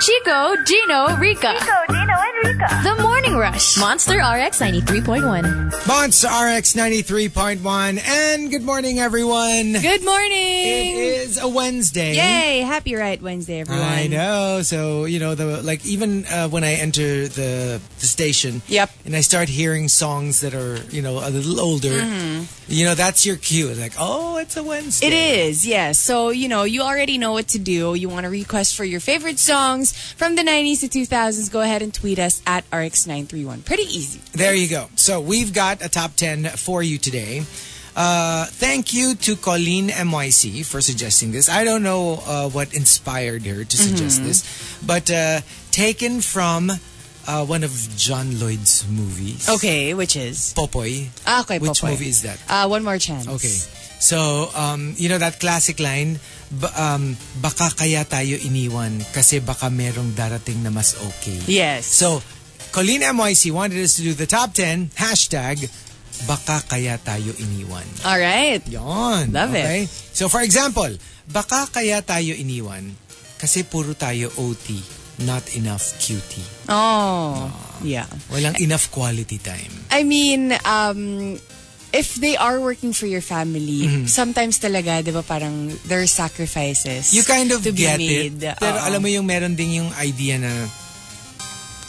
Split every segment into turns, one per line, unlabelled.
Chico, Gino, Rika.
Chico, Gino, and Rika.
The Morning Rush.
Monster RX 93.1.
Monster RX 93.1. And good morning, everyone.
Good
It
morning.
is a Wednesday.
Yay. Happy Right Wednesday, everyone.
I know. So you know the like even uh, when I enter the the station,
Yep.
and I start hearing songs that are you know a little older, you know that's your cue. Like oh, it's a Wednesday.
Mm-hmm. It is, yes. So, you know, you already know what to do. You want to request for your favorite songs from the 90s to 2000s, go ahead and tweet us at RX931. Pretty easy.
There you go. So we've got a top 10 for you today. Uh, thank you to Colleen MYC for suggesting this. I don't know uh, what inspired her to suggest
Mm-hmm.
this, but uh, taken from uh, one of John Lloyd's movies.
Okay, which is?
Popoy.
Ah, okay,
Which
Popoy.
movie is that?
Uh, one more chance.
Okay. So, um, you know that classic line, ba- um, baka kaya tayo iniwan kasi baka merong darating na mas okay.
Yes.
So, Colleen MYC wanted us to do the top 10 hashtag baka kaya tayo iniwan.
All right.
Yon.
Love it.
okay? So, for example, baka kaya tayo iniwan kasi puro tayo OT, not enough QT.
Oh, yeah. Eh,
Walang enough quality time.
I mean, um, if they are working for your family,
Mm-hmm.
sometimes talaga, di ba, parang there are sacrifices
You kind of
to be
get
made.
it. Pero
Oo.
alam mo yung meron ding yung idea na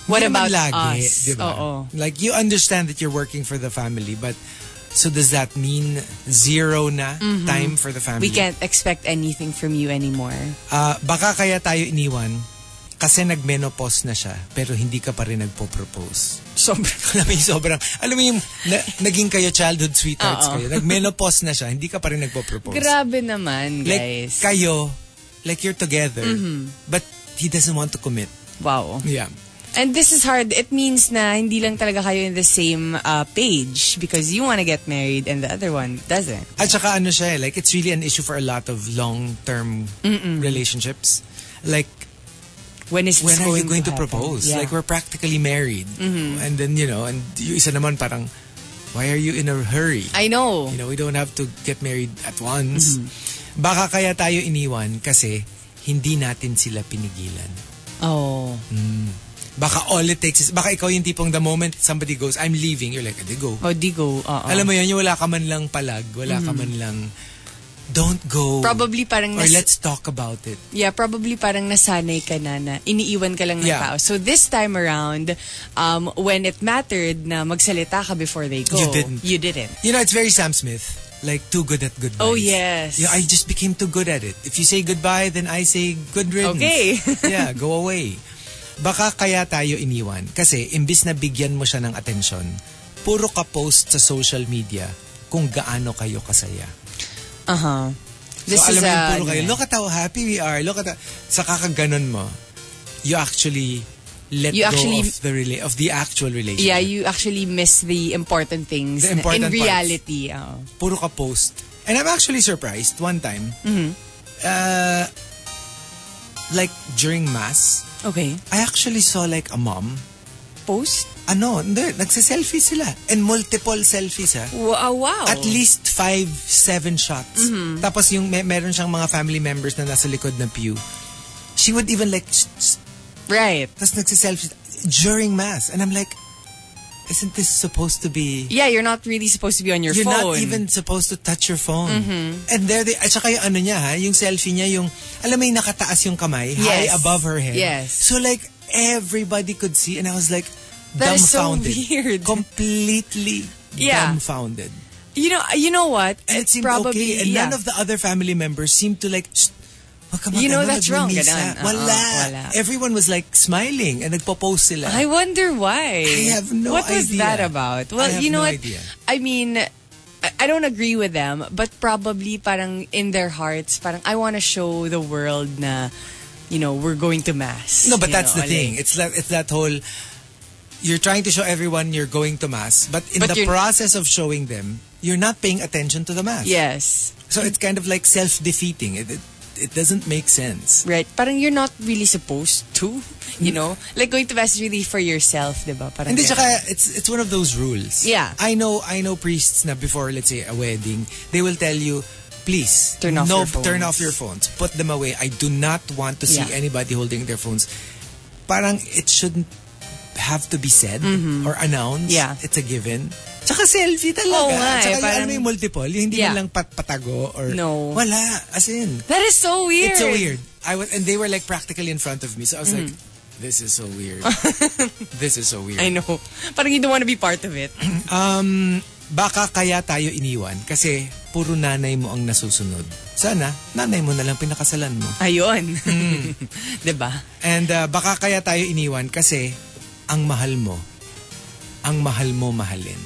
what
Hindi naman
about
lagi,
us?
di ba?
Oo.
Like, you understand that you're working for the family, but so does that mean zero na time for the family?
Mm-hmm. We can't expect anything from you anymore.
Ah, baka kaya tayo iniwan kasi nagmenopause na siya, pero hindi ka pa rin nagpo-propose. Sobrang, alam mo yung sobrang, alam mo yung na- naging kayo childhood sweethearts
Oo.
kayo, nagmenopause na siya, hindi ka pa rin nagpo-propose.
Grabe naman,
like,
guys. Mm-hmm.
kayo, like you're together, but he doesn't want to commit.
wow.
Yeah.
And this is hard. It means na hindi lang talaga kayo in the same uh, page because you want to get married and the other one doesn't.
At saka ano siya eh, like it's really an issue for a lot of long-term relationships. Like,
When is
when
this
are you going
going
to,
happen?
propose?
Yeah. Mm-hmm.
Like, we're practically married. And then, you know, and yung isa naman parang, why are you in a hurry?
I Mm-hmm. know.
you know, we don't have to get married at once. Baka kaya tayo iniwan kasi hindi natin sila pinigilan.
Oh.
Baka all it takes is, baka ikaw yung tipong the moment somebody goes, I'm leaving, you're like, adi go.
Oh, di go. Oo.
Alam mo yun, yung wala ka man lang palag, wala ka man lang, don't go.
Probably parang
Or
nas-
let's talk about it.
Yeah, probably parang nasanay ka na na iniiwan ka lang ng
Yeah.
tao. So this time around, um, when it mattered na magsalita ka before they go,
You didn't.
You didn't.
You know, it's very Sam Smith. Like, too good at goodbyes.
Oh, yes.
Yeah, I just became too good at it. If you say goodbye, then I say good riddance.
Okay.
yeah, go away. Baka kaya tayo iniwan. Kasi, imbis na bigyan mo siya ng atensyon, puro ka post sa social media kung gaano kayo kasaya.
Uh-huh. This
so, alam
is
mo yung
a- ano
puro kayo, look at how happy we are. Look at how, sa kakaganon mo, you actually let
You
go
actually-
of the rela- of the actual relationship.
Yeah, you actually miss the important things
The important parts.
in reality. uh. oo.
puro ka post. And I'm actually surprised one time. Uh, like during mass,
Okay.
I actually saw like a mom.
Post?
Ano, hindi, nagsiselfie sila. And multiple selfies ha.
Wow. uh, wow.
At least five, seven shots. Tapos yung may, meron siyang mga family members na nasa likod na pew. She would even like, s- s-
Right.
tas nagsiselfie during mass. And I'm like, isn't this supposed to be...
Yeah, you're not really supposed to be on your
You're
phone. Mm-hmm.
not even supposed to touch your phone. And there they, at saka yung ano niya ha, yung selfie niya, yung, alam mo yung nakataas yung kamay, high
Yes.
above her head.
Yes.
So like, everybody could see and I was like,
That is so
dumbfounded.
weird.
Completely
Yeah.
dumbfounded.
You know, you know what?
And it
It's
seemed
probably
okay. And
yeah.
none of the other family members seemed to like, "Shh, wag ka
You know
mag-ano,
that's wrong,
nagmimisa."
ganun. Oo,
Wala.
wala.
Everyone was like smiling and nagpo-post sila.
I wonder why.
I have no
What was
idea.
that about? Well,
I have
you know
no
what?
idea.
I mean, I- I don't agree with them, but probably parang in their hearts, parang I want to show the world na, you know, we're going to mass.
No, but
You
that's
know,
the
like-
thing. It's that it's that whole you're trying to show everyone you're going to mass, but in
But
the
you're-
process of showing them, you're not paying attention to the mass.
Yes,
So it's kind of like self-defeating. It it, it doesn't make sense.
right. Parang you're not really supposed to, you know? Like going to mass is really for yourself, di ba?
And
Parang
then,
ganun.
tsaka, it's it's one of those rules.
Yeah.
I know I know priests na before let's say a wedding, they will tell you please
Turn off
no
your phones.
turn off your phones. Put them away. I do not want to see
Yeah.
anybody holding their phones. Parang it shouldn't have to be said or announced.
Mm-hmm. Yeah.
It's a given. Tsaka selfie talaga.
Oo nga eh,
Tsaka yung,
parang-
alam mo yung multiple, yung hindi man
Yeah.
lang pat patago or
No.
wala. As in,
That is so weird. Mm-hmm.
it's so weird. I was and they were like practically in front of me. So I was like, this is so weird. this is so weird.
I know. Parang you don't want to be part of it.
Um, Baka kaya tayo iniwan kasi puro nanay mo ang nasusunod. Sana, nanay mo na lang pinakasalan mo.
Ayun. diba?
And uh, baka kaya tayo iniwan kasi ang mahal mo, ang mahal mo mahalin.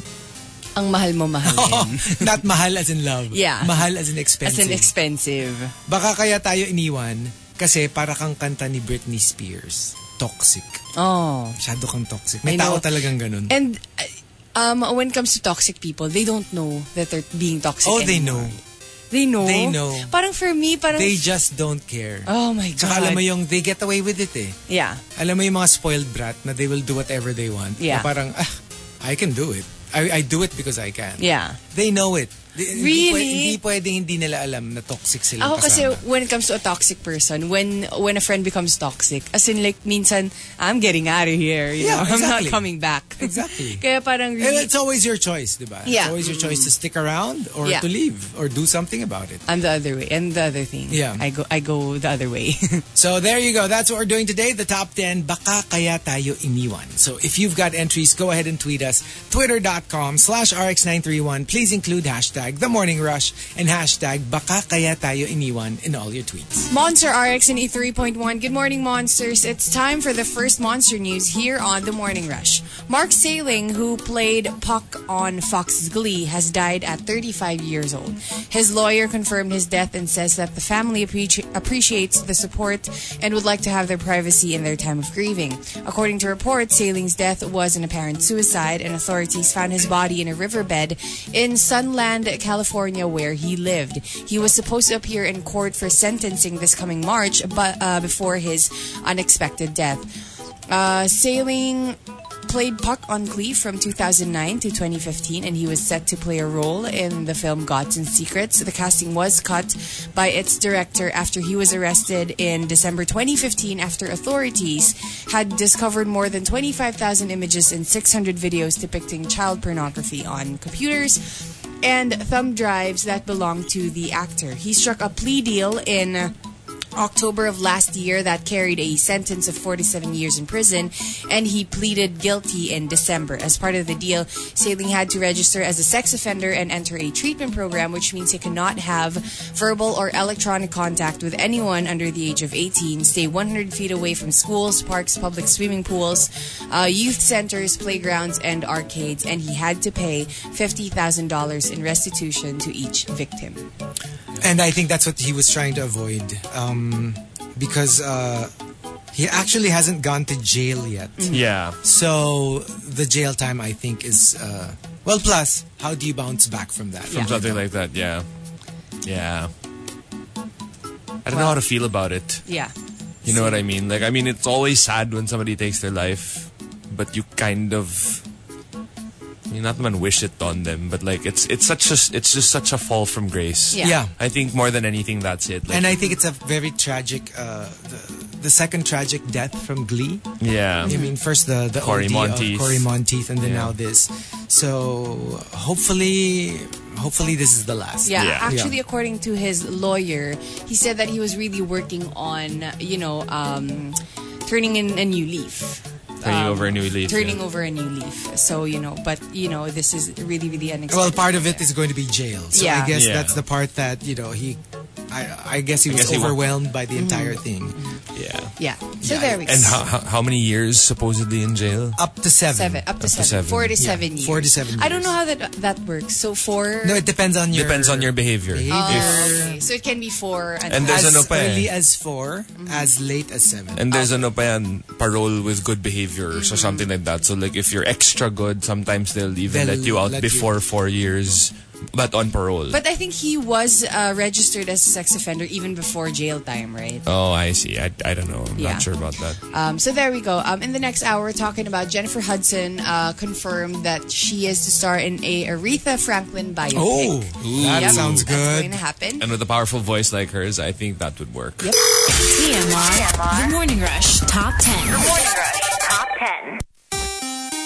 Ang mahal mo mahalin.
Not mahal as in love.
Oh. Yeah.
Mahal as in
As
expensive.
an expensive.
baka kaya tayo iniwan kasi para kang kanta ni Britney Spears. Toxic.
Oh.
Masyado kang toxic. May
I know.
tao talagang ganun.
And uh, um, when it comes to toxic people, they don't know that they're being toxic
oh, they
anymore.
know.
They know.
They know.
Parang for me, parang...
They just don't care.
oh my God.
Tsaka alam mo yung they get away with it eh.
Yeah.
Alam mo yung mga spoiled brat na they will do whatever they want. Na
Yeah.
parang, ah, I can do it. I, I do it because I can.
Yeah.
They know it. They- Hindi,
Really?
pwe- hindi pwedeng hindi nila alam na toxic sila
Ako kasi
kasama.
when it comes to a toxic person, when when a friend becomes toxic, as in like minsan, I'm getting out of here, you
Yeah,
know, I'm not
exactly.
coming back.
Exactly.
Kaya parang
And
really,
it's always your choice, di ba?
Yeah. Mm-hmm.
It's always your choice to stick around or
Yeah.
to leave or do something about it.
I'm the other way and the other thing.
Yeah.
I go I go the other way.
So there you go. That's what we're doing today. The top 10 baka kaya tayo iniwan. So if you've got entries, go ahead and tweet us. Twitter.com slash RX931. Please include hashtag The Morning Rush and hashtag baka kaya tayo iniwan in all your tweets.
Monster RX and E E3.1. Good morning, monsters. It's time for the first monster news here on The Morning Rush. Mark Saling, who played Puck on Fox's Glee, has died at 35 years old. His lawyer confirmed his death and says that the family appreci- appreciates the support and would like to have their privacy in their time of grieving. According to reports, Saling's death was an apparent suicide, and authorities found his body in a riverbed in Sunland, California, where he lived. He was supposed to appear in court for sentencing this coming March, but uh, before his unexpected death. Uh, Sailing played Puck on Glee from 2009 to 2015, and he was set to play a role in the film Gods and Secrets. The casting was cut by its director after he was arrested in December 2015 after authorities had discovered more than 25,000 images and 600 videos depicting child pornography on computers and thumb drives that belonged to the actor. He struck a plea deal in. October of last year that carried a sentence of 47 years in prison, and he pleaded guilty in December. As part of the deal, Saling had to register as a sex offender and enter a treatment program, which means he cannot have verbal or electronic contact with anyone under the age of 18, stay 100 feet away from schools, parks, public swimming pools, uh, youth centers, playgrounds, and arcades, and he had to pay $50,000 in restitution to each victim.
And I think that's what he was trying to avoid um, because uh, he actually hasn't gone to jail yet.
Yeah.
So the jail time, I think, is uh, well. Plus, how do you bounce back from that?
From something like that, yeah. Yeah. I don't know how to feel about it.
Yeah.
You know what I mean? Like, I mean, it's always sad when somebody takes their life, but you kind of. You not man wish it on them, but like it's it's such a it's just such a fall from grace.
Yeah.
Yeah.
I think more than anything, that's it. Like,
And I think it's a very tragic, uh, the, the second tragic death from Glee.
yeah,
I mean, first the the
Cory
OD of
Mm-hmm. Monteith.
Cory Monteith, and then
Yeah.
now this. So hopefully, hopefully this is the last.
Yeah,
Yeah.
actually,
Yeah.
according to his lawyer, he said that he was really working on, you know, um, turning in a new leaf.
turning over a new leaf.
Turning
yeah.
over a new leaf. So, you know, but, you know, this is really, really unexpected.
Well, part of it is going to be jail. So
Yeah.
I guess
Yeah.
that's the part that you know he. I, I guess he was
guess he wa-
overwhelmed by the entire
Mm-hmm.
thing.
Yeah.
Yeah. So there we go.
And how, how how many years supposedly in jail?
Up to seven.
Seven, up to seven.
seven.
Four to seven
Yeah,
years.
four to seven
I
years.
don't know how that that works. So four.
No, it depends on your.
Depends on your behavior. If-
okay. So it can be four.
And there's
as
ano pa eh.
early as 4
Mm-hmm.
as late as seven.
And there's ano pa yan, parole with good behavior or something like that. So like if you're extra good, sometimes they'll even
They'll
let you out
let you-
before four years. but on parole.
But I think he was uh, registered as a sex offender even before jail time, right?
oh, I see. I, I don't know. I'm
Yeah.
not sure about that.
Um, so there we go. Um, in the next hour, we're talking about Jennifer Hudson uh, confirmed that she is to star in a Aretha Franklin biopic.
Oh, that
Yep,
sounds
That's
good.
going to happen.
And with a powerful voice like hers, I think that would work.
TMR. The Morning Rush Top 10.
Morning Rush Top 10.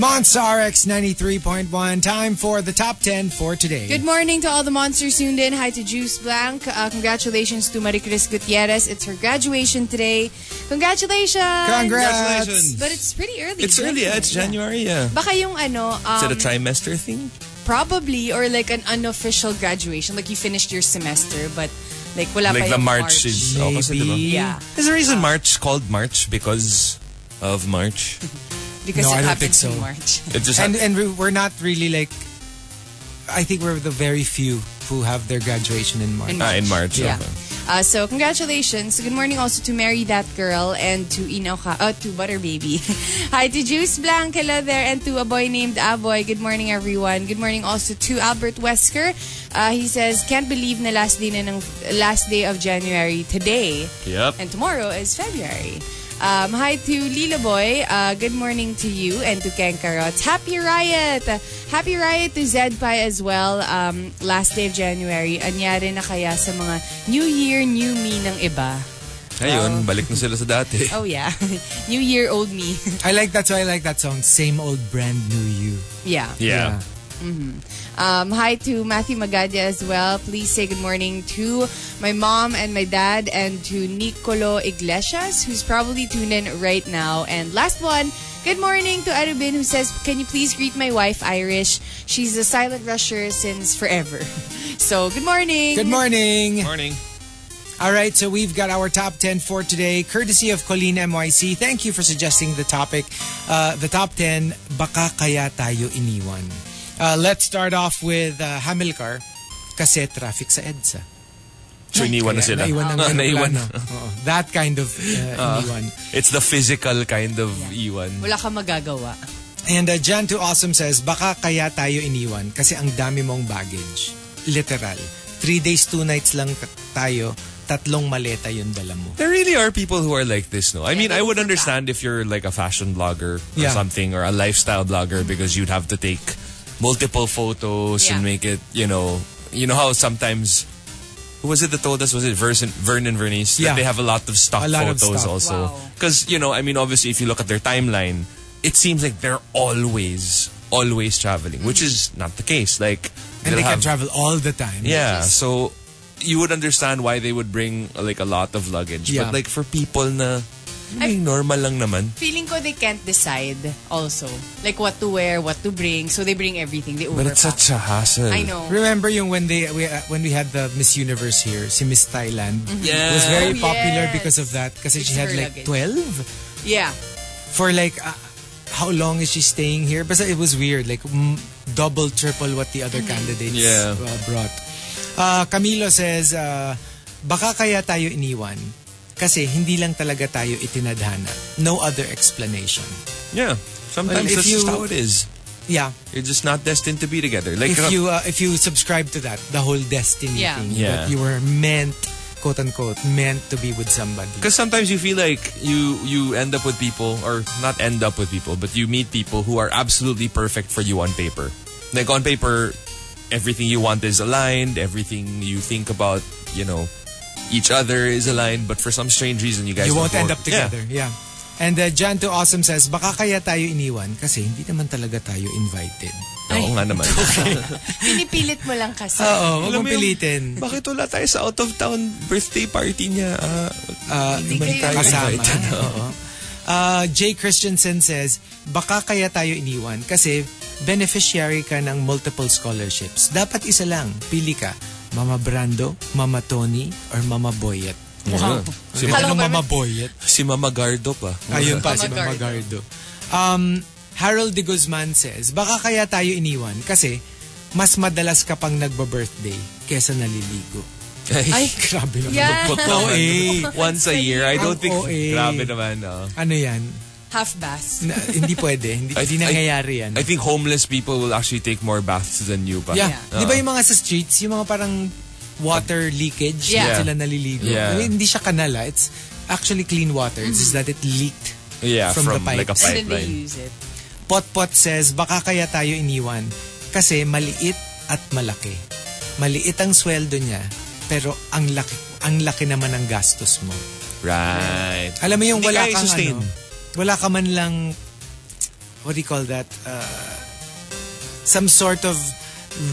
Monstars 93.1. Time for the top 10 for today.
Good morning to all the monsters tuned in. Hi to Juice Blank. Uh, congratulations to Marie Chris Gutierrez. It's her graduation today. Congratulations!
Congrats.
Congratulations.
But it's pretty early.
It's early. Yeah. It's January. Yeah.
Baka yung ano,
Is
um,
it a trimester thing?
probably, or like an unofficial graduation. Like you finished your semester, but like wala pa
Like the
yung
March is. Oh, kasi diba?
Maybe.
Yeah.
Is the reason March called March because of March?
Because
No,
it
I don't
happens
think so.
in March.
It just
And, and we- we're not really like, I think we're the very few who have their graduation in March.
In
Ah, in March.
Yeah.
okay.
Uh, so congratulations. Good morning also to Mary That Girl and to Inoka, uh, to Butter Baby. Hi to Juice Blanc, hello there, and to a boy named Aboy. Good morning everyone. Good morning also to Albert Wesker. Uh, he says, can't believe na last day na ng last day of January today.
Yep.
And tomorrow is February. Um, hi to Lila Boy. Uh, good morning to you and to Ken Carrots. Happy Riot! Happy Riot to Zed Pie as well. Um, last day of January. Anyari na kaya sa mga New Year, New Me ng iba?
Ayun, balik na sila sa dati.
Oh yeah. new Year, Old Me.
I like that's why I like that song. Same old brand new you.
yeah.
Yeah.
Um, hi to Matthew Magadia as well. Please say good morning to my mom and my dad and to Nicolo Iglesias, who's probably tuned in right now. And last one, good morning to Arubin, who says, Can you please greet my wife, Irish? She's a silent rusher since forever. So, good morning.
Good morning.
Morning.
All right, so we've got our top 10 for today, courtesy of Colleen MYC. Thank you for suggesting the topic, uh, the top 10, baka kaya tayo iniwan. Uh, let's start off with uh, Hamilcar, kasi traffic sa EDSA.
So
Kaya
iniwan na sila.
Naiwan ng
Ah, naiwan. Ah.
aeroplano. Oo, that kind of uh, iniwan.
It's the physical kind of iwan.
Wala ka magagawa.
And uh, Jan to Awesome says, baka kaya tayo iniwan kasi ang dami mong baggage. Literal. Three days, two nights lang ta- tayo, tatlong maleta yung dala mo.
There really are people who are like this, no? I mean, I would understand if you're like a fashion blogger or
Yeah.
something or a lifestyle blogger because you'd have to take multiple photos and
Yeah.
make it, you know, you know how sometimes who was it that told us was it Verson, Vernon Vernice
Yeah.
that they have a lot of
A
stock
lot of
photos
stock.
also
Wow.
because you know I mean obviously if you look at their timeline it seems like they're always always traveling which
Mm-hmm.
is not the case like
And
they'll
they can
have-
travel all the time.
yeah, so you would understand why they would bring like a lot of luggage.
Yeah.
But like for people na ay, normal lang naman.
Feeling ko they can't decide also. Like what to wear, what to bring. So they bring everything. They
But it's
overpack.
such a hassle.
I know.
Remember yung when they we, uh, when we had the Miss Universe here, si Miss Thailand
Yeah.
was very
Oh,
popular
yes.
because of that kasi she
Because
had
her
like
luggage.
12
Yeah.
for like uh, how long is she staying here? But it was weird, like mm, double, triple what the other
Mm-hmm.
candidates
Yeah.
uh, brought. Uh, Camilo says, uh, baka kaya tayo iniwan kasi hindi lang talaga tayo itinadhana. No other explanation.
Yeah. Sometimes
Well, if
that's
you-
just how it is.
Yeah.
You're just not destined to be together. Like
if you uh, if you subscribe to that, the whole destiny
Yeah.
thing
Yeah.
that you were meant, quote unquote, meant to be with somebody.
Because sometimes you feel like you you end up with people, or not end up with people, but you meet people who are absolutely perfect for you on paper. Like on paper, everything you want is aligned, everything you think about, you know, each other is aligned. But for some strange reason, you guys
You won't
don't
end up
work.
together. Yeah. And uh, Jan to Awesome says, baka kaya tayo iniwan kasi hindi naman talaga tayo invited.
Yeah. Oo nga naman.
Pinipilit mo lang kasi.
Oo, huwag
Alam
mong
mo yung-
pilitin.
Bakit wala tayo sa out of town birthday party niya? Ah,
Ah,
Hindi
ibang
kayo
kasama.
invited.
Oo. Ah, Jay Christensen says, baka kaya tayo iniwan kasi beneficiary ka ng multiple scholarships. Dapat isa lang. Pili ka. Mama Brando, Mama Tony, or Mama Boyet.
Wow.
si, Ma-
Ano
Kala ko ba-
Mama Boyet?
si Mama Gardo pa.
Ayun pa,
Mama
si Mama
Gardo.
Gardo. Um, Harold de Guzman says, baka kaya tayo iniwan kasi mas madalas ka pang nagba-birthday kesa naliligo.
Ay,
grabe naman.
Yeah.
Put naman.
eh.
Once a year. I don't
Ang
think...
OA.
Grabe naman. Oh.
Ano yan?
Half baths.
Na, hindi pwede. Hindi,
I-
hindi
I-
nangyayari yan.
I think homeless people will actually take more baths than you pa.
yeah.
Yeah.
Di ba yung mga sa streets, yung mga parang water leakage,
Yeah.
sila naliligo.
Yeah.
I mean, hindi siya kanala. It's actually clean water. It's just that it leaked.
Yeah,
From
from,
the
like a
pipes.
And then they
pipeline.
use it.
Potpot says, baka kaya tayo iniwan. Kasi maliit at malaki. Maliit ang sweldo niya, pero ang laki, ang laki naman ng gastos mo.
Right.
Alam mo yung
Hindi
wala
kaya
kang
i-sustain.
ano, wala ka man lang, what do you call that? Uh, some sort of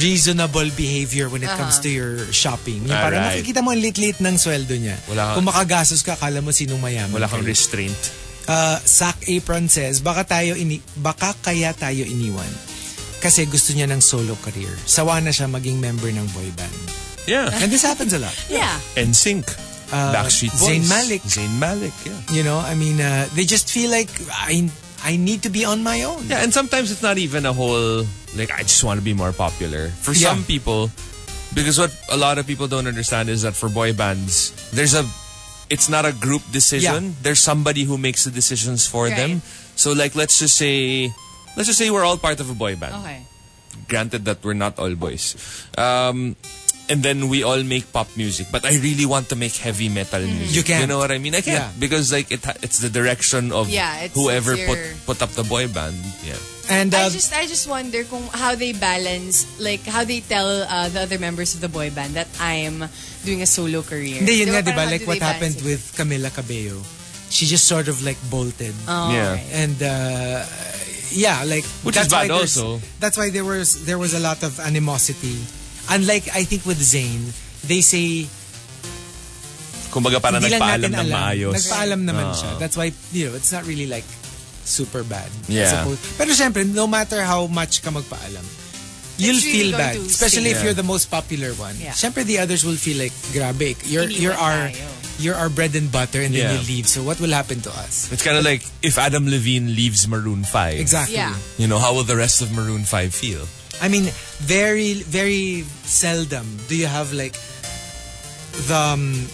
reasonable behavior when it
Uh-huh.
comes to your shopping. Yung parang
Alright.
nakikita mo ang lit-lit ng sweldo niya.
Wala ka-
Kung makagastos ka, akala mo sinong mayaman.
Wala kang
ka.
restraint.
Uh, Sack Apron says, baka, tayo ini baka kaya tayo iniwan. Kasi gusto niya ng solo career. Sawa na siya maging member ng boy band.
Yeah.
And this happens a lot.
Yeah.
And sync. Backstreet
Uh, Zayn
Boys.
Malik.
Zayn Malik, yeah.
You know, I mean, uh, they just feel like I I need to be on my own.
Yeah, and sometimes it's not even a whole like I just want to be more popular. For
Yeah.
some people, because what a lot of people don't understand is that for boy bands, there's a it's not a group decision.
Yeah.
There's somebody who makes the decisions for them. So like let's just say let's just say we're all part of a boy band.
Okay.
Granted that we're not all boys. Um and then we all make pop music, but I really want to make heavy metal music.
Mm-hmm. You can't.
know what I mean? I
Yeah.
can't because like it, ha- it's the direction of
Yeah, it's-
whoever
it's your-
put put up the boy band. Yeah.
And
I
uh,
just I just wonder kung how they balance like how they tell uh, the other members of the boy band that I'm doing a solo career.
Hindi, yun
Di ba,
nga, di ba?
parang
Like
how do
what
they balance
happened
it?
with Camila Cabello. She just sort of like bolted.
Oh,
Yeah.
okay.
And uh, yeah, like
Which is
why
bad
there's-
also.
That's why there was there was a lot of animosity. Unlike I think with Zayn, they say
Kumbaga parang
hindi lang
nagpaalam
natin
ng
alam.
maayos.
Nagpaalam naman
Ah.
siya. That's why you know it's not really like super bad. I
Yeah.
suppose. Pero syempre, no matter how much ka magpaalam, you'll
really
feel
going
bad.
to
Especially if
sting.
you're the most popular one.
Yeah.
Syempre the others will feel like, grabe, you're, you're our
Iniwan tayo.
you're our bread and butter and
Yeah.
then you leave. So what will happen to us?
It's kind of like if Adam Levine leaves Maroon 5.
Exactly.
Yeah.
You know, how will the rest of Maroon 5 feel?
I mean, very, very seldom do you have like the um,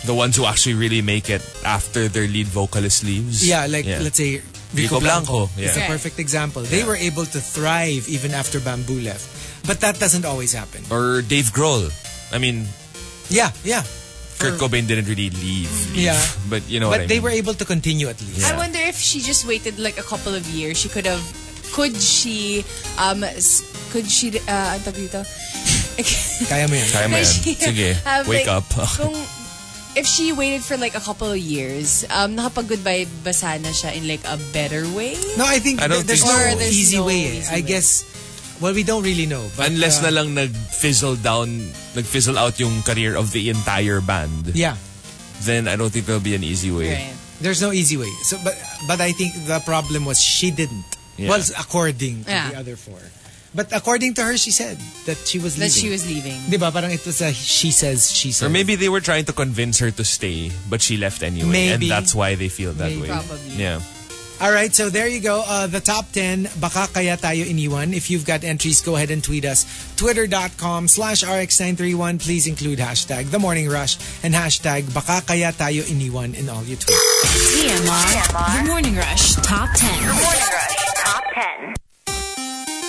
The ones who actually really make it after their lead vocalist leaves.
yeah, like let's say Rico,
Rico Blanco.
is
Yeah.
the perfect example. They were able to thrive even after Bamboo left, but that doesn't always happen.
Or Dave Grohl. I mean,
Yeah, yeah,
Kurt Cobain didn't really leave. leave,
Yeah.
But you know
but
what I
they
mean.
were able to continue at least.
I wonder if she just waited like a couple of years, she could have could she um s- could she uh ang tawag dito?
Kaya mo yun.
Kaya mo
Could
yan.
she
Sige,
have, like,
wake up.
kung if she waited for like a couple of years, um nakapag-goodbye ba sana siya in like a better way?
No, I think
I don't
there's
think
no
so. Or
there's
easy
no
way. eh.
easy
I
way.
guess. Well, we don't really know. But,
Unless
uh,
na lang nag-fizzle down, nag-fizzle out yung career of the entire band.
Yeah,
Then I don't think there'll be an easy way.
Right.
there's no easy way. So, but but I think the problem was she didn't.
Yeah.
Well, according to
Yeah.
the other four, but according to her, she said that she was
That she
leaving.
was leaving.
Di ba? Parang it was a she says, she says.
Or maybe they were trying to convince her to stay, but she left anyway.
Maybe.
And that's why they feel that
Maybe.
way.
Probably.
Yeah.
All right, so there you go. Uh, the top 10, baka kaya tayo iniwan. If you've got entries, go ahead and tweet us. Twitter.com slash RX931. Please include hashtag The Morning Rush and hashtag baka kaya tayo iniwan in all your tweets.
TMR. The Morning Rush Top 10.
Morning Rush Top 10.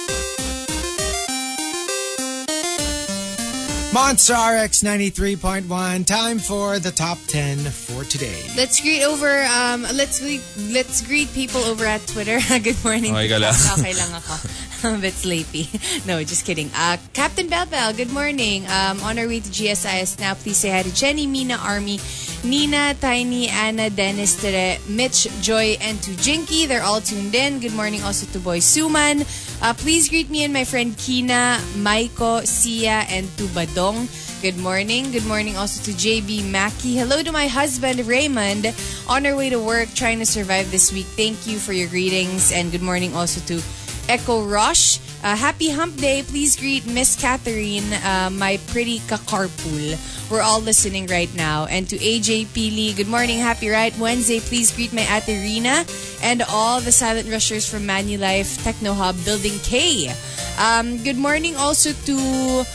Monster RX 93.1, time for the top 10 for today.
Let's greet over um let's greet let's greet people over at Twitter. Good morning.
Okay ka lang.
Okay lang ako. I'm a bit sleepy. No, just kidding. Uh, Captain Belbel, good morning. Um, on our way to GSIS now, please say hi to Jenny, Mina, Army, Nina, Tiny, Anna, Dennis, Tere, Mitch, Joy, and to Jinky. They're all tuned in. Good morning also to Boy Suman. Uh, please greet me and my friend Kina, Maiko, Sia, and to Badong. Good morning. Good morning also to JB Mackey. Hello to my husband, Raymond, on our way to work, trying to survive this week. Thank you for your greetings. And good morning also to Echo Rush. Uh, happy hump day. Please greet Miss Catherine, uh, my pretty kakarpool. We're all listening right now. And to AJ Pili, good morning. Happy Ride Wednesday. Please greet my Ate Rina and all the silent rushers from Manulife Techno Hub Building K. Um, good morning also to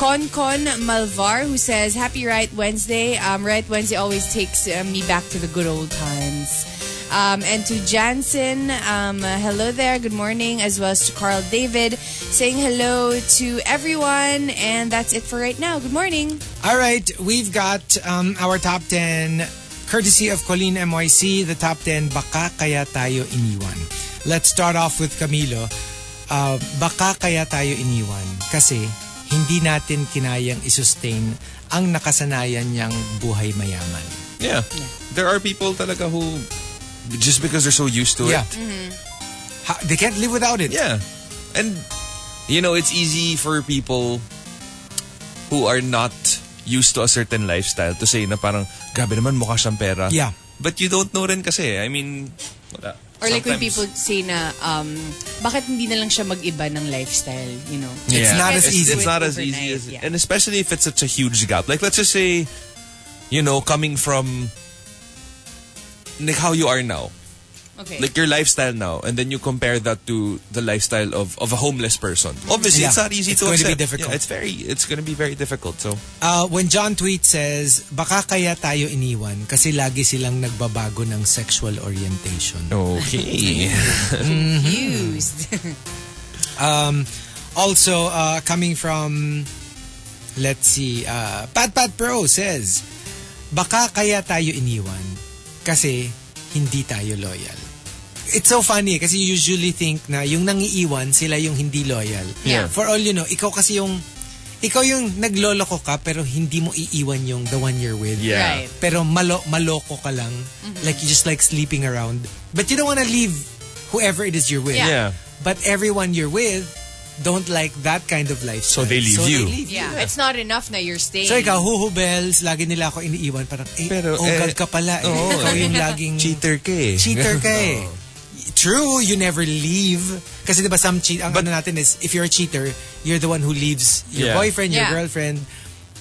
Con Con Malvar who says, Happy Right Wednesday. Um, right Wednesday always takes uh, me back to the good old times. Um, and to Jansen, um, uh, hello there, good morning, as well as to Carl David, saying hello to everyone. And that's it for right now. Good morning.
All right, we've got um, our top 10 courtesy of Colleen MYC, the top 10 Baka Kaya Tayo Iniwan. Let's start off with Camilo. Uh, baka kaya tayo iniwan kasi hindi natin kinayang isustain ang nakasanayan niyang buhay mayaman.
Yeah. There are people talaga who just because they're so used to
Yeah.
it.
Ha- they can't live without it.
Yeah. And you know, it's easy for people who are not used to a certain lifestyle to say na parang grabe naman mukha siyang pera.
Yeah.
But you don't know rin kasi. I mean, wala.
Or like when people
Sometimes-
say na, um, bakit hindi na lang siya mag-iba ng lifestyle, you know?
It's
Yeah.
not as
it's,
easy.
It's not as easy
Overnight,
as,
yeah.
and especially if it's such a huge gap. Like let's just say, you know, coming from like how you are now,
Okay.
like your lifestyle now, and then you compare that to the lifestyle of, of a homeless person. Obviously,
Yeah.
it's not easy
It's
to
going to be
accept.
difficult.
Yeah, it's very, it's going to be very difficult. So
Uh, when John Tweet says, baka kaya tayo iniwan kasi lagi silang nagbabago ng sexual
Oh.
orientation.
okay,
Mm.
Used.
Um, also, uh, coming from, let's see, uh, Pat Pat Pro says, baka kaya tayo iniwan kasi hindi tayo loyal. It's so funny eh, kasi you usually think na yung nangiiwan, sila yung hindi loyal.
Yeah.
For all you know, ikaw kasi yung, ikaw yung nagloloko ka pero hindi mo iiwan yung the one you're with.
yeah,
Right.
Pero malo, maloko ka lang. Like you just like sleeping around. But you don't want to leave whoever it is you're with.
Yeah.
yeah.
But everyone you're with don't like that kind of lifestyle.
So they leave you.
Yeah. It's not enough na you're staying.
So ikaw, huhu bells, lagi nila ako iniiwan. Parang, eh,
Pero,
ogal
eh,
ka pala. Eh.
oo,
Ikaw
eh.
yung laging
Cheater ka eh.
cheater ka eh. True, you never leave. Kasi diba some cheat, ang
But-
ano natin is, if you're a cheater, you're the one who leaves your
Yeah.
boyfriend, your
Yeah.
girlfriend.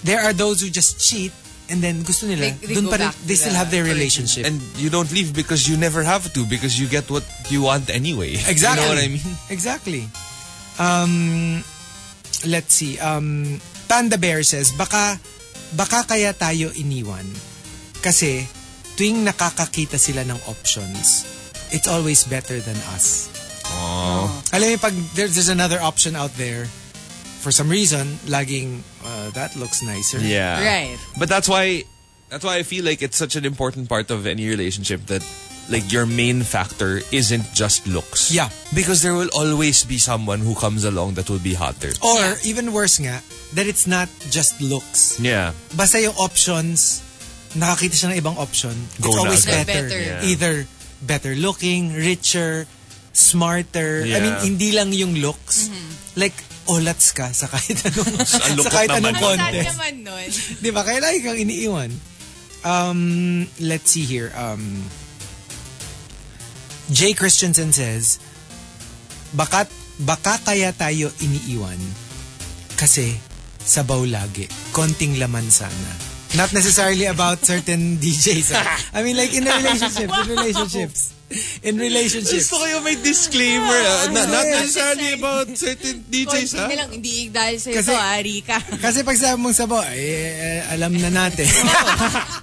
There are those who just cheat and then gusto nila,
They- they
dun
go
pa rin,
back to
they still
the
have their
original.
relationship.
And you don't leave because you never have to because you get what you want anyway.
Exactly.
You know what I mean?
Exactly. Um, let's see. Um, Panda Bear says, baka, baka kaya tayo iniwan. Kasi tuwing nakakakita sila ng options, it's always better than us.
Oh.
Alam mo, pag there- there's another option out there, for some reason, laging, uh, that looks nicer.
Yeah.
Right.
But that's why that's why I feel like it's such an important part of any relationship that like your main factor isn't just looks.
Yeah.
Because there will always be someone who comes along that will be hotter.
Or, even worse nga, that it's not just looks.
Yeah.
basta yung options, nakakita siya ng ibang option,
Go
it's
na
always
agad.
better.
Better.
Yeah.
Either better looking, richer, smarter. I mean,
Yeah.
hindi lang yung looks. Like, olats ka sa kahit anong,
ang
sa
lungkot
kahit
naman
anong
Sad
yun.
contest.
naman nun.
Di ba? Kaya lagi kang iniiwan. Um, let's see here. Um, Jay Christensen says, baka, baka kaya tayo iniiwan kasi sabaw lagi. Konting laman sana. Not necessarily about certain DJs. ah. I mean like in a relationship. In relationships. In relationships.
may disclaimer.
ah. Not- not
necessarily
about certain ah.
Konti na lang, hindi dahil sa ito,
Kasi-
ah, Rika.
Kasi pag sabi mong sabaw, eh, eh, alam na natin.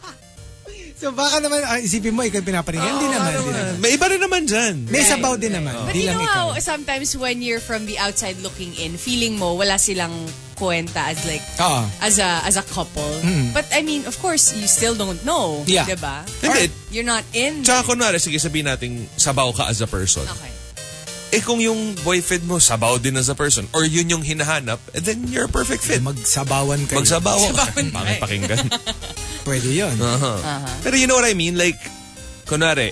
so baka naman, ah, isipin mo, ikaw yung pinaparinggan. Hindi naman, hindi naman.
May iba rin naman dyan.
May sabaw din naman.
But
Di
you
lang
know
ikaw.
how sometimes when you're from the outside looking in, feeling mo wala silang kwenta as like
Oo.
Ah.
as a as a couple.
Mm.
But I mean, of course, you still don't know,
Yeah.
diba?
Hindi.
You're not in.
Tsaka kunwari, sige sabihin natin, sabaw ka as a person.
Okay.
Eh kung yung boyfriend mo, sabaw din as a person, or yun yung hinahanap, eh, then you're a perfect fit.
Magsabawan kayo.
Magsabaw. Pangit pakinggan.
Pwede yun.
Pero you know what I mean? Like, kunwari,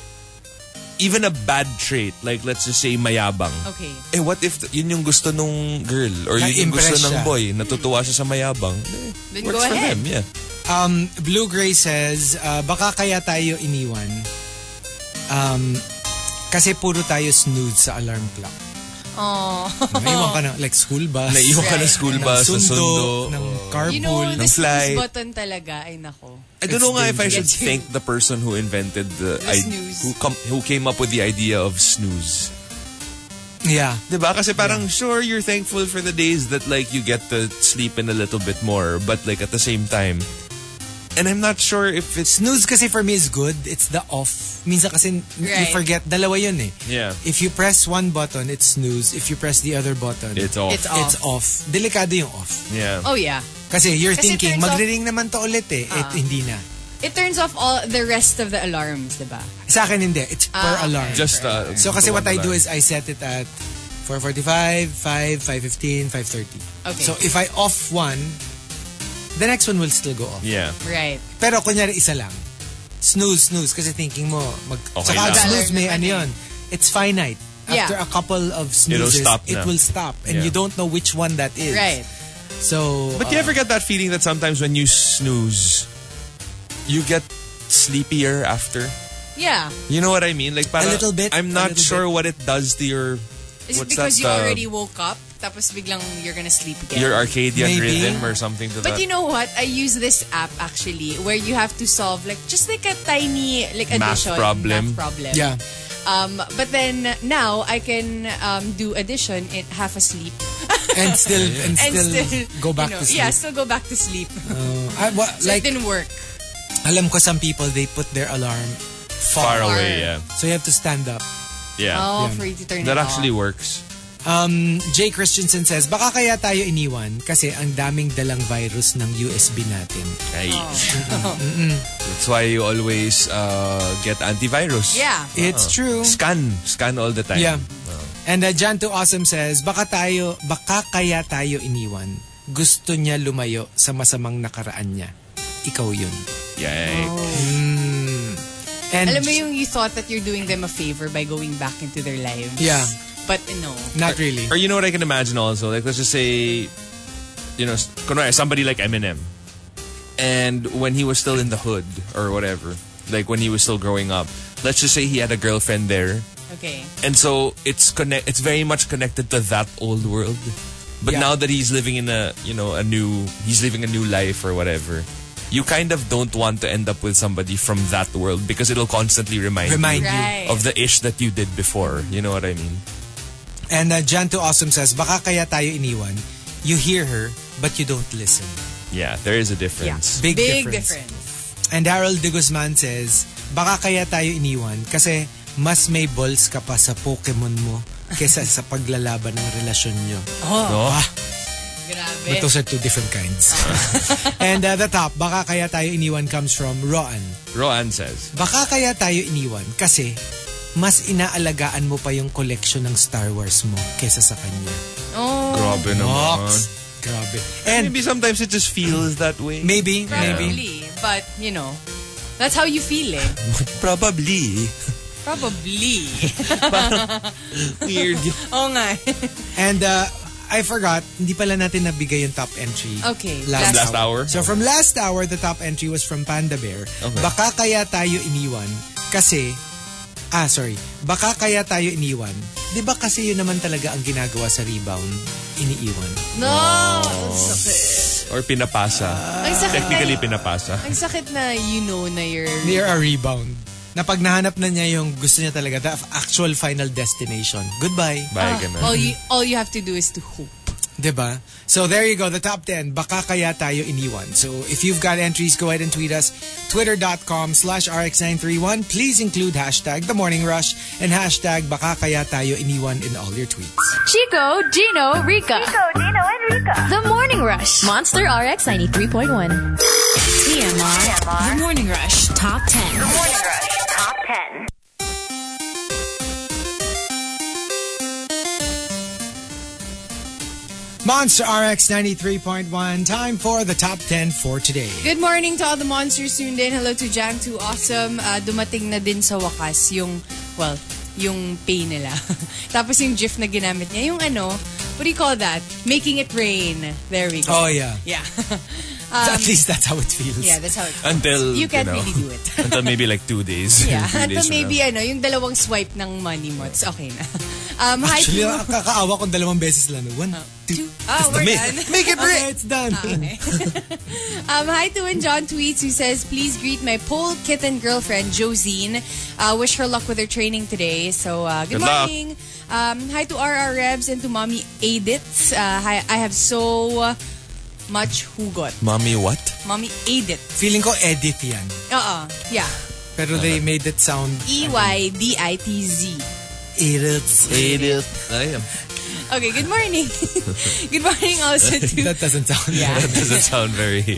even a bad trait, like let's just say mayabang.
Okay.
Eh, what if yun yung gusto nung girl or yun yung gusto
Na-impress
ng
siya.
boy, natutuwa siya sa mayabang, eh,
Then go
works for
ahead.
them, yeah.
Um, Blue Gray says, uh, baka kaya tayo iniwan um, kasi puro tayo snooze sa alarm clock. Oh. Naiwan ka ng, like, school bus.
Naiwan ka ng
Right.
school bus,
ng
sa sundo. Oh.
Ng
You
carpool.
know, the
ng
snooze
flight.
button talaga, ay nako.
I don't know nga if I should
dangerous.
thank the person who invented the,
The snooze.
who, com- who came up with the idea of snooze.
yeah.
Diba? Kasi parang sure you're thankful for the days that like you get to sleep in a little bit more, but like at the same time, and I'm not sure if it's
Snooze kasi for me is good. It's the off. Minsan kasi n- you
Right.
forget. Dalawa yun eh.
Yeah.
If you press one button, it's snooze. If you press the other button,
it's off.
It's off.
it's off. Delikado yung off.
yeah.
Oh yeah.
Kasi you're
Kasi it
thinking,
turns off- Ah.
magre-ring naman to ulit eh. It, hindi na.
It turns off all the rest of the alarms, diba?
Sa akin hindi. It's per
Ah, okay.
alarm.
Just uh,
so kasi
the
what I
one
do
alarm.
is I set it at 4.45, 5, 5.15, 5.30.
Okay.
So if I off one, the next one will still go off.
yeah.
Right.
Pero kunyari isa lang. Snooze, snooze. Kasi thinking mo, mag,
Okay
saka
lang.
snooze may ano
Dollar naman eh.
yun. It's finite. After
Yeah.
a couple of
It'll
snoozes,
stop
it
na.
will stop. And
Yeah.
you don't know which one that is.
Right.
So, uh,
But you ever get that feeling that sometimes when you snooze, you get sleepier after?
Yeah.
You know what I mean? Like, para,
little bit,
I'm
a
not
little
sure what it does to your.
Is it
what's
because
that,
you
uh,
already woke up? Tapos biglang you're gonna sleep again.
your Arcadian
Maybe.
rhythm or something to
But
that?
you know what? I use this app actually where you have to solve like just like a tiny like
Math
addition
problem.
math problem.
yeah.
Um, but then now I can um, do addition in half asleep
And still, and
and
still,
still,
go back
you
to
know,
sleep.
Yeah, still go back to sleep.
Uh, I- wa-
So
like,
it didn't work.
alam ko some people, they put their alarm
Far
far,
away, yeah.
So you have to stand up.
Yeah.
Oh, for you to turn
that
it
actually
off.
works.
Um, Jay Christensen says, baka kaya tayo iniwan kasi ang daming dalang virus ng USB natin.
Ay.
Oh.
That's why you always uh, get antivirus.
Yeah.
It's true.
Scan. Scan all the time.
Yeah. And uh, Jan to Awesome says, baka tayo, baka kaya tayo iniwan. Gusto niya lumayo sa masamang nakaraan niya. Ikaw yun.
Yikes.
And
Alam mo yung you thought that you're doing them a favor by going back into their lives.
Yeah.
But no.
not really.
Or you know what I can imagine also? Like, let's just say, you know, s- kunwari, somebody like Eminem. And when he was still in the hood or whatever, like when he was still growing up, let's just say he had a girlfriend there.
Okay.
And so it's connect it's very much connected to that old world. But
Yeah.
now that he's living in a, you know, a new he's living a new life or whatever, you kind of don't want to end up with somebody from that world because it'll constantly remind,
Remind
you
you.
Right.
of the ish that you did before. You know what I mean?
And uh, Jan to Awesome says, baka kaya tayo iniwan. You hear her, but you don't listen.
Yeah, there is a difference.
Big,
Big
difference.
difference.
And Harold de Guzman says, baka kaya tayo iniwan kasi mas may balls ka pa sa Pokemon mo kesa sa paglalaban ng relasyon nyo.
No?
Grabe.
But those are two different kinds. and uh, the top, baka kaya tayo iniwan comes from Roan.
Roan says.
Baka kaya tayo iniwan kasi mas inaalagaan mo pa yung collection ng Star Wars mo kesa sa kanya.
oh.
Grabe naman.
Ox! Grabe. And
Maybe sometimes it just feels that way.
maybe, maybe.
Probably. But, you know, that's how you feel eh.
Probably.
Probably.
Weird.
Oo nga.
And uh, I forgot, hindi pala natin nabigay yung top entry.
Okay,
last hour.
So from last hour, the top entry was from Panda Bear.
Okay.
Baka kaya tayo iniwan kasi... Ah, sorry. Baka kaya tayo iniwan. Di ba kasi yun naman talaga ang ginagawa sa rebound? Iniiwan.
No! Ang sakit.
Or pinapasa.
Ang sakit na,
Technically pinapasa.
ang sakit na you know na you're...
Near a rebound. Na pag nahanap na niya yung gusto niya talaga, the actual final destination. Goodbye.
Bye ganun.
all you all you have to do is to hope.
Di ba? So there you go, the top 10. Baka kaya tayo iniwan. So if you've got entries, go ahead and tweet us. Twitter.com slash RX931. Please include hashtag The Morning Rush and hashtag Baka kaya tayo iniwan in all your tweets.
Chico, Gino, Rika.
Go, Dino and Rika.
The Morning Rush. Monster RX 93.1. TMR.
TMR.
The Morning Rush Top 10.
Morning Rush Top 10.
Monster RX 93.1. Time for the top 10 for today.
Good morning to all the monsters tuned in. Hello to Jang to Awesome. Uh, dumating na din sa wakas yung, well, yung pay nila. Tapos yung GIF na ginamit niya, yung ano, what do you call that? Making it rain. There we go.
Oh yeah.
Yeah.
At least that's how it feels.
Um, yeah, that's how it
Until,
You can't
know,
really do it.
until maybe like two days.
Yeah.
Two days
Until
from
maybe,
now.
ano, yung dalawang swipe ng money mo. It's okay na. Um, hi
Actually,
to...
kakaawa kung dalawang beses lang. One, two,
Oh, we're
make,
done.
make it right. It's done.
Um, hi to when John tweets who says, please greet my pole kitten girlfriend, Josine. Uh, wish her luck with her training today. So, uh, good,
Good luck.
morning. Um, hi to RR Rebs and to Mommy Edith. Uh, hi, I have so much hugot.
Mommy, what?
Mommy ate it.
Feeling ko edit yan.
Uh-uh. Yeah. E
Pero they made it sound
E-Y-D-I-T-Z.
edits.
Idiot. I am.
Okay, good morning. good morning also to...
That doesn't sound
That doesn't sound very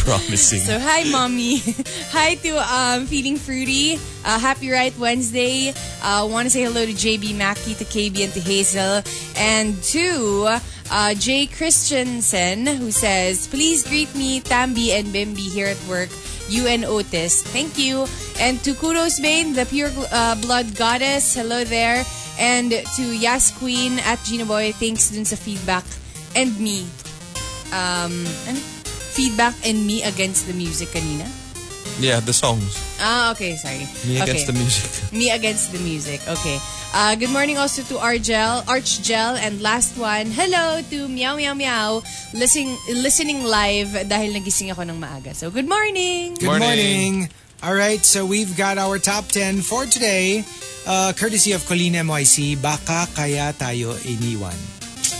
promising.
So, hi, mommy. hi to um, Feeling Fruity. Uh, happy Right Wednesday. Uh, Want to say hello to JB Mackey, to KB, and to Hazel. And to uh, Jay Christensen, who says, Please greet me, Tambi, and Bimbi here at work. You and Otis. Thank you. And to Kudos Bane, the pure uh, blood goddess. Hello there. And to Yas Queen at Gina Boy. Thanks dun sa feedback. And me. Um, ano? feedback and me against the music kanina?
yeah, the songs.
Ah, okay, sorry.
Me
okay.
against the music.
Me against the music. Okay. Uh, good morning also to Argel, Archgel, and last one, hello to Meow Meow Meow, listening, listening live dahil nagising ako ng maaga. So, good morning!
Good morning. All right, so we've got our top 10 for today. Uh, courtesy of Colleen MYC, Baka Kaya Tayo Iniwan.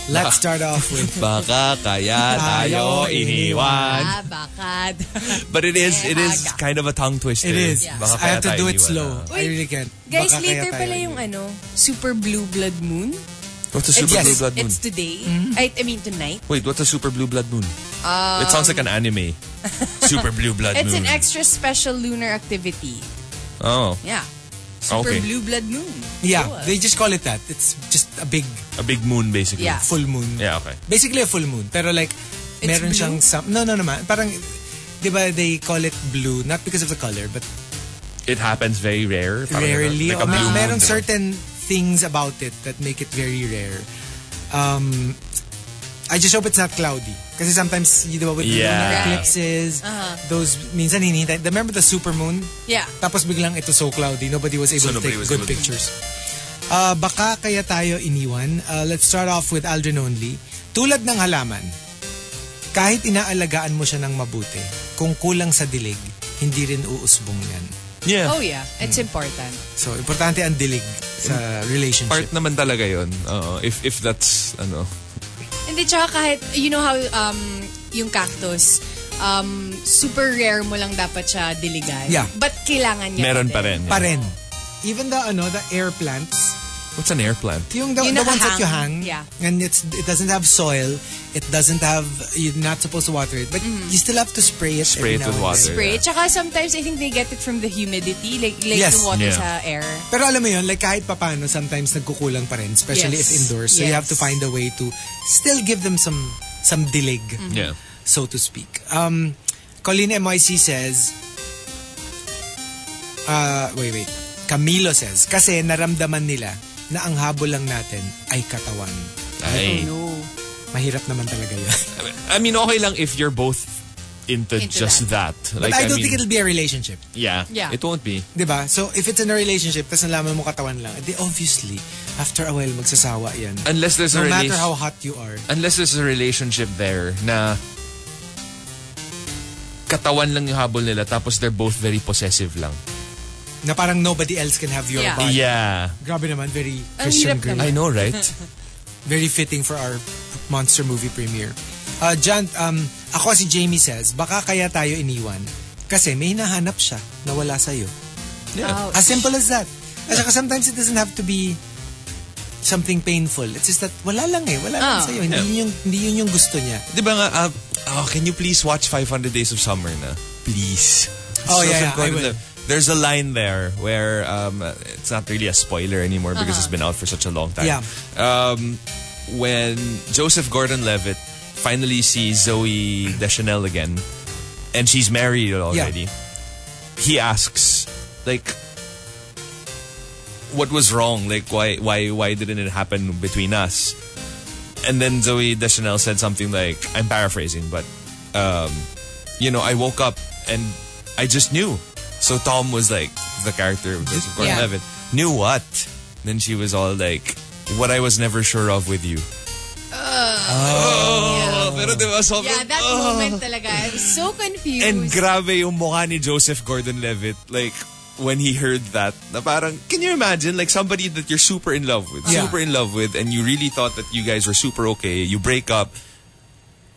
Let's start off with
Baka kaya tayo iniwan.
Ah, bakad.
But it is it is kind of a tongue twister.
It is.
Baka
I have to
kaya
do
tayo
it
iniwan. ah.
slow. I
Wait,
really can't.
Guys,
Baka Kaya
later
Tayo
pala yung
Iniwan.
ano, Super Blue Blood Moon.
What's a super
Yes.
blue blood moon?
It's
Mm-hmm.
today. I, I mean, tonight.
Wait, what's a super blue blood moon? it sounds like an anime. super blue blood
Um, It's an
moon.
extra special lunar activity.
Oh,
Yeah. Super
Okay.
Blue Blood Moon.
Yeah, they just call it that. It's just a big
a big moon basically.
Yeah.
full moon.
Yeah, okay.
Basically a full moon. Pero like,
It's
meron
blue?
siyang some... No, no naman. Parang, di ba they call it blue? Not because of the color, but
It happens very rare. parang ganun.
rarely. Oh,
Like a
or
blue moon.
merong
diba?
certain things about it that make it very rare. Um, I just hope it's not cloudy. Kasi sometimes, you know, with
Yeah.
lunar
Right.
eclipses, those, minsan hinihintay. Remember the supermoon?
Yeah.
Tapos biglang ito so cloudy, nobody was able
So
to
nobody
take
was
good
able to-
pictures. Uh, baka kaya tayo iniwan. Uh, let's start off with Aldrin Only. Tulad ng halaman, kahit inaalagaan mo siya ng mabuti, kung kulang sa dilig, hindi rin uusbong yan.
Yeah.
Oh yeah, it's important.
So, importante ang dilig sa
Part
relationship.
naman talaga yun. Oo, if, if that's, ano,
Hindi, tsaka kahit, you know how um, yung cactus, um, super rare mo lang dapat siya diligan.
Yeah.
But kailangan niya.
meron
pa
pa
din.
rin.
Pa rin. Even the, ano, the air plants,
What's an air plant?
Yung the,
Yung
the ones that you hang,
nakahang. Yeah.
and it's it doesn't have soil, it doesn't have, you're not supposed to water it, but
Mm-hmm.
you still have to spray it. every
Spray it
now
with
and
water.
then.
Spray. Tsaka sometimes I think they get it from the humidity, like, like
Yes.
the water
Yeah.
sa air.
Pero alam mo yun, like kahit papano, sometimes nagkukulang pa rin, especially
Yes.
if indoors. So you
Yes.
have to find a way to still give them some some dilig,
Yeah.
so to speak. Um, Colleen MYC says, uh, wait, wait. Camilo says, kasi naramdaman nila na ang habol lang natin ay katawan.
Ay.
No.
Mahirap naman talaga yun.
I mean, okay lang if you're both into,
Into
just that.
But
Like,
I don't
mean,
think it'll be a relationship.
Yeah.
Yeah.
It won't be.
'Di ba? So, if it's in a relationship, tapos nalaman mo katawan lang, eh, di obviously, after a while, magsasawa yan.
Unless there's
no
a
matter
relationship.
how hot you are.
unless there's a relationship there na katawan lang yung habol nila tapos they're both very possessive lang.
Na parang nobody else can have your
Yeah.
body.
Yeah.
Grabe naman, very
Ang
Christian
hirap
Grey.
I know, right?
Very fitting for our monster movie premiere. Uh, John, um, ako si Jamie says, baka kaya tayo iniwan kasi may hinahanap siya na wala sa'yo.
Yeah.
Ouch.
As simple as that. At saka sometimes it doesn't have to be something painful. It's just that wala lang eh. Wala lang
Ah.
sa'yo. Hindi,
Yeah.
yun yung, hindi yun yung gusto niya.
Di ba nga, ah, oh, can you please watch 500 Days of Summer na? Please.
Oh,
So
yeah, yeah, I
good.
will.
There's a line there where um, it's not really a spoiler anymore because it's been out for such a long time.
Uh-huh. Yeah.
Um, when Joseph Gordon-Levitt finally sees Zoe Deschanel again, and she's married already, he asks, like, what was wrong? Like, why, why, why didn't it happen between us? And then Zoe Deschanel said something like, I'm paraphrasing, but, um, you know, I woke up and I just knew. So Tom was like, the character of Joseph
Yeah.
Gordon-Levitt, knew what? Then she was all like, what I was never sure of with you. oh, pero diba, sobrang-
Yeah, that
oh.
moment talaga. I was so confused.
And grabe yung mukha ni Joseph Gordon-Levitt. Like, when he heard that, na parang, can you imagine? Like, somebody that you're super in love with,
Yeah.
super in love with, and you really thought that you guys were super okay, you break up,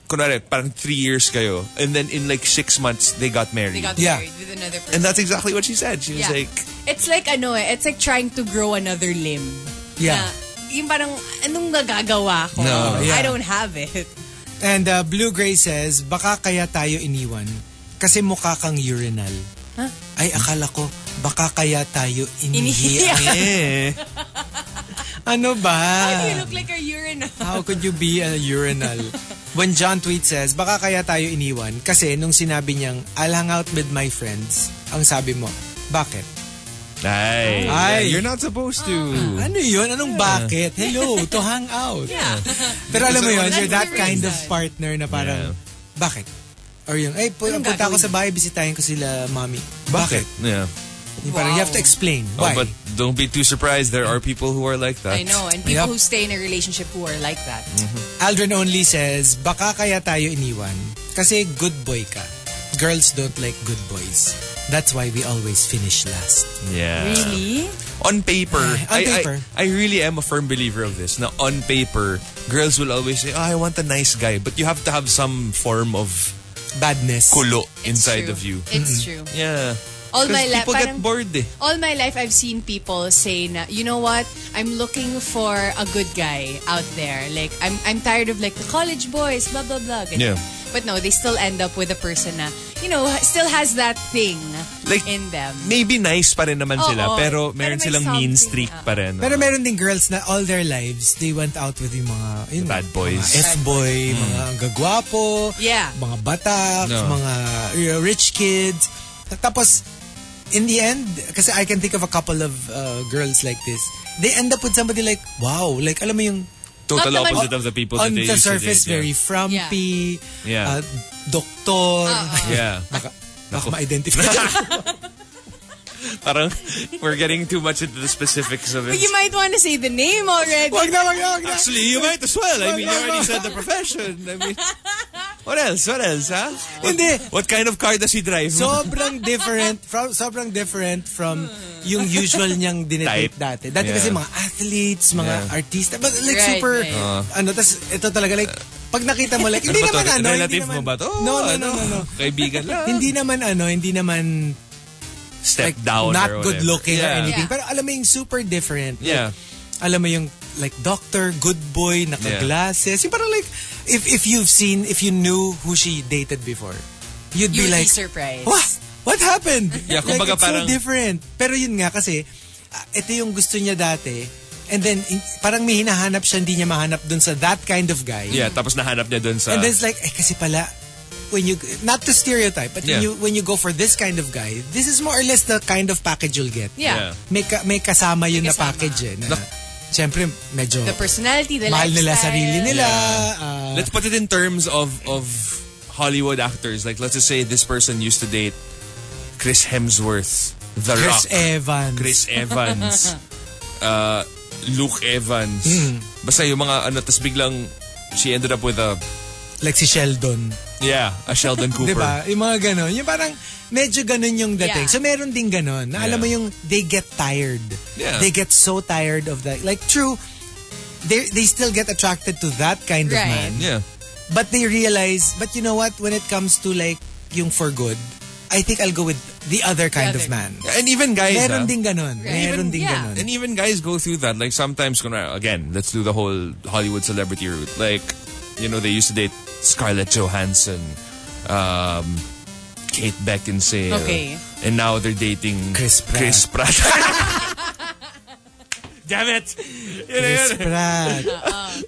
kunwari, parang three years kayo. And then in like six months, they got married.
They got
Yeah.
married with another person.
and that's exactly what she said. She was
Yeah.
like,
It's like ano eh, it's like trying to grow another limb.
Yeah.
Na, yung parang, anong gagagawa ko?
No,
yeah.
I don't have it.
And uh, Blue Gray says, baka kaya tayo iniwan kasi mukha kang urinal. Ay, akala ko, baka kaya tayo inihiya.
Inihiya.
eh.
ano ba?
How do you look like a urinal?
How could you be a urinal? When John Tweet says, baka kaya tayo iniwan kasi nung sinabi niyang, I'll hang out with my friends, ang sabi mo, bakit?
Ay.
Ay.
You're not supposed to.
Ano yun? Anong bakit? Hello, to hang out.
Yeah.
Pero alam mo yun,
That's
you're that
very
kind of
sad.
partner na parang, bakit? Or yung, ay, pu-
Anong
punta ako
gagawin?
sa bahay, bisitahin ko sila, mommy.
Bakit?
Bakit?
Yeah.
Yung Parang you
Wow.
have to explain
Oh,
why.
but don't be too surprised. There are people who are like that.
I know. And people
Yep.
who stay in a relationship who are like that.
Aldrin only says, baka kaya tayo iniwan kasi good boy ka. Girls don't like good boys. That's why we always finish last.
Yeah.
Really?
On paper.
Yeah, on
I- I,
paper.
I, really am a firm believer of this. Now, on paper, girls will always say, oh, I want a nice guy. But you have to have some form of
Badness.
kulo
It's
inside
true.
of you. Mm-hmm.
It's true.
Yeah.
All
'Cause
my life,
people get
parang-
bored eh.
All my life, I've seen people say na, you know what? I'm looking for a good guy out there. Like, I'm, I'm tired of like the college boys, blah, blah, blah. ganyan.
Yeah.
But no, they still end up with a person na, you know, still has that thing
Like,
in them.
maybe nice pa rin naman
Oo,
sila, pero
pero may
meron silang mean
something,
streak
ah.
pa rin.
Pero
ah.
meron ding girls na all their lives, they went out with yung mga, yun,
Bad boys. Hmm.
Mga F-boy, mga gagwapo,
Yeah.
mga batak,
No.
mga uh, rich kids. Tapos, in the end, kasi I can think of a couple of uh, girls like this, they end up with somebody like, wow, like alam mo yung
Total
Not naman-
opposite of the people
on
that they
the
used to
surface,
date,
very frumpy, uh,
Yeah.
doktor,
Ah,
Yeah. yeah.
baka, baka ma-identify.
Parang we're getting too much into the specifics of
But
it.
you might want to say the name already.
wag na, wag na, wag na.
Actually, you might as well. I mean, you already said the profession. I mean, what else? What else, huh? What,
Hindi.
what kind of car does he drive? Ano
sobrang different from sobrang different from
Hmm.
yung usual niyang dinedate
Type.
dati. Dati
Yeah.
kasi mga athletes, mga
Yeah. Uh-huh.
artista, but like
Right,
super
right.
ano tas ito talaga like pag nakita mo like hindi
Ano ba
naman
to?
ano, hindi
Relative
naman,
mo ba to?
No, no,
ano?
no, no, no.
Kaibigan lang.
Hindi naman ano, hindi naman
Step
like
down
not
or
good
whatever.
looking or
Yeah.
anything.
Yeah.
Pero alam mo yung super different. Like,
Yeah.
alam mo yung like doctor, good boy, naka-glasses. Yung parang like if if you've seen, if you knew who she dated before, you'd
You'd
be like
be surprised.
What? What happened?
Yeah,
like,
kumbaga
it's
parang-
so different. Pero yun nga kasi, ah, ito yung gusto niya dati. And then, in- parang may hinahanap siya, hindi niya mahanap dun sa that kind of guy.
Yeah, tapos nahanap niya dun sa...
And then it's like, eh, kasi pala, when you, not to stereotype, but when,
Yeah.
you, when you go for this kind of guy, this is more or less the kind of package you'll get.
Yeah.
Yeah.
May, ka, may kasama yun
May
na
kasama.
package eh. Na, Siyempre, medyo
The personality, the
mahal nila
lifestyle.
sarili nila. ah,
Let's put it in terms of of Hollywood actors. Like, let's just say this person used to date Chris Hemsworth, The
Chris
Rock,
Evans.
Chris Evans, uh, Luke Evans.
Hmm.
Basta yung mga ano, tas biglang she ended up with a,
Like si Sheldon.
yeah, a Sheldon Cooper.
Diba? Yung mga ganon. Yung parang medyo ganon yung dating.
Yeah.
So meron ding ganon. Na alam
Yeah.
mo yung they get tired.
Yeah.
They get so tired of that. Like true, they they still get attracted to that kind of
Right.
man.
Yeah.
But they realize, but you know what? When it comes to like yung for good, I think I'll go with the other kind
other.
of man.
And even guys,
Meron
ah,
ding ganon.
Right.
Meron
Even-
ding
yeah.
ganon.
and even guys go through that. Like sometimes, kunwari, again, let's do the whole Hollywood celebrity route. Like, you know, they used to date Scarlett Johansson, um, Kate Beckinsale.
Okay.
And now they're dating
Chris Pratt.
Chris Pratt. Damn it! Yun na
Chris
yun.
Pratt,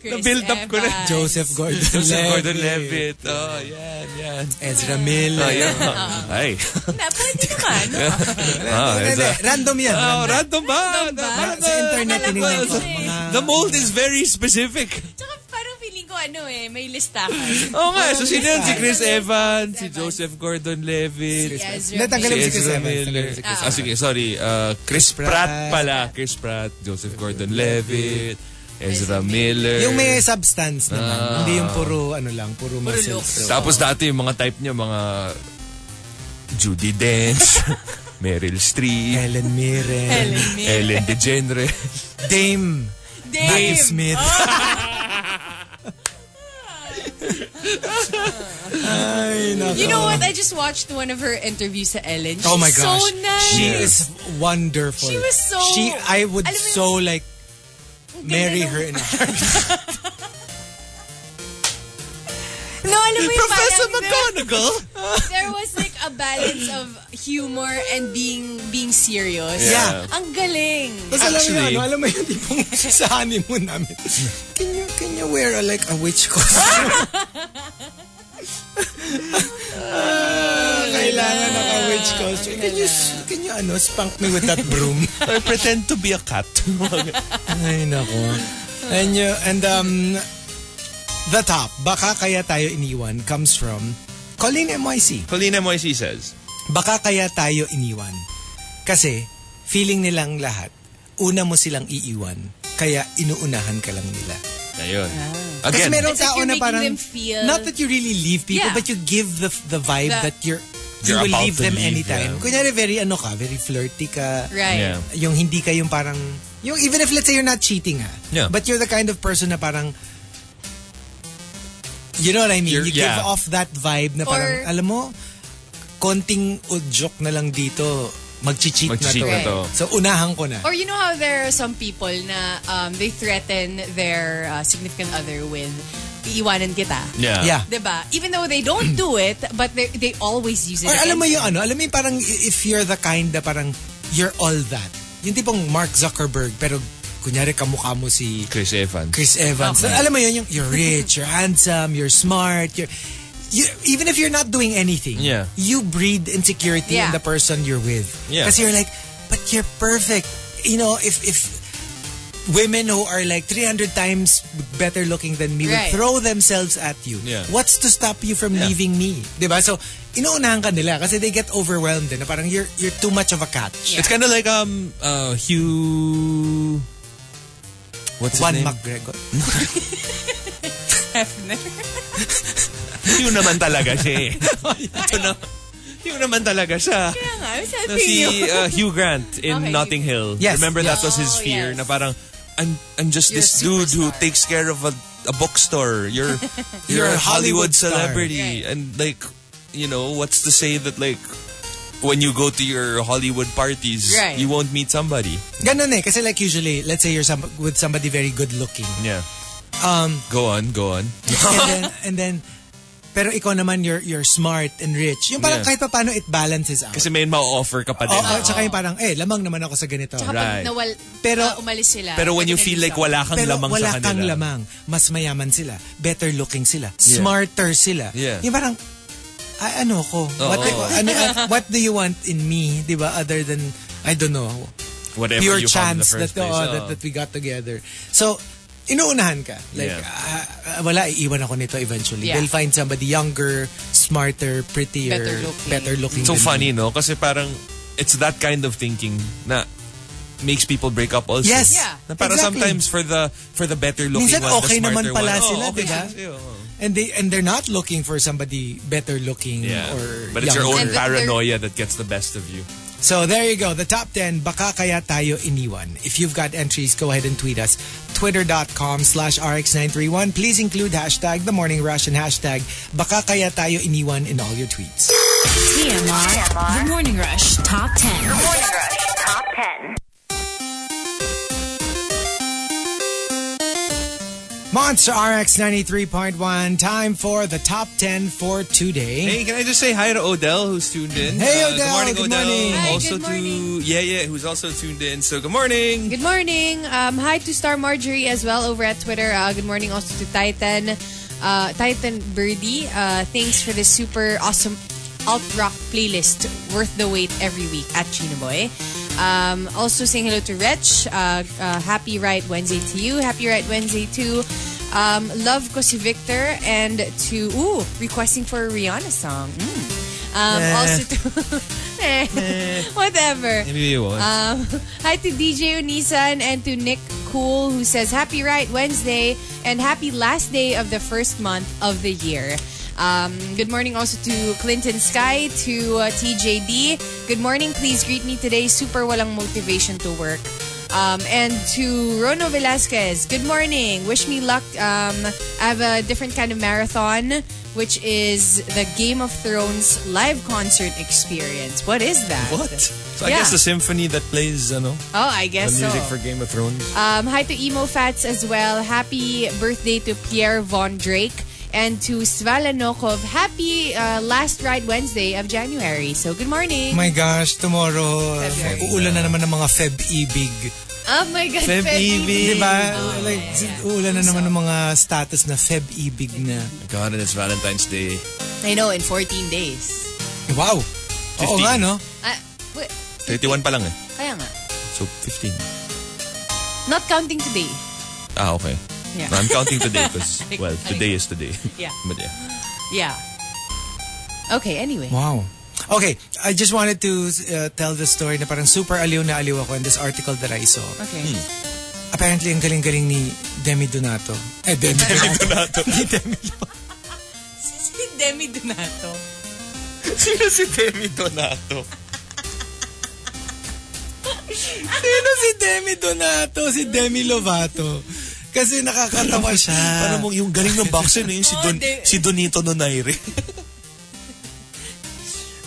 Chris
Na-build up ko na.
Evans.
Joseph Gordon-Levitt,
Joseph Gordon-Levitt. Oh, yan, yan.
Ezra
Oh,
Miller.
yan. Ay.
Na, pwede naman. no?
Ah,
Hindi,
it's
hindi.
a-
Random yan.
Oh,
Random.
random ba?
Parang Sa internet,
Akala ko
tinignan ko.
kasi.
Mga-
The mold is very specific.
Tsaka parang feeling ko ano eh, may listahan.
Oo nga, so sino yun? Si Chris
Chris
Evans, si Joseph
Si
Gordon-Levitt,
Ezra
Hindi, tanggalin mo
Miller.
si Chris
Ezra
Evans. tanggalin mo si Chris
Ah, sige, sorry. Uh, Chris,
Pratt.
Pratt pala. Chris Pratt, Joseph Gordon-Levitt, Ezra Miller.
Yung may substance naman. Hindi yung puro, ano lang, puro,
looks.
muscles.
Diba? Tapos dati yung mga type niya, mga Judy Dench, Meryl Streep,
Helen Mirren.
Helen Mirren.
Ellen DeGeneres.
Dame.
Ah, Dave.
Smith.
You know what? I just watched one of her interviews sa Ellen. She's
Oh my gosh.
so nice.
She
Yeah.
is wonderful.
She was so-
She I would
Alam mo yun,
so like
Ang ganda
marry
nung-
her in a
No, alam mo yung
Professor
parang there-
McGonagall.
There was like a balance of humor and being being serious.
Yeah.
Ang galing.
Tapos alam mo yun,
Actually-
ano, alam mo yun, tipong sa honeymoon namin, can you, can you wear a, like a witch costume? Ah, kailangan naka witch costume. Can you, can you ano, spunk me with that broom?
I pretend to be a cat.
Ay, nako. And, you, and um, the top, baka kaya tayo iniwan, comes from Colleen MYC.
Colina Moisey says,
Baka kaya tayo iniwan. Kasi, feeling nilang lahat, una mo silang iiwan, kaya inuunahan ka lang nila.
Ayun.
Kasi
Again,
merong
It's like
tao
you're
na
making
parang,
them feel-
not that you really leave people,
Yeah.
but you give the the vibe
The-
that you're, you
You're
will
about
leave
to
them
leave,
anytime.
yeah.
Kunyari, very ano ka, very flirty ka.
Right.
Yeah.
Yung hindi ka yung parang, yung even if let's say you're not cheating ha,
Yeah.
but you're the kind of person na parang, you know what I mean?
You're-
you give
yeah.
off that vibe na parang,
Or-
alam mo, konting udyok na lang dito, magchicheat na to. eh.
Magchicheat
na to.
So, unahan ko na.
Or you know how there are some people na um, they threaten their uh, significant other with iiwanan kita.
yeah.
yeah.
Diba? Even though they don't do it, but they they always use it.
Or alam mo
against
yung ano, alam mo yung parang i- if you're the kind na parang you're all that. Yung tipong Mark Zuckerberg pero kunyari kamukha mo si
Chris Evans.
Chris Evans.
Okay.
Alam mo yun, yung you're rich, you're handsome, you're smart, you're you, even if you're not doing anything,
Yeah.
you breed insecurity in
Yeah.
the person you're with.
Yeah.
Kasi you're like, but you're perfect. You know, if if women who are like 300 times better looking than me
Right.
would throw themselves at you.
Yeah.
What's to stop you from
Yeah.
leaving me? 'Di ba? So, inuunahan ka nila kasi they get overwhelmed din. Na Parang you're, you're too much of a catch.
It's kind of like um uh Hugh. What's his
Juan
name?
McGregor.
Hugh naman talaga siya. eh. Ito na. Hugh naman talaga siya.
it. Nga, I was
Na
helping
si
you.
uh, Hugh Grant in
Okay.
Notting Hill.
Yes.
Remember
Yes.
that was his
Oh,
fear
yes.
na parang I'm I'm just
You're
this
a
dude who
superstar.
takes care of a, a bookstore. You're
You're
you're
a
a
Hollywood
Hollywood
star.
celebrity
Right.
and like you know what's to say that like when you go to your Hollywood parties
Right.
you won't meet somebody.
Ganun eh. Kasi like usually, let's say you're some, with somebody very good looking.
Yeah. Um go on, go on.
and then, and then pero ikaw naman you're you're smart and rich. Yung parang
Yeah.
kahit paano it balances out.
Kasi may ma-offer ka pa din.
Oo, at saka yung parang eh lamang naman ako sa ganito.
Tsaka
Right.
pag nawal,
Pero-
uh, umalis sila.
Pero when
pwede
you
na
feel
rin
like
sa-
wala kang
Pero
lamang
wala
sa kanila.
kang lamang. Mas mayaman sila. Better looking sila. Smarter sila.
Yeah.
Yung parang, "Ay, ano ko? What,
Oo.
ano- uh, what do you want in me? Di ba? Other than, I don't know,
Whatever
pure
you found
chance
in the
that,
first place.
oh,
Oo.
that, that we got together. So, inuunahan ka. Like,
Yeah.
ah, ah, wala, iiwan ako nito eventually.
Yeah.
They'll find somebody younger, smarter, prettier,
Better looking.
better looking
so
than
funny,
me.
no? Kasi parang, it's that kind of thinking na makes people break up also.
Yes.
Yeah.
Na para
Exactly.
sometimes for the for the better looking
Minsan
one,
okay
the
naman
smarter
pala
one.
sila,
oh, okay
di ba?
sila sa'yo, oo.
And, they, and they're not looking for somebody better looking
Yeah.
or
But it's your
younger.
own
And that they're-
paranoia that gets the best of you.
So there you go, the top 10, baka kaya tayo iniwan. If you've got entries, go ahead and tweet us. Twitter.com slash RX931. Please include hashtag The Morning Rush and hashtag baka kaya tayo iniwan in all your tweets.
TMR. The Morning Rush Top 10.
Morning Rush Top 10.
Monster RX 93.1, time for the top 10 for today.
Hey, can I just say hi to Odell who's tuned in?
Hey, Odell,
Uh, good morning,
good
Odell.
morning.
Hi,
also
good morning.
to yeah, yeah, who's also tuned in. So good morning.
Good morning. Um, hi to Star Marjorie as well over at Twitter. Uh, good morning also to Titan, uh, Titan Birdie. Uh, thanks for the super awesome alt rock playlist, worth the wait every week at Chino Boy. Um, also saying hello to Rich. Uh, uh, happy Right Wednesday to you. Happy Right Wednesday to um, Love ko si Victor and to ooh requesting for a Rihanna song. Mm. Um, Also to Eh, whatever.
Maybe you won't.
Um, hi to DJ Unisan and to Nick Cool who says happy right Wednesday and happy last day of the first month of the year. Um, good morning also to Clinton Sky, to uh, TJD. Good morning, please greet me today. Super walang motivation to work. Um, and to Rono Velasquez, good morning. Wish me luck. Um, I have a different kind of marathon, which is the Game of Thrones live concert experience. What is that?
What? So I
Yeah.
guess the symphony that plays, ano,
Oh, I
the
guess so.
music for Game of Thrones.
Um, hi to Emo Fats as well. Happy birthday to Pierre Von Drake. And to Svala Nokov, happy uh, last ride Wednesday of January. So, good morning.
My gosh, tomorrow,
February.
uulan na naman ng mga Feb-ibig.
oh my God,
Feb
Feb-ibig.
Ibig.
Diba?
Oh,
like,
yeah, yeah.
uulan na naman ng mga status na Feb-ibig na.
God, and it's Valentine's Day.
I know, in 14 days.
Wow! Oo
15.
nga, no?
Ah, wait,
31 pa lang eh.
kaya nga.
So, 15.
Not counting today.
Ah, okay.
Yeah.
No, I'm counting today because,
Like,
well,
ano
today is today.
Yeah.
But yeah.
Yeah. Okay, anyway.
Wow. Okay, I just wanted to uh, tell the story na parang super aliw na aliw ako in this article that I saw.
Okay.
Hmm.
Apparently, ang galing-galing ni Demi Donato. Eh, Demi Donato. Ni Demi
Si Demi Donato.
Sino si Demi Donato?
Sino si Demi Donato? Si Demi Lovato. Kasi nakakatawa siya.
Parang mong yung galing ng boxer na yung si,
Oh,
Don,
De-
si Donito Nonaire.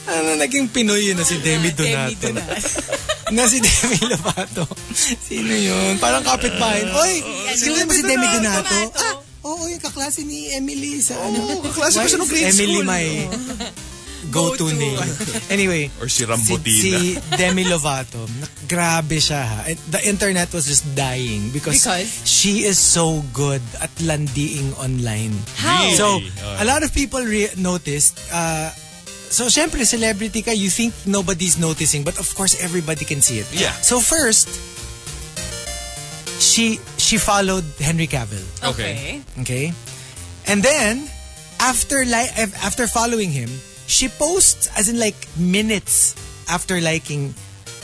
Ano naging Pinoy yun na si Demi
Demi
Donato?
Donato.
na si Demi Lovato. Sino yun? Parang kapitbahay. Oy! Sino ba si Demi Donato?
Donato.
Ah, oo, yung kaklase ni Emily sa
Oh,
ano.
kaklase ko siya nung grade
Emily
school.
my go-to
Go-to.
name. Anyway,
Or
si,
si Rambutina.
si Demi Lovato, grabe siya ha. And The internet was just dying because,
Because?
she is so good at landiing online.
How?
Really?
So,
Oh.
a lot of people re- noticed. Uh, so, syempre, celebrity ka, you think nobody's noticing. But of course, everybody can see it.
Yeah.
So, first, she she followed Henry Cavill.
Okay.
Okay? And then, after li- after following him, she posts, as in like minutes after liking,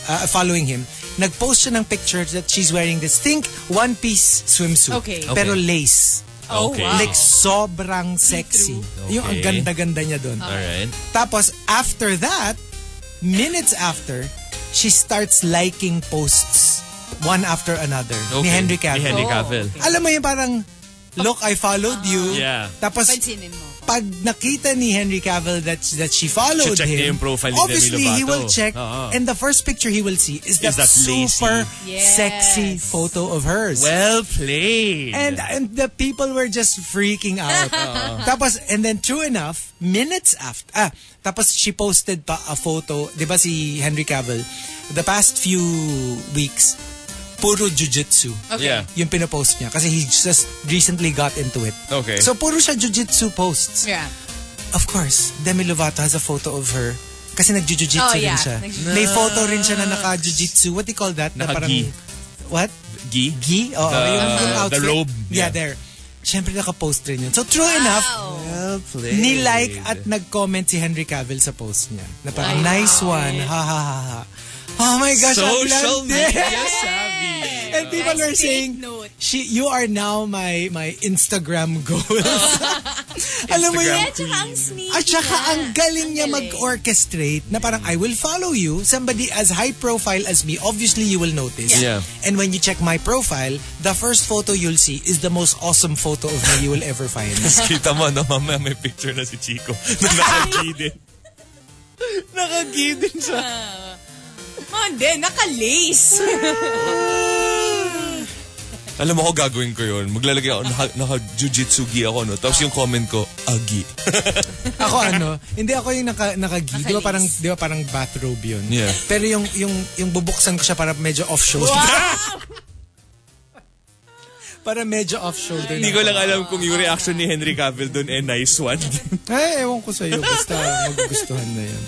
uh, following him, nag-post siya ng picture that she's wearing this, think, one-piece swimsuit.
Okay.
Pero
Okay.
lace.
Oh,
Okay.
wow.
Like, sobrang sexy. Yung ang
Okay.
ganda-ganda niya doon.
Alright.
Tapos, after that, minutes after, she starts liking posts one after another
Okay.
ni Henry Cavill.
Ni Henry
Oh,
Cavill.
okay.
Alam mo yung parang, look, I followed you.
Ah. Yeah.
Tapos,
Pansinin mo.
pag nakita ni Henry Cavill that, that she followed
Check niya
him,
yung profile ni Demi
obviously he
Lovato.
will check
Oo.
and the first picture he will see is that,
Is that lacy?
super
Yes.
sexy photo of hers.
Well played.
and and the people were just freaking out.
Uh-huh.
tapos and then true enough, minutes after ah, tapos she posted pa a photo, 'di ba si Henry Cavill the past few weeks puro jujitsu
Yeah.
yung pinapost niya kasi he just recently got into it.
Okay.
So puro siya jujitsu posts.
Yeah.
Of course, Demi Lovato has a photo of her kasi nagjo-jujitsu
Oh,
rin
yeah.
siya.
Nagjo-
May photo rin siya na naka-jujitsu. What do you call that? Na
Naka-gi.
What?
Gi?
Gi? Oo,
The-
yung, yung
the
outfit.
robe.
Yeah,
Yeah.
there. Siyempre naka-post rin yun. So true enough,
Well played.
ni-like at nag-comment si Henry Cavill sa post niya. Na parang, nice one. Ha ha ha ha. Oh my gosh, ang
Social
blandi.
media savvy.
And people
Nice
were saying,
take note.
she, you are now my my Instagram goal. Alam mo yun?
Instagram
Oh. At saka ang sneaky
At saka
niya.
ang galing niya
Ang galing.
mag-orchestrate na parang I will follow you. Somebody as high profile as me, obviously you will notice.
Yeah.
And when you check my profile, the first photo you'll see is the most awesome photo of me you will ever find.
Kita mo, no? Mamaya may picture na si Chico na naka-gi din. Naka-gi din siya.
Hindi, naka-lace.
Alam mo ko gagawin ko yun. Maglalagay ako, naka, naka-jujitsu gi ako, no? Tapos yung comment ko, agi.
ako ano, hindi ako yung naka, naka-gi. Di ba
Naka-lace.
parang, di ba parang bathrobe yun?
Yeah.
Pero yung, yung, yung bubuksan ko siya para medyo off-shoulder. para medyo off-shoulder.
Hindi ko lang alam kung yung reaction ni Henry Cavill doon, eh, nice one.
Eh, ewan ko sa'yo. Basta magugustuhan na yan.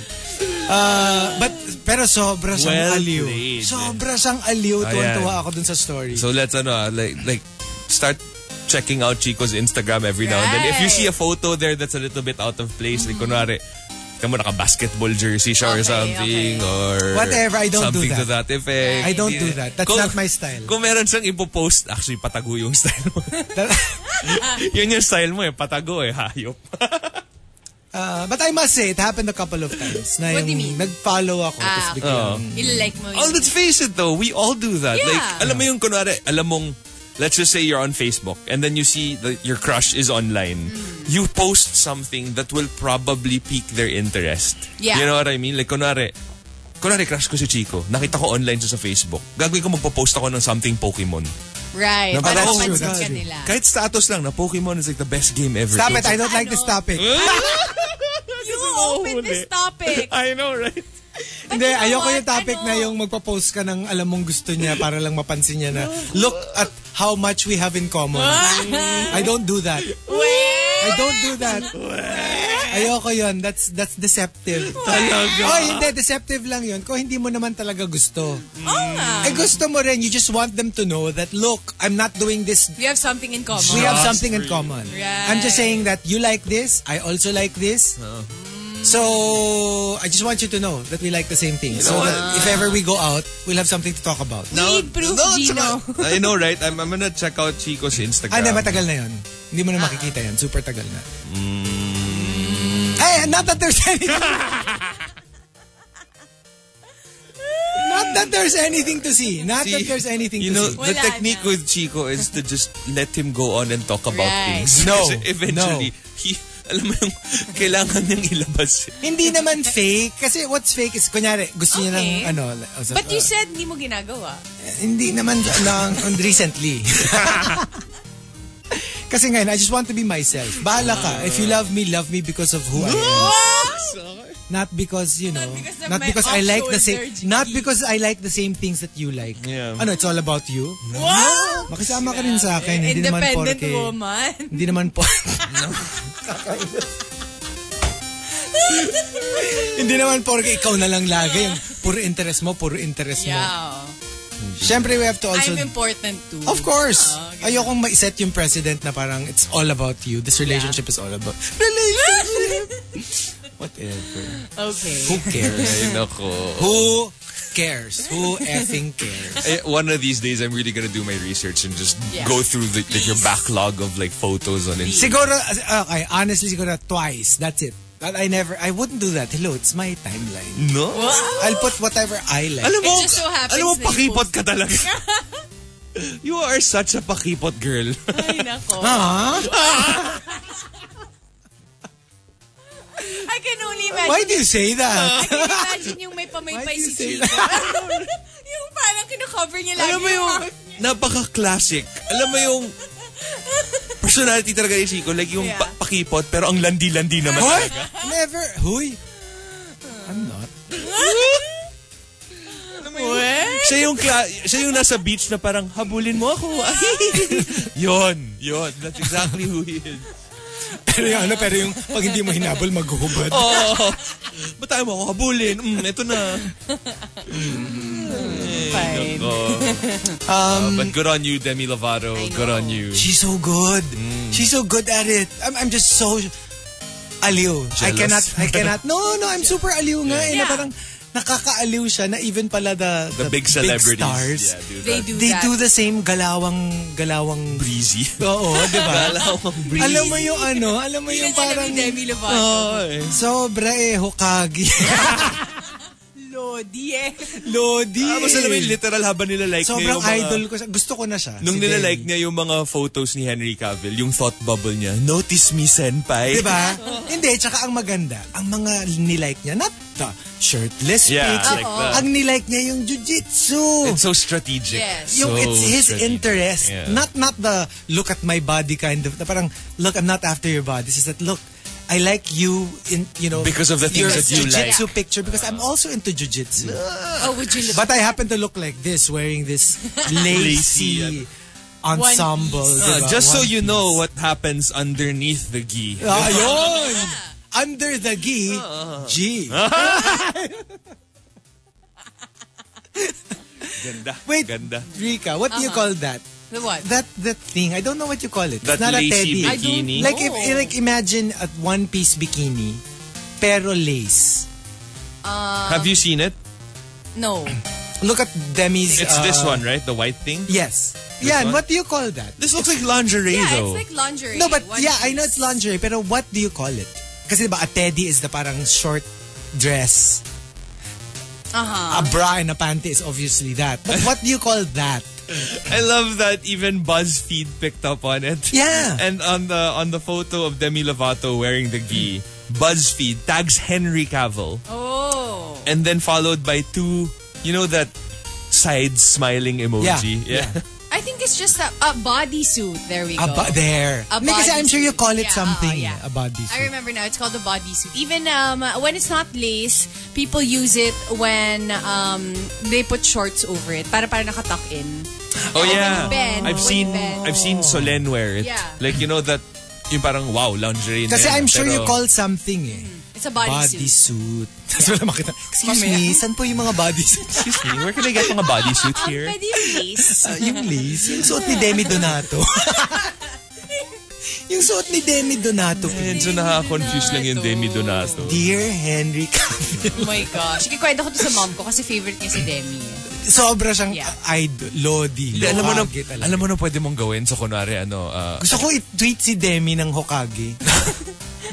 Uh, but, pero sobra siyang
Well
aliw.
played.
Sobra siyang aliw.
Ayan.
Tuwan-tuwa ako dun sa story.
so let's, ano, ah, like, like, start checking out Chico's Instagram every now and then. If you see a photo there that's a little bit out of place, like, kunwari, kamo naka-basketball jersey siya or
Okay,
something,
okay.
or...
Whatever, I don't do
something
that.
to that effect.
I don't do that. That's
Kung-
not my style.
Kung meron siyang ipopost, actually, patago yung style mo.
That-
Yun yung style mo eh, patago eh, hayop.
Uh, but I must say, it happened a couple of times. Na
What do you
yung
mean?
Nag-follow ako. tapos
Ah, okay.
biglang-
Ilalike mo
Oh, let's face it though, we all do that.
Yeah.
Like, alam mo yung kunwari, alam mong, let's just say you're on Facebook and then you see that your crush is online.
Mm.
You post something that will probably pique their interest.
Yeah.
You know what I mean? Like, kunwari, kunwari crush ko si Chico, nakita ko online siya sa Facebook, gagawin ko magpo-post ako ng something Pokemon.
Right.
Nabato
Para
ako.
Eh, pansin
That's
ka
true.
nila.
Kahit status lang na Pokemon is like the best game ever.
Stop it, I don't like
Ano?
this topic.
You open this topic.
I know, right?
Hindi,
you know
ayoko
what?
yung topic
Ano?
na yung magpa-post ka ng alam mong gusto niya para lang mapansin niya na look at how much we have in common.
Ah.
I don't do that. I don't do that. Ayoko yun. That's that's deceptive.
Talaga.
Oh, hindi. Deceptive lang yun. Kung hindi mo naman talaga gusto.
Oo nga.
Eh, gusto mo rin. You just want them to know that, look, I'm not doing this
We have something in common.
We have
Just
something in common. I'm just saying that you like this, I also like this.
Uh-huh.
So I just want you to know that we like the same thing. so that if ever we go out, we'll have something to talk about.
Need proof, Gino.
I know, right? I'm, I'm gonna check out Chico's Instagram.
Ah, hindi, matagal na yun. Hindi
Ah.
mo na makikita yan. Super tagal na.
Mm.
Eh, not that there's anything... not that there's anything to see. Not that
See,
there's anything
You
to
know,
see.
the
Wala
technique
na.
with Chico is to just let him go on and talk about
Right.
things.
No,
Kasi eventually, he, alam mo yung kailangan niyang ilabas. eh.
Hindi naman fake. Kasi what's fake is, kunyari, gusto niya ng
Okay.
ano... like, oh, sa-
But you
uh,
said hindi mo ginagawa.
Hindi naman lang on recently. Kasi ngayon, I just want to be myself. Bahala ka. If you love me, love me because of who I am. Not because, you know,
because of
not
my
because I like the same,
off-shoulder
not because I like the same things that you like.
Yeah.
Ano, it's all about you?
Wow!
Makisama ka rin sa akin. Hindi naman
Independent
porke.
woman.
Hindi naman po. Hindi naman porke ikaw na lang lagi. Yung Puro interest mo, puro interest mo.
Yeah.
Siyempre, we have to also
I'm important too.
Of course.
Oo, ganun.
Ayokong ma-set yung president na parang it's all about you. This relationship is all about... Relationship! Whatever.
Okay.
Who cares?
Ay, nako.
Who cares? Who effing cares?
Eh, one of these days, I'm really gonna do my research and just
Yeah.
go through the, like, your backlog of like photos on Instagram.
Siguro, okay, honestly, siguro twice. That's it. But I never, I wouldn't do that. Hello, it's my timeline.
No?
I'll put whatever I like.
Alam mo,
It just so happens
alam mo,
that you
pakipot ka talaga. you are such a pakipot girl.
Ay, nako. I can only imagine.
Why do you say that?
I can imagine yung may
Why
pamaypay
do you say
si Chico. yung parang kinocover niya lagi.
Alam mo yung napaka-classic. Alam mo yung personality talaga ni Chico. Like yung
Yeah.
pa- pakipot pero ang landi-landi naman.
What? Never. Huy. I'm not.
Siya yung, kla- siya yung nasa beach na parang, habulin mo ako. yon, yon. That's exactly who he is.
Pero yung ano, pero yung pag hindi mo hinabol, maghuhubad.
Oh, ba't tayo mo ako habulin? Mm, eto na.
Fine.
Um, but good on you, Demi Lovato. Good on you.
She's so good.
Mm.
She's so good at it. I'm, I'm just so aliw. I
Jealous.
cannot, I cannot. No, no, I'm super aliw nga. Eh, na
Yeah.
parang nakakaaliw siya na even pala the,
The big celebrities.
stars,
Yeah, do
They
that.
do
they
that.
do the same galawang, galawang
Breezy.
Oo, di ba?
breezy.
alam mo yung ano, alam mo yung
Yun alam
parang
ni Demi Lovato.
sobra eh, Hokage.
Lodi eh.
Lodi.
Ah, basta alam mo yung literal habang nila like
Sobrang
niya yung mga-
idol ko siya. Gusto ko na siya.
Nung
si Demi.
nilalike niya yung mga photos ni Henry Cavill, yung thought bubble niya, notice me,
Di
senpai.
ba? Diba? Hindi, tsaka ang maganda, ang mga nilike niya, not the shirtless
Yeah,
pics.
like that.
Ang nilike niya yung jujitsu.
It's so strategic.
Yes.
yung
So
it's his
strategic.
interest.
Yeah.
Not not the look at my body kind of, na parang, look, I'm not after your body. It's just that, look, I like you in, you know,
Because of the things
your
that you like.
jujitsu picture because I'm also into jujitsu.
Oh, would you look?
But I happen to look like this, wearing this lacy
Lacy,
ensemble.
Ah,
diba?
just so
One
you know what happens underneath the gi.
Ah, Ayun! Under the gi, G.
Ganda.
Wait.
Ganda.
Rika, what
Uh-huh.
do you call that?
The what?
That that thing, I don't know what you call it.
That
it's not a teddy.
lacy
I don't
bikini.
know.
Like if like imagine a one piece bikini pero lace.
Have you seen it?
No.
Look at Demi's
It's
uh,
this one, right? The white thing?
Yes. yeah,
one?
what do you call that?
This looks like lingerie,
Yeah,
though.
it's like lingerie.
No, but
One
yeah, I
piece.
know it's lingerie, pero what do you call it? Kasi diba, a teddy is the parang short dress. A
Uh-huh.
bra and a panty is obviously that. But what do you call that?
I love that even BuzzFeed picked up on it.
Yeah.
And on the on the photo of Demi Lovato wearing the gi, BuzzFeed tags Henry Cavill
Oh.
and then followed by two, you know that side smiling emoji.
Yeah,
I think it's just a, a bodysuit. There we go.
A bo- there.
A
Because I'm sure you call it
bodysuit. Yeah,
something.
oo, yeah.
A bodysuit.
I remember now. It's called a bodysuit. Even um, when it's not lace, people use it when um, they put shorts over it. Para para nakatuck in.
Oh
With
yeah.
Ben,
I've
with
seen
Ben.
I've seen Solen wear it.
Yeah.
Like you know that yung parang wow lingerie. na
Kasi
yan,
I'm sure you
pero-
call something eh.
It's a bodysuit.
Bodysuit. Tapos wala makita. Excuse
Mamaya.
me, saan po yung mga bodysuit?
Excuse me, where can I get mga bodysuit
Um,
here?
pwede yung lace.
Ah, yung lace. Yung suot ni Demi Donato. yung suot ni Demi Donato. please.
Medyo nakaka-confuse lang yung Demi Donato.
Dear Henry Cavill.
Oh my gosh. Ikikwento ko to sa mom ko kasi favorite niya si Demi. eh.
Sobra siyang
Yeah.
idol. Lodi.
Hindi, alam mo na,
Hokage talaga.
alam mo na pwede mong gawin. So, kunwari, ano, uh,
Gusto ko i-tweet si Demi ng Hokage.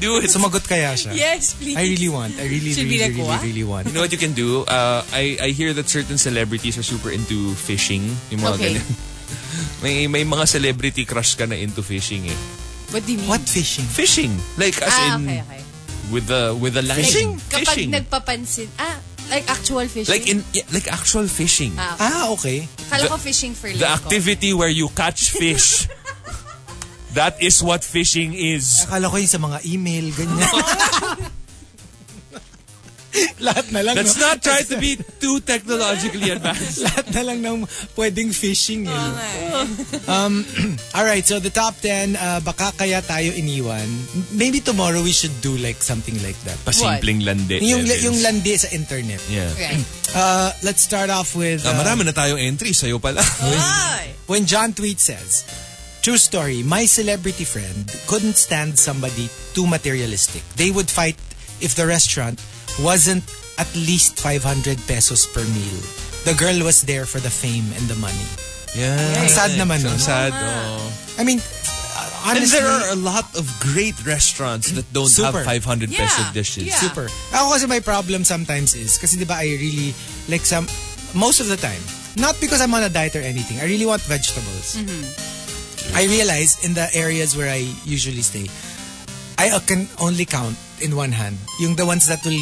do it.
Sumagot kaya siya.
Yes, please.
I really want. I really,
Should
really, really,
be nakuha?
really, want.
You know what you can do? Uh, I, I hear that certain celebrities are super into fishing. Yung mga
Okay.
ganyan. May, may mga celebrity crush ka na into fishing eh.
What do you mean?
What fishing?
Fishing. Like, as
Ah,
in,
okay, okay.
with the, with the line.
Fishing?
Kapag
Fishing.
nagpapansin. Ah, like actual fishing.
like, in, yeah, like actual fishing.
Ah, okay.
Kala
the-
ko fishing for
the
linggo.
activity where you catch fish. that is what fishing is.
Akala ko yun sa mga email, ganyan. Lahat na lang,
Let's
no?
not try to be too technologically advanced.
Lahat na lang ng pwedeng fishing eh. Um, All right, so the top 10, uh, baka kaya tayo iniwan. Maybe tomorrow we should do like something like that.
Pasimpleng landi.
Yung,
Evans.
yung landi sa internet.
Yeah.
Right.
Uh, let's start off with
Ah,
uh,
marami na tayong entry sa'yo pala.
Ay!
when John Tweet says, True story, my celebrity friend couldn't stand somebody too materialistic. They would fight if the restaurant wasn't at least 500 pesos per meal. The girl was there for the fame and the money.
Yeah.
Ang sad naman nun.
Ang sad. oh.
I mean,
And
honestly,
there are a lot of great restaurants that don't
Super.
have 500
Yeah,
peso dishes.
yeah.
super. Ako kasi my problem sometimes is, kasi di ba I really, like some, most of the time, not because I'm on a diet or anything, I really want vegetables.
Mm-hmm.
I realize in the areas where I usually stay, I uh, can only count in one hand yung the ones that will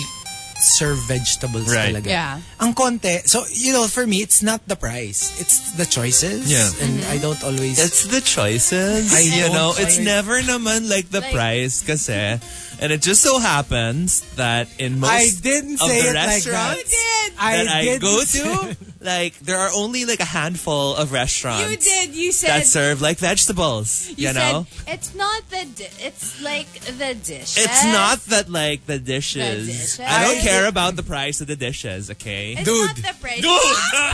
serve vegetables
Right.
talaga.
Yeah.
Ang konti. So, you know, for me, it's not the price. It's the choices.
Yeah.
And I don't always...
It's the choices.
I
you
don't
know, it's
like-
never naman like the
Like-
price kasi. And it just so happens that in most
I didn't
of
say
the
it like that.
restaurants that I,
did
go to, like there are only like a handful of restaurants
You did. You said.
that serve like vegetables. You,
you
know?
said, it's not the. Di- it's like the dish.
It's not that like the dishes.
dishes.
I don't care about the price of the dishes, okay?
It's
Dude.
not the price.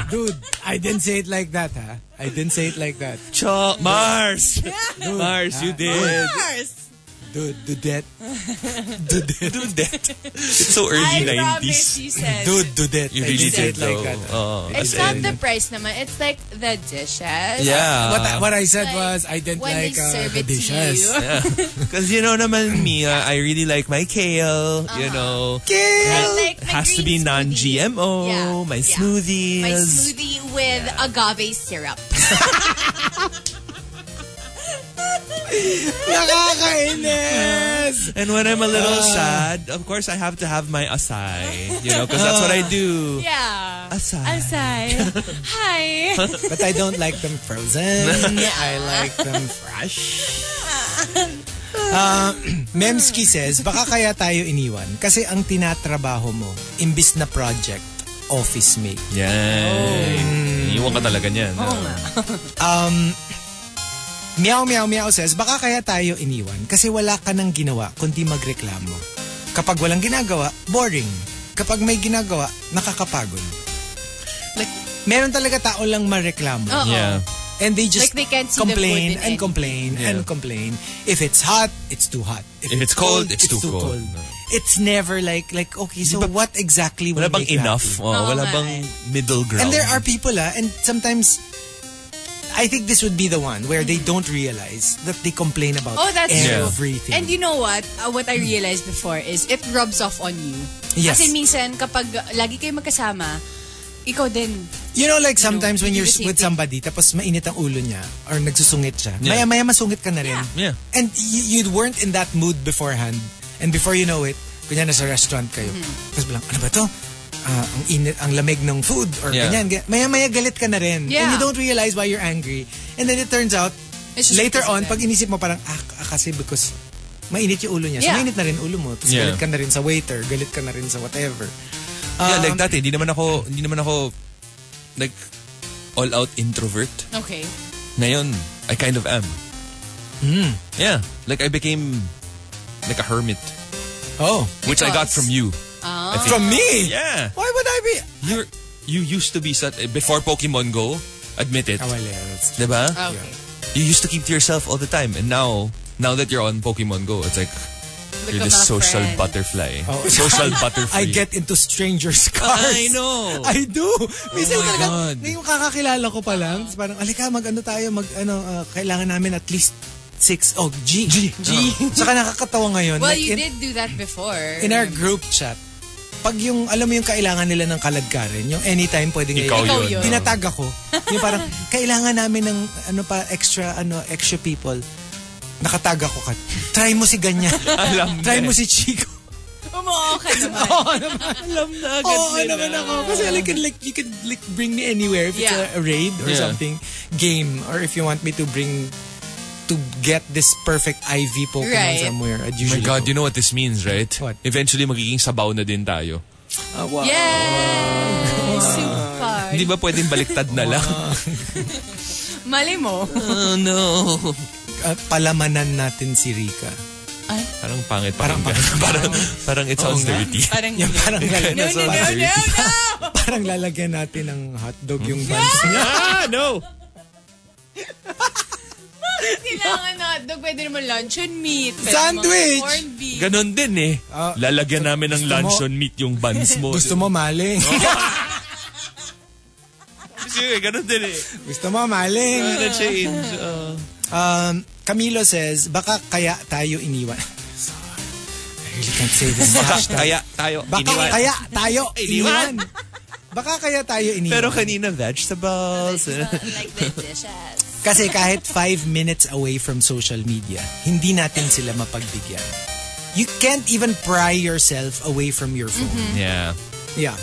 Dude, I didn't say it like that, ha? I didn't say it like that.
Cho- Mars! Mars, you did.
Mars.
Dude, dudette. Dudette. Dudette.
It's so early
I
90s.
promise you said.
Dude, dudette.
You
I
really
didn't say
did,
it like
though.
that. ha?
Oh.
It's not the price naman. It's like the dishes.
Yeah.
What I, what I said
Like,
was, I didn't
When
like
they
uh,
serve
the
it to
dishes.
you.
Because you know naman me, uh, I really like my kale, you know.
Uh-huh. I
Kale!
like my
Has to be
green smoothie.
non-GMO,
Yeah,
my
yeah.
smoothies.
My smoothie with agave syrup.
Nakakainis!
And when I'm a little sad, of course I have to have my asai, you know, because that's what I do.
Yeah.
Asai.
Asai. Hi.
But I don't like them frozen. I like them fresh. Uh, Memski says, baka kaya tayo iniwan kasi ang tinatrabaho mo, imbis na project, office mate.
Yan. Iwan ka talaga niyan. ah.
Meow Meow Meow says, baka kaya tayo iniwan kasi wala ka nang ginawa kundi magreklamo. Kapag walang ginagawa, boring. Kapag may ginagawa, nakakapagod. Like, meron talaga tao lang mareklamo.
Oo.
Yeah.
And they just
Oh. Like they can't see the
complain
good in
and
anything.
complain
Yeah.
and complain. If it's hot, it's too hot.
If it's cold, it's too cold.
It's never like, like okay, so what exactly will
Wala bang
make you
enough?
happy?
Oh,
Oo
wala
nga
bang
eh.
middle
And
ground?
there are people, ah, and sometimes I think this would be the one where they don't realize that they complain about
Oh, that's
Yeah.
everything.
And you know what? Uh, what I realized before is it rubs off on you.
Yes.
Kasi minsan kapag uh, lagi kayo magkasama, ikaw din.
You know, like sometimes
know,
when you're
irritating.
with somebody, tapos mainit ang ulo niya, or nagsusungit siya,
Yeah.
maya-maya masungit ka na rin.
Yeah.
And you, you weren't in that mood beforehand. And before you know it, kunya nasa restaurant kayo.
Mm-hmm.
Tapos bilang, ano ba to? Ah, ang init, ang lamig ng food, or
Yeah.
ganyan. ganyan. Maya-maya galit ka na rin. And
Yeah.
you don't realize why you're angry. And then it turns out,
It's just
later
because of
on,
them.
pag inisip mo parang, ah, ah, kasi because mainit yung ulo niya. So
Yeah.
mainit na rin ulo mo. Tapos
Yeah.
galit ka na rin sa waiter, galit ka na rin sa whatever.
yeah,
Um,
like dati, hindi naman ako, hindi naman ako, like, all-out introvert.
Okay.
Ngayon, I kind of am.
Hmm.
Yeah. Like, I became like a hermit.
Oh.
Which I got
Because- Oh.
from you. I think.
From me?
Yeah.
Why would I be?
You're, you used to be such... Before Pokemon Go, admit it.
Ah, well, yeah, that's
Diba?
Okay.
you used to keep to yourself all the time. And now, now that you're on Pokemon Go, it's like... You're
Become
this
a
social
friend.
butterfly. Social butterfly.
Oh. I get into strangers' cars.
I know. Oh
I do. Minsan
my
talaga,
God.
na yung kakakilala ko pa lang, tapos parang, alika, mag-ano tayo, mag-ano, ah, kailangan namin at least six, oh, G. G. G.
Oh.
Saka nakakatawa ngayon.
Well,
like,
you
in,
did do that before.
in our group chat, pag yung, alam mo yung kailangan nila ng kaladkarin, yung anytime pwedeng
Ikaw
Ikaw
yun.
yun.
Tinatag ako. Yung parang, kailangan namin ng, ano pa, extra, ano, extra people. Nakatag ako ka. Try mo si ganyan.
Alam
Try mo
na eh.
si Chico.
Umuo ka naman.
Alam na agad
Oo ano naman ako. Kasi like, can, like, you can like, bring me anywhere if
Yeah.
it's a, a raid or
Yeah.
something. Game. Or if you want me to bring to get this perfect IV Pokemon
Right.
somewhere. I'd
My
usually go.
God, you know what this means, right?
What?
Eventually, magiging sabaw na din tayo.
Ah, wow.
Yes! Super.
Hindi ba pwedeng baliktad na lang?
Mali mo.
oh, no.
Ah, palamanan natin si Rika.
Parang pangit. Parang parang, parang, parang it sounds
nga.
dirty.
Parang
Yung parang
No,
lalagyan,
no, no, no, no!
parang lalagyan natin ng hotdog yung buns niya.
ah, no.
Kailangan na hotdog. Pwede naman luncheon meat. Pwede
Sandwich!
mga Corned beef.
Ganon din eh. Lalagyan namin ng
gusto mo-
luncheon meat yung buns mo.
Gusto mo maling.
Sige, ganon din eh.
Gusto mo maling.
Gonna change. Uh,
Um, Camilo says, baka kaya tayo iniwan. I really can't say this hashtag.
kaya tayo
Baka
iniwan.
kaya tayo
Iniwan.
iniwan. Baka kaya tayo iniwan.
Pero kanina vegetables. eh.
Like the dishes.
Kasi kahit five minutes away from social media, hindi natin sila mapagbigyan. You can't even pry yourself away from your phone.
yeah.
Yeah.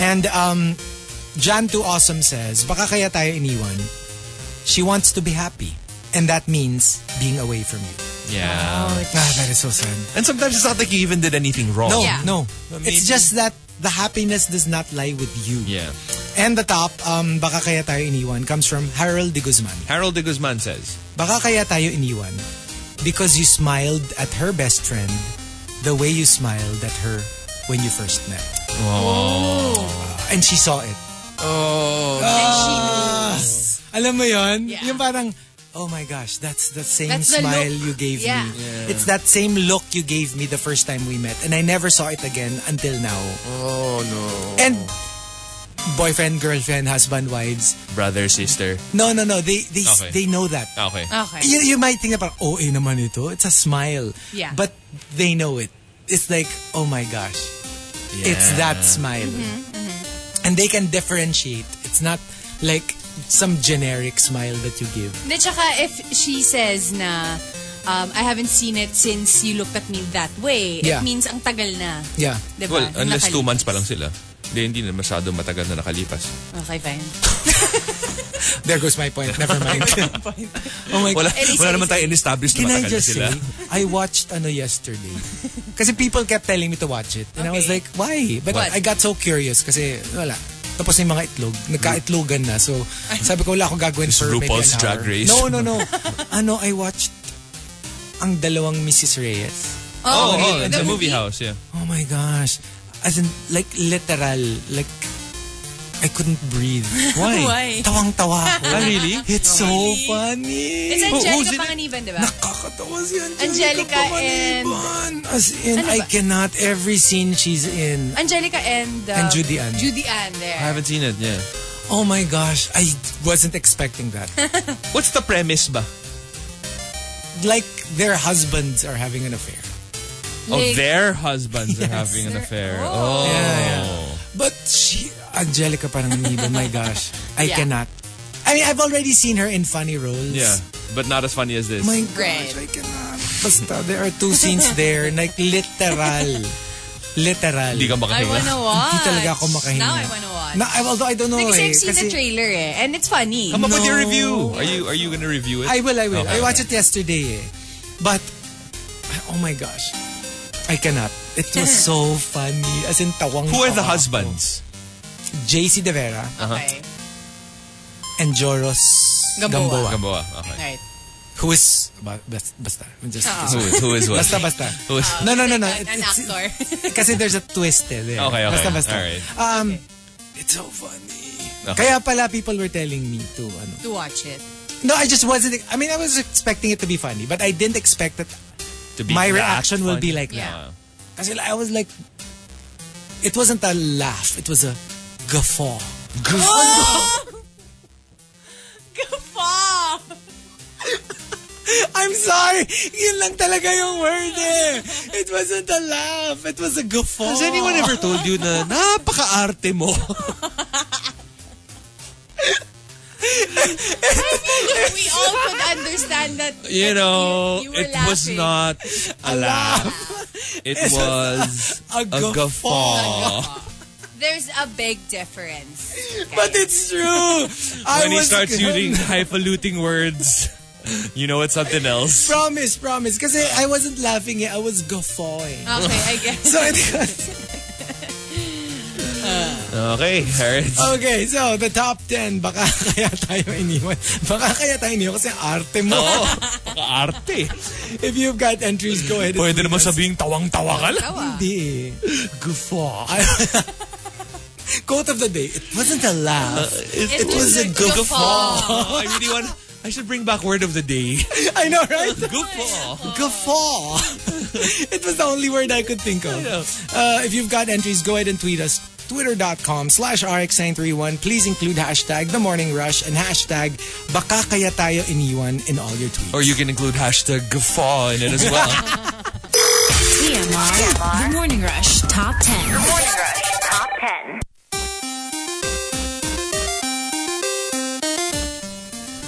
And um, Jan Too Awesome says, baka kaya tayo iniwan. She wants to be happy. And that means being away from you.
Yeah.
Ah, that is so sad.
And sometimes it's not like you even did anything wrong.
No,
Yeah.
no.
But maybe-
It's just that the happiness does not lie with you.
Yeah.
And the top, um, baka kaya tayo iniwan, comes from Harold de Guzman.
Harold de Guzman says,
Baka kaya tayo iniwan because you smiled at her best friend the way you smiled at her when you first met. Oh. And she saw it. Oh. Alam mo yon?
Yeah.
Yung parang, oh my gosh, that's the same
That's the
smile you
look.
gave
Yeah.
me. It's that same look you gave me the first time we met. And I never saw it again until now. Oh no. And boyfriend, girlfriend, husband, wives.
brother, sister.
No, no, no. They they
Okay.
they know that.
Okay.
Okay.
You, you might think about, oh, eh naman ito. It's a smile.
Yeah.
But they know it. It's like, oh my gosh. It's that smile. And they can differentiate. It's not like some generic smile that you give.
Then tsaka if she says na um, I haven't seen it since you looked at me that way,
Yeah.
it means ang tagal na.
Yeah.
Diba?
Well, unless two
Nakalipas.
months pa lang sila. Hindi, hindi na masyado matagal na nakalipas.
Okay, fine.
There goes my point. Never mind. oh my
Wala,
God.
Elisa,
wala naman
Elisa.
tayong in-establish na
Can I
matagal na
just
sila.
say, I watched ano yesterday. Kasi people kept telling me to watch it. And I was like, why? But
What?
I got so curious kasi wala. Tapos yung mga itlog, nagka-itlogan na. So, sabi ko, wala akong gagawin
This
for maybe an
RuPaul's
hour.
Drag Race.
No, no, no. ano, I watched ang dalawang Mrs. Reyes.
Oh,
okay.
oh, it's a movie house, yeah.
Oh my gosh. As in, like, literal. Like, I couldn't breathe.
Why?
Why?
Tawang-tawa ako.
Ah, really?
It's so funny.
It's
Who-
Angelica
who's in it?
Panganiban, diba?
Nakakatawa si Angelica,
Angelica and-
Panganiban. As in,
Ano
I
ba?
cannot. Every scene she's in.
Angelica and... uh,
And Judy Ann.
Judy Ann there.
I haven't seen it, yeah.
Oh my gosh, I wasn't expecting that.
What's the premise ba?
like their husbands are having an affair.
oh, their husbands are having an
They're-
affair.
oh.
Oh.
But she, Angelica parang need, oh my gosh. I
Yeah.
cannot. I mean, I've already seen her in funny roles.
Yeah. But not as funny as this.
My
Right.
gosh, I cannot. Basta, there are two scenes there, like literal. Literal.
Hindi ka
I
makahinga.
wanna watch.
Hindi talaga ako makahinga.
Now I wanna watch.
Na, I- although I don't know
Like,
eh.
I've seen
kasi-
the trailer eh, and it's funny.
Come up with your
No.
review. Are you are you gonna review it?
I will, I will.
Okay.
I watched it yesterday eh. But, oh my gosh. I cannot. It was so funny. As in, tawang
Who are the
tawa ako.
husbands? Uh-huh.
JC De Vera
Okay.
and Joros
Gamboa.
Gamboa.
Gamboa. Okay.
Right.
Who is... Ba, bas, basta. Just,
Ah. Who is who is what?
Basta, Uh, basta.
Who is-
No, no, no, no.
An
It's- it's-
actor.
Kasi there's a twist eh. There.
Okay, okay.
Basta, basta.
All right.
Um, It's so funny.
Okay.
Kaya pala people were telling me to ano.
to watch it.
No, I just wasn't... I mean, I was expecting it to be funny. But I didn't expect that
To be
My
that
reaction will be
funny.
like
that.
Yeah.
Kasi I was like, it wasn't a laugh. It was a guffaw.
Guffaw!
I'm sorry. Yun lang talaga yung word eh. It wasn't a laugh. It was a guffaw.
Has anyone ever told you na napaka-arte mo?
we all could understand that.
You know,
You- you were
it was
laughing.
not a laugh. It was
a
a
guffaw?
guffaw.
There's a big difference.
But it's true. I
When he
was
starts using highfalutin words, you know it's something else.
Promise, promise. Kasi I wasn't laughing eh. I was guffawing.
Okay, I guess.
So it was...
Okay, alright.
Okay, so the top 10. Baka kaya tayo iniwan. Baka kaya tayo iniwan kasi arte mo.
Arte.
If you've got entries, go ahead. and
Pwede
tweet
naman
us.
sabihing tawang-tawa ka lang.
Tawa.
Hindi.
Guffaw.
I- Quote of the day. Uh, It wasn't a laugh.
It,
It was a guffaw.
I really want... I should bring back word of the day.
I know, right?
Guffaw.
Guffaw. it was the only word I could think of. Uh, if you've got entries, go ahead and tweet us. Twitter.com slash RX931. Please include hashtag The Morning Rush and hashtag Baka Kaya Tayo Iniwan in all your tweets.
Or you can include hashtag guffaw in it as well.
TMR. The Morning Rush Top
Ah,
10.
Morning Rush Top 10.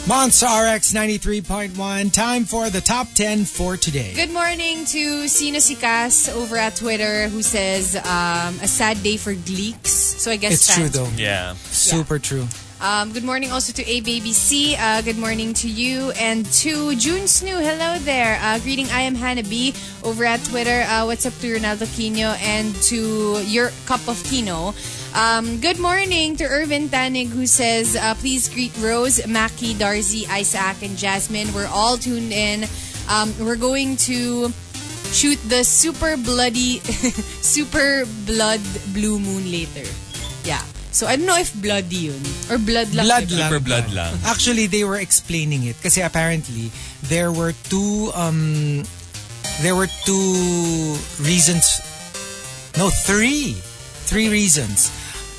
Monster RX 93.1. Time for the top 10 for today.
Good morning to Sina Sikas over at Twitter who says, um, a sad day for Gleeks. So I guess
It's
that's
true though.
yeah.
Super true.
Um, good morning also to ABBC. Uh, good morning to you and to June Snoo. Hello there. Uh, greeting, I am Hannah B. over at Twitter. Uh, what's up to Ronaldo Quino and to your cup of Kino. Um, good morning to Irvin Tanig who says, uh, please greet Rose, Mackie, Darcy, Isaac, and Jasmine. We're all tuned in. Um, we're going to shoot the super bloody, super blood blue moon later. Yeah. So I don't know if bloody yun or blood lang.
blood
diba?
lang.
Super blood lang.
Actually, they were explaining it kasi apparently there were two um there were two reasons no, three. Three reasons.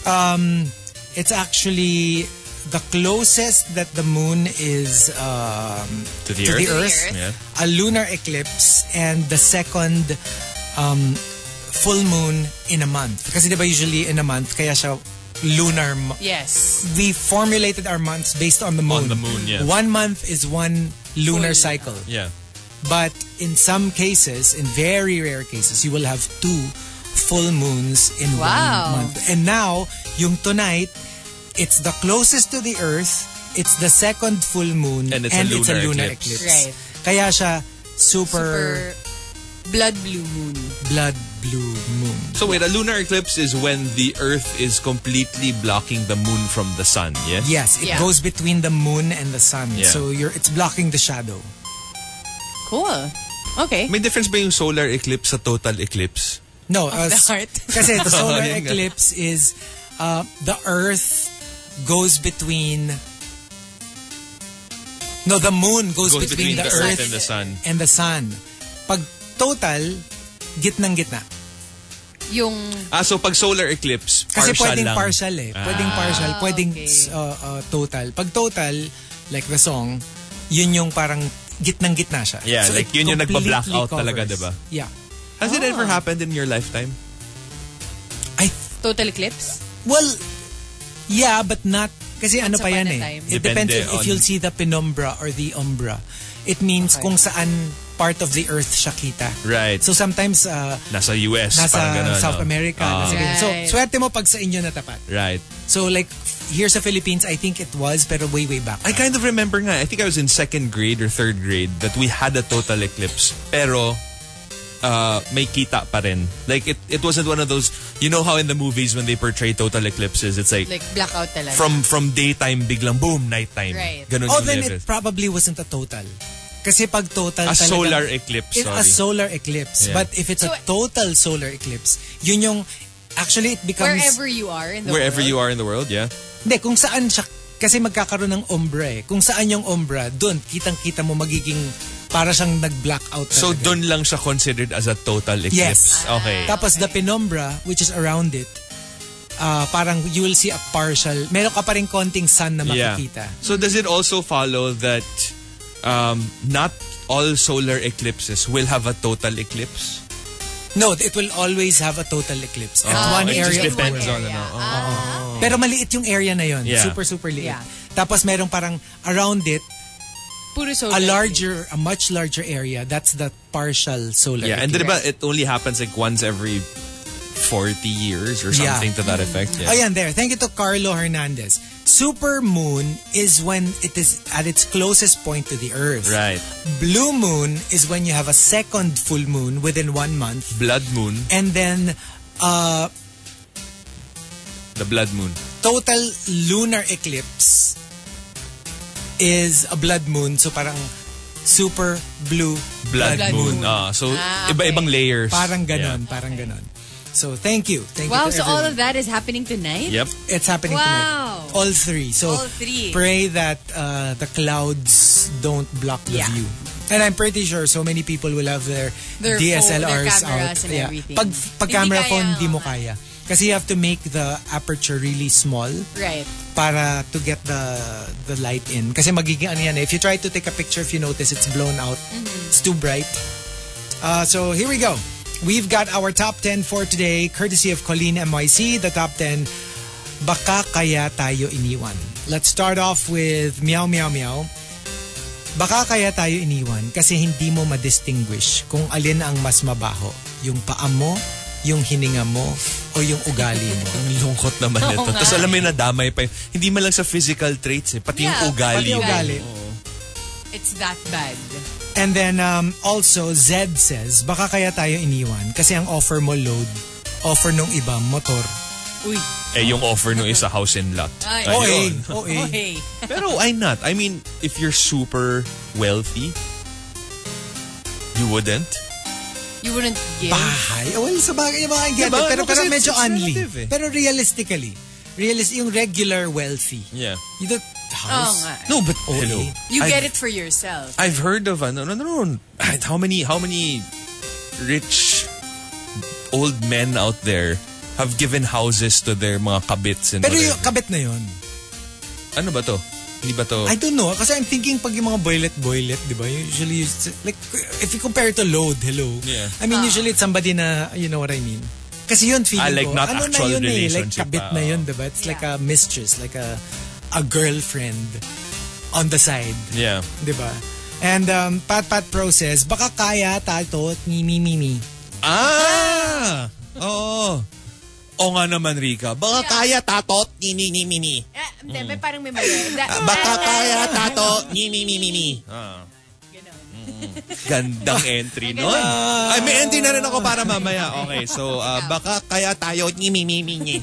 Um it's actually the closest that the moon is um
To
to
the earth.
the earth, a
Yeah.
lunar eclipse and the second um full moon in a month. Kasi 'di ba usually in a month kaya siya lunar mo-
Yes.
we formulated our months based on the moon.
the moon, yeah.
One month is one lunar
Full.
cycle.
Yeah.
But in some cases, in very rare cases, you will have two full moons in
Wow.
one month. And now, yung tonight, it's the closest to the Earth. It's the second full moon.
And it's a lunar
eclipse.
eclipse.
Right.
Kaya siya super,
Super blood blue moon.
blood blue moon.
So wait, a lunar eclipse is when the Earth is completely blocking the moon from the sun. Yeah.
Yes, it
Yeah.
goes between the moon and the sun.
Yeah.
So you're it's blocking the shadow.
Cool. Okay.
May difference ba yung solar eclipse sa total eclipse?
No, uh,
the
s-
heart.
kasi the solar
Oh, Yun nga.
eclipse is uh, the Earth goes between. No, the moon goes,
Goes between, the, Earth and the sun.
and the sun. Pag total, gitnang gitna.
Yung,
Ah, so pag solar eclipse,
Kasi
partial
pwedeng
lang.
partial eh. Pwedeng partial.
Ah,
Pwedeng
okay.
uh, uh, total. Pag total, like the song, yun yung parang gitnang gitna siya.
Yeah, like
it
yun yung
completely
nagpa-blackout
covers.
talaga, diba?
Yeah.
Has it ever
Ah.
happened in your lifetime?
I,
total eclipse?
well, yeah, but not, kasi ano pa
upon
yan
a
eh.
time.
It depends
Depende
if, if
on-
you'll see the penumbra or the umbra. It means
Okay.
kung saan part of the earth siya kita.
Right.
So sometimes, uh,
nasa US,
nasa
parang ganun.
South
no?
America.
Ah,
nasa ganyan. So,
Right.
swerte mo pag sa inyo natapat.
right.
So like, here sa Philippines, I think it was, pero way, way back.
I kind of remember nga, I think I was in second grade or third grade that we had a total eclipse. Pero, uh, may kita pa rin. Like, it, it wasn't one of those, you know how in the movies when they portray total eclipses, it's like,
Like, blackout talaga.
from from daytime, biglang boom, nighttime.
Right.
Ganun
Oh,
yung
then it
levels.
probably wasn't a total. Kasi pag total
A
talagang-
solar eclipse,
It-
sorry.
A solar eclipse.
Yeah.
But if it's a
So-
total solar eclipse, yun yung, actually it becomes,
Wherever you are in the
Wherever
world.
you are in the world, yeah.
hindi, kung saan siya, kasi magkakaroon ng umbra eh. Kung saan yung umbra, dun, kitang-kita mo magiging, para siyang nag-blackout
So,
talaga.
dun lang siya considered as a total
Yes.
eclipse.
Ah,
Okay.
Tapos the penumbra, which is around it, ah, parang you will see a partial, meron ka pa rin konting sun na makikita.
So does it also follow that um, not all solar eclipses will have a total eclipse?
No, it will always have a total eclipse. At
Oh,
one
it
area.
just
of the
depends
world.
on ano. Oh.
Pero maliit yung area na yon,
Yeah.
super super liit.
Yeah.
Tapos merong parang around it
Puro solar
a
eclipse.
larger, a much larger area. That's the partial solar.
Yeah, and
eclipse.
diba, it only happens like once every 40 years or
Yeah. Mm-hmm.
something to that effect. Yeah.
Ayan, there. Thank you to Carlo Hernandez. Super moon is when it is at its closest point to the Earth.
Right.
Blue moon is when you have a second full moon within one month,
Blood moon.
and then uh,
The blood moon.
total lunar eclipse is a blood moon. So parang super blue
Blood,
Blood
moon.
moon.
Ah, so,
Ah, okay.
iba-ibang layers.
Parang ganon,
Yeah.
parang ganon. So thank you. Thank
Wow,
you to
so all
everyone.
of that is happening tonight?
Yep.
It's happening
Wow.
tonight. All three. So
All three.
pray that uh, the clouds don't block the
Yeah.
view. And I'm pretty sure so many people will have their,
Their phone, their
DSLRs
cameras
out.
and everything.
Pag, pag
Hindi
camera
kaya,
phone, di mo
oo nga.
kaya. Kasi you have to make the aperture really small
Right.
para to get the the light in. Kasi magiging ano yan eh. If you try to take a picture, if you notice, it's blown out. It's too bright. Uh, so here we go. We've got our top 10 for today, courtesy of Colleen MYC, the top 10 Baka Kaya Tayo Iniwan. Let's start off with Meow Meow Meow. Baka kaya tayo iniwan kasi hindi mo madistinguish kung alin ang mas mabaho. Yung paa mo, yung hininga mo, o yung ugali mo.
Ang lungkot naman
Oo
nito.
nga.
Tapos alam mo yung nadamay pa yun. Hindi man lang sa physical traits eh. Pati
Yeah,
yung ugali.
Pati
Yung
ugali.
It's that bad.
And then um, also, Zed says, baka kaya tayo iniwan kasi ang offer mo load, offer nung iba motor.
Uy.
Eh, yung offer nung isa house and lot.
Ay.
Ayun.
Oy,
Eh.
oy.
Okay.
Pero why not? I mean, if you're super wealthy, you wouldn't.
You wouldn't give?
Bahay? Oh, Well, sa bagay yung mga I get
Diba?
it, Pero,
No,
pero
kasi
medyo
it's
unli.
relative eh.
Pero realistically, realis yung regular wealthy.
Yeah.
You don't house.
nga.
No, but
Okay.
hello.
You
I've,
get it for yourself.
I've heard of ano, no, no, no. How many how many rich old men out there have given houses to their mga kabits and
Pero yung
whatever.
kabit na yun.
ano ba to? Hindi ba to?
I don't know. Kasi I'm thinking pag yung mga boylet-boylet, di ba? Usually, it's- like, if you compare it to load, hello.
Yeah.
I
Ah.
mean, usually it's somebody na, you know what I mean? Kasi yun, feeling
Ah, like
ko,
not
ano na
actual
yun eh, like
relationship,
kabit
ah,
na
oh.
yun, di ba? It's like a
Yeah.
mistress, like a a girlfriend on the side.
yeah.
Di ba? And um, Pat Pat Pro says, baka kaya tato at ni mi mi mi.
Ah! Oo. Oo nga naman, Rika. Baka kaya tatot, ni ni ni ni ni.
Ah, hindi, may parang may mali. That,
Ah.
Baka kaya tato, ni ni ni ni ni. Ah. Gandang entry nun. Ay, may entry na rin ako para mamaya. Okay, so ah, baka kaya tayo ni mi mi mi ni.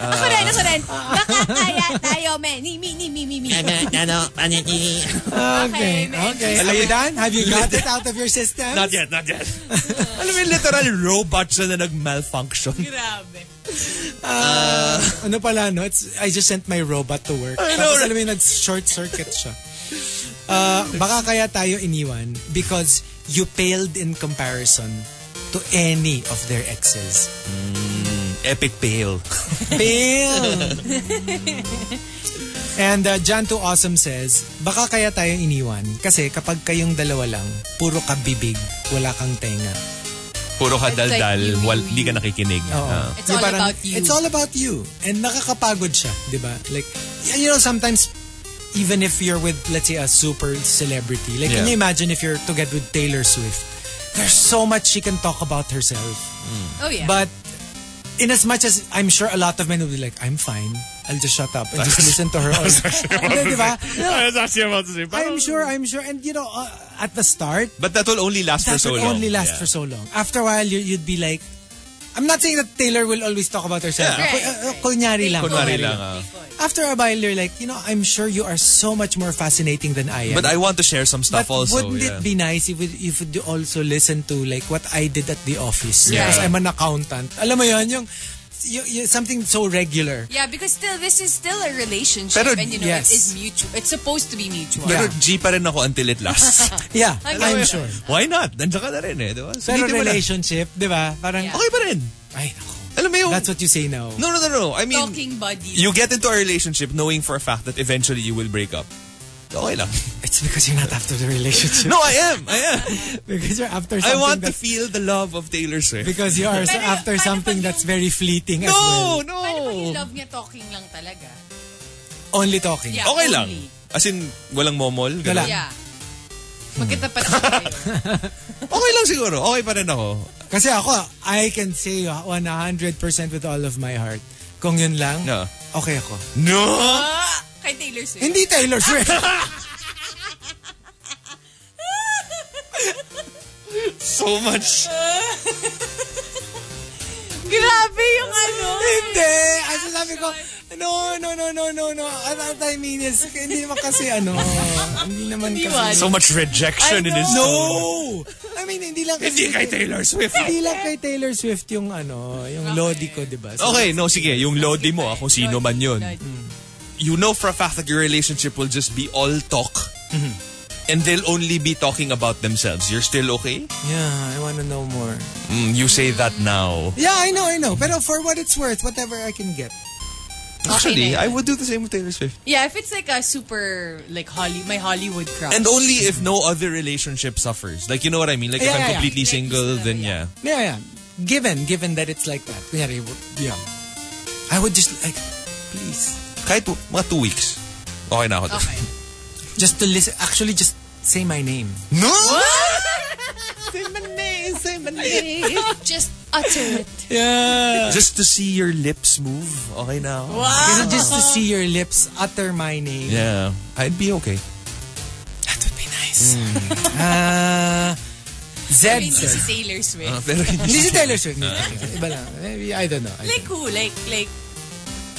Ako rin, ako rin. Baka kaya tayo, men. Ni, mi, ni, mi, mi, mi.
Ano, ano, ano, ni-
Okay, may
Okay. Are you done? Have you got it out of your system?
Not yet, not yet. Alam mo, yung literal robots na nag-malfunction.
Grabe.
ano pala, no? It's, I just sent my robot to work.
I know,
Tapos
right?
alam mo yun, nag-short circuit siya. Ah, Uh, baka kaya tayo iniwan because you paled in comparison to any of their exes.
Epic fail.
Bill! And uh, John to Awesome says, baka kaya tayong iniwan kasi kapag kayong dalawa lang, puro ka bibig, wala kang tenga.
Puro ka
It's like
dal-dal,
you,
wal,
you,
di ka nakikinig.
Oo.
Ah.
It's
Di
all
parang,
about you.
It's all about you. And nakakapagod siya, di ba? Like, y- you know, sometimes, even if you're with, let's say, a super celebrity, like, can you
Yeah.
imagine if you're together with Taylor Swift? There's so much she can talk about herself.
Oh yeah.
But, in as much as I'm sure a lot of men will be like, I'm fine. I'll just shut up and just listen to her. all." Di ba? No,
I was actually about to say, parang-
I'm sure, I'm sure. And you know, uh, at the start,
But that will only last for
that
so
would
long.
only last
Yeah.
for so long. After a while, you, you'd be like, I'm not saying that Taylor will always talk about herself.
Yeah.
Ku-
Right,
uh, uh,
right.
Kunyari lang.
Kunwari lang. ah.
After a while, you're like, you know, I'm sure you are so much more fascinating than I am.
But I want to share some
But
stuff also.
wouldn't
yeah.
it be nice if you, if you also listen to like what I did at the office?
Yeah.
Because I'm an accountant. Alam mo yun, yung, y- y- something so regular.
yeah, because still this is still a relationship
Pero-
and you know
yes.
it is mutual. It's supposed to be mutual.
Pero
Yeah.
G pa rin ako until it lasts.
Yeah,
Hanggang
I'm
wala.
sure.
Why not? Nandiyan ka na rin eh, di ba?
Pero
Sulitin mo lang.
relationship, di ba? Parang,
Yeah.
Okay pa rin.
ay, nako.
Alam mo yung...
That's what you say now.
No, no, no, no. I mean,
Talking buddies.
you get into a relationship knowing for a fact that eventually you will break up. Okay lang.
It's because you're not after the relationship.
No, I am. I am.
because you're after
I
something
want to
that's
feel the love of Taylor Swift.
Because you are
Pero-
after
paano
something
pag
that's
yung-
very fleeting as
No,
well.
Paano pag yung
no.
love niya talking lang talaga?
Only talking.
Yeah.
Okay lang.
Only.
As in, walang momol?
Wala.
Ganun.
Yeah. Magkatapat siya kayo.
Okay lang siguro. Okay pa rin ako.
Kasi ako, I can say uh, 100% with all of my heart. Kung yun lang,
No.
okay ako.
No!
Ah, kay Taylor Swift.
Hindi Taylor Swift.
Oh
So much.
Grabe yung ano.
hindi. Ay, sabi ko, no, no, no, no, no, no. At what I mean is, hindi naman kasi ano. hindi naman
Hindi
kasi.
So much rejection in his tone.
No! I mean, hindi lang kasi.
Hindi kay Taylor Swift.
Hindi lang kay Taylor Swift yung ano, yung lodi ko, di ba? So,
Okay, no, sige. Yung lodi mo, ah, kung sino man yun. You know for a fact that your relationship will just be all talk. And they'll only be talking about themselves. You're still okay?
Yeah, I wanna know more.
Mm, you say that now.
Yeah, I know, I know. Pero for what it's worth, whatever I can get.
Actually,
na
I would do the same with Taylor Swift.
Yeah, if it's like a super, like Holly, my Hollywood crowd.
And only if no other relationship suffers. Like, you know what I mean? Like,
Yeah,
if
yeah,
I'm
yeah.
completely single, then yeah.
Yeah, yeah. Given, given that it's like that. Kunyari, w- yeah. I would just like, please.
Kahit w- mga two weeks. Okay na ako. dun.
Okay.
Just to listen, actually just say my name.
No!
Just utter it.
Yeah.
Just to see your lips move. Okay na ako.
just to see your lips utter my name.
Yeah. I'd be okay.
That would be nice.
Hmm.
Ah,
I
Zed
mean, this
says,
is Taylor Swift.
Ah, pero hindi. Uh-huh.
hindi si Taylor Swift.
Uh.
hindi. Iba lang. Maybe, I don't know. I
Like who? Like, like,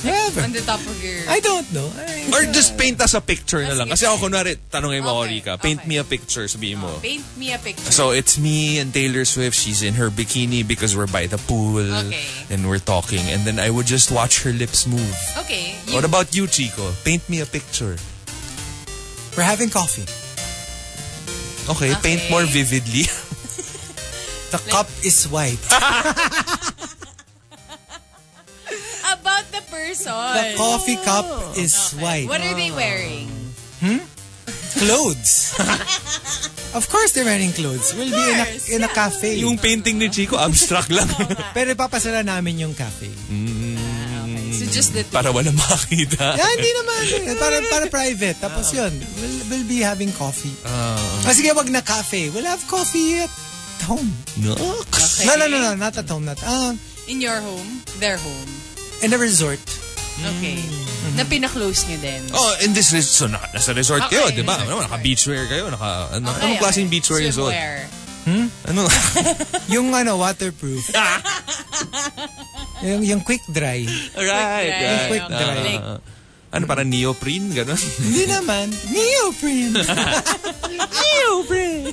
Whatever.
on the top of your...
I don't know. I-
Or just paint us a picture na lang. Kasi ako, kunwari, tanongin mo
Ah,
ako,
Okay,
Rika. Paint
okay.
me a picture, sabihin mo.
Paint me a picture.
So, it's me and Taylor Swift. She's in her bikini because we're by the pool.
Okay.
And we're talking. And then I would just watch her lips move.
okay. You,
What about you, Chico? Paint me a picture.
We're having coffee.
Okay, paint
Okay.
more vividly.
The cup is white.
about the person.
The coffee cup is white.
What are they wearing?
clothes. of course they're wearing clothes. We'll be in a,
course,
in a cafe.
Yung painting ni Chico, abstract lang.
Pero papasara namin yung cafe.
Okay, so just the
Para wala makakita.
Ah, hindi naman. eh. Para, para private. Tapos yun, we'll, we'll be having coffee. Ah, sige, wag na cafe. We'll have coffee at home.
No.
No, no, no, no. Not at home. Not, ah,
in your home, their home.
in a resort.
Okay. Na pina-close niyo din.
Hmm. Oh, in this resort, so na, nasa resort
Okay,
kayo, di ba?
nasa
Ano,
resort.
naka-beachwear kayo, naka, ano,
Okay,
anong klaseng
okay.
beachwear yung suot?
Swimwear.
Ano?
Yung ano, waterproof. yung, yung quick dry.
right,
right.
Quick dry.
Like-
Ah, ano, parang neoprene, gano'n?
Hindi naman. Neoprene. Neoprene.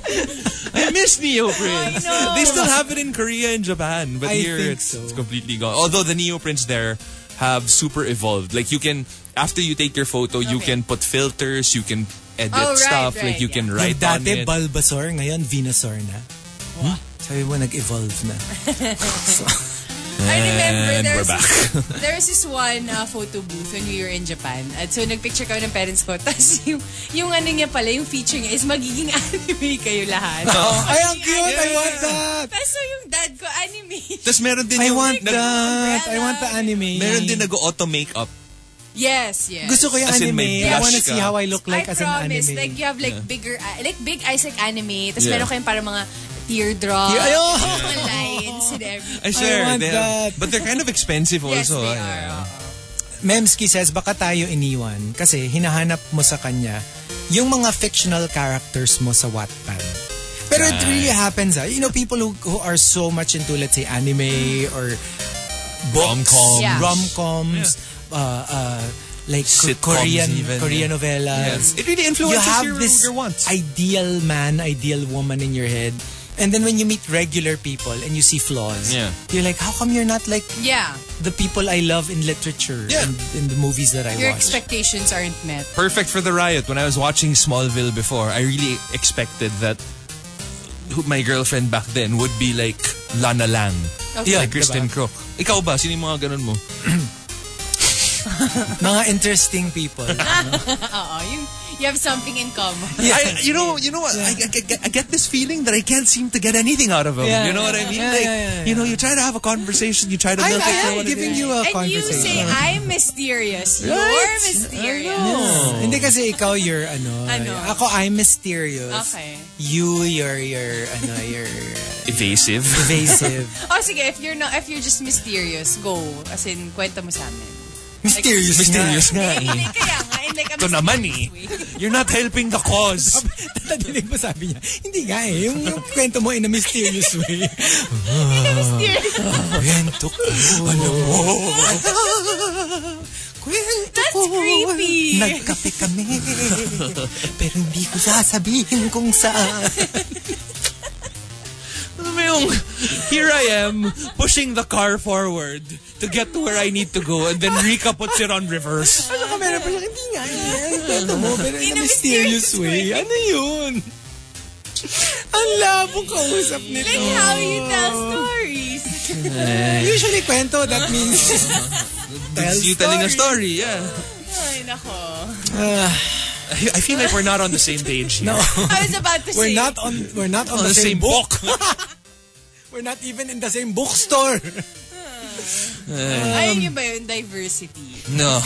I miss neoprene.
I know.
They still have it in Korea and Japan,
I
but here
think
it's,
so.
it's completely gone. Although the neoprenes there have super evolved. Like you can, after you take your photo, you
Okay.
can put filters, you can edit
Oh, right,
stuff,
right,
like you
yeah.
can
Yung
write on
dati
it.
Bulbasaur, ngayon Venusaur na. Hmm? Sabi mo, nag-evolve na. so,
I remember
And
there
we're
was,
back.
there was this one uh, photo booth when we were in Japan. At so, nagpicture kami ng parents ko. Tapos yung, yung ano niya pala, yung feature niya is magiging anime kayo lahat.
Oh,
ay, ang cute! I want that!
Tapos so yung dad ko, anime.
Tapos meron din
I
yung...
want
nag-
that! I want the anime.
Meron din nag-auto makeup.
Yes, yes.
Gusto ko yung
As in
anime. I
may blush
wanna
ka.
see how I look like
I
as
promise,
an anime.
like you have like bigger, eye- like big eyes like anime. Tapos
Yeah.
meron kayong parang mga teardrops,
Yeah, ayo!
mga lines and everything.
I swear.
want
they
that.
have- But they're kind of expensive also.
Yes, they
ah,
are.
yeah.
Memski says, baka tayo iniwan kasi hinahanap mo sa kanya yung mga fictional characters mo sa Wattpad. Pero it really happens. ah. You know, people who, who are so much into, let's say, anime or books,
Rom-coms.
Yeah.
rom-coms, uh, uh, like K-
Sitcoms
Korean,
even,
Korean
yeah.
novellas.
Yes. It really influences
you have
your-
this
your wants.
ideal man, ideal woman in your head. And then when you meet regular people and you see flaws,
Yeah.
you're like, how come you're not like
Yeah,
the people I love in literature
Yeah.
and in the movies that I
your
watch.
expectations aren't met.
perfect for the riot. When I was watching Smallville before, I really expected that who- my girlfriend back then would be like Lana Lang.
Okay.
like Kristen
diba?
Crook. Ikaw ba? Sino yung mga ganun mo?
Mga interesting people.
Oo, Oh, you, you have something in common.
I, you know, you know what? I, I get, I get this feeling that I can't seem to get anything out of him.
Yeah.
you know what I mean?
Yeah,
like,
yeah, yeah,
you know, you try to have a conversation, you try to
I,
build
I
it.
am giving you a
And you say,
conversation.
I'm mysterious. You're
Right?
mysterious.
Oh. Hindi kasi ikaw you're ano.
Ano?
Ako, I'm mysterious.
Okay.
You, you're, you're, ano, you're
Evasive.
evasive.
Oh, sige, if you're not, if you're just mysterious, go. As in, kwenta mo sa amin.
mysterious.
Mysterious
nga. eh.
Hindi, kaya nga. In like a
Ito naman eh.
mysterious way.
You're not helping the cause.
Nadinig mo sabi niya, hindi nga eh. Yung, yung kwento mo in a mysterious way. Ah,
Mysterious.
kwento ko. Ano mo? kwento
That's
ko.
creepy.
Nagkape kami. Pero hindi ko sasabihin kung saan.
Alam mo yung, here I am, pushing the car forward to get to where I need to go, and then Rika puts it on reverse.
Saka meron pa siya, hindi nga, eh. hindi nga, yung kwento mo, pero in, a Oh,
In a
mysterious
mysterious
way. Ano yun? Ang labong kausap nito.
Like how you tell stories.
Usually kwento, that means tell
It's you telling a story, yeah.
Ay, nako.
I I feel like we're not on the same page here. No,
I was about to
We're
say.
not on we're not on,
on
the, same, book.
book.
We're not even in the same bookstore.
um,
Ayun yun ba yun? Diversity.
no.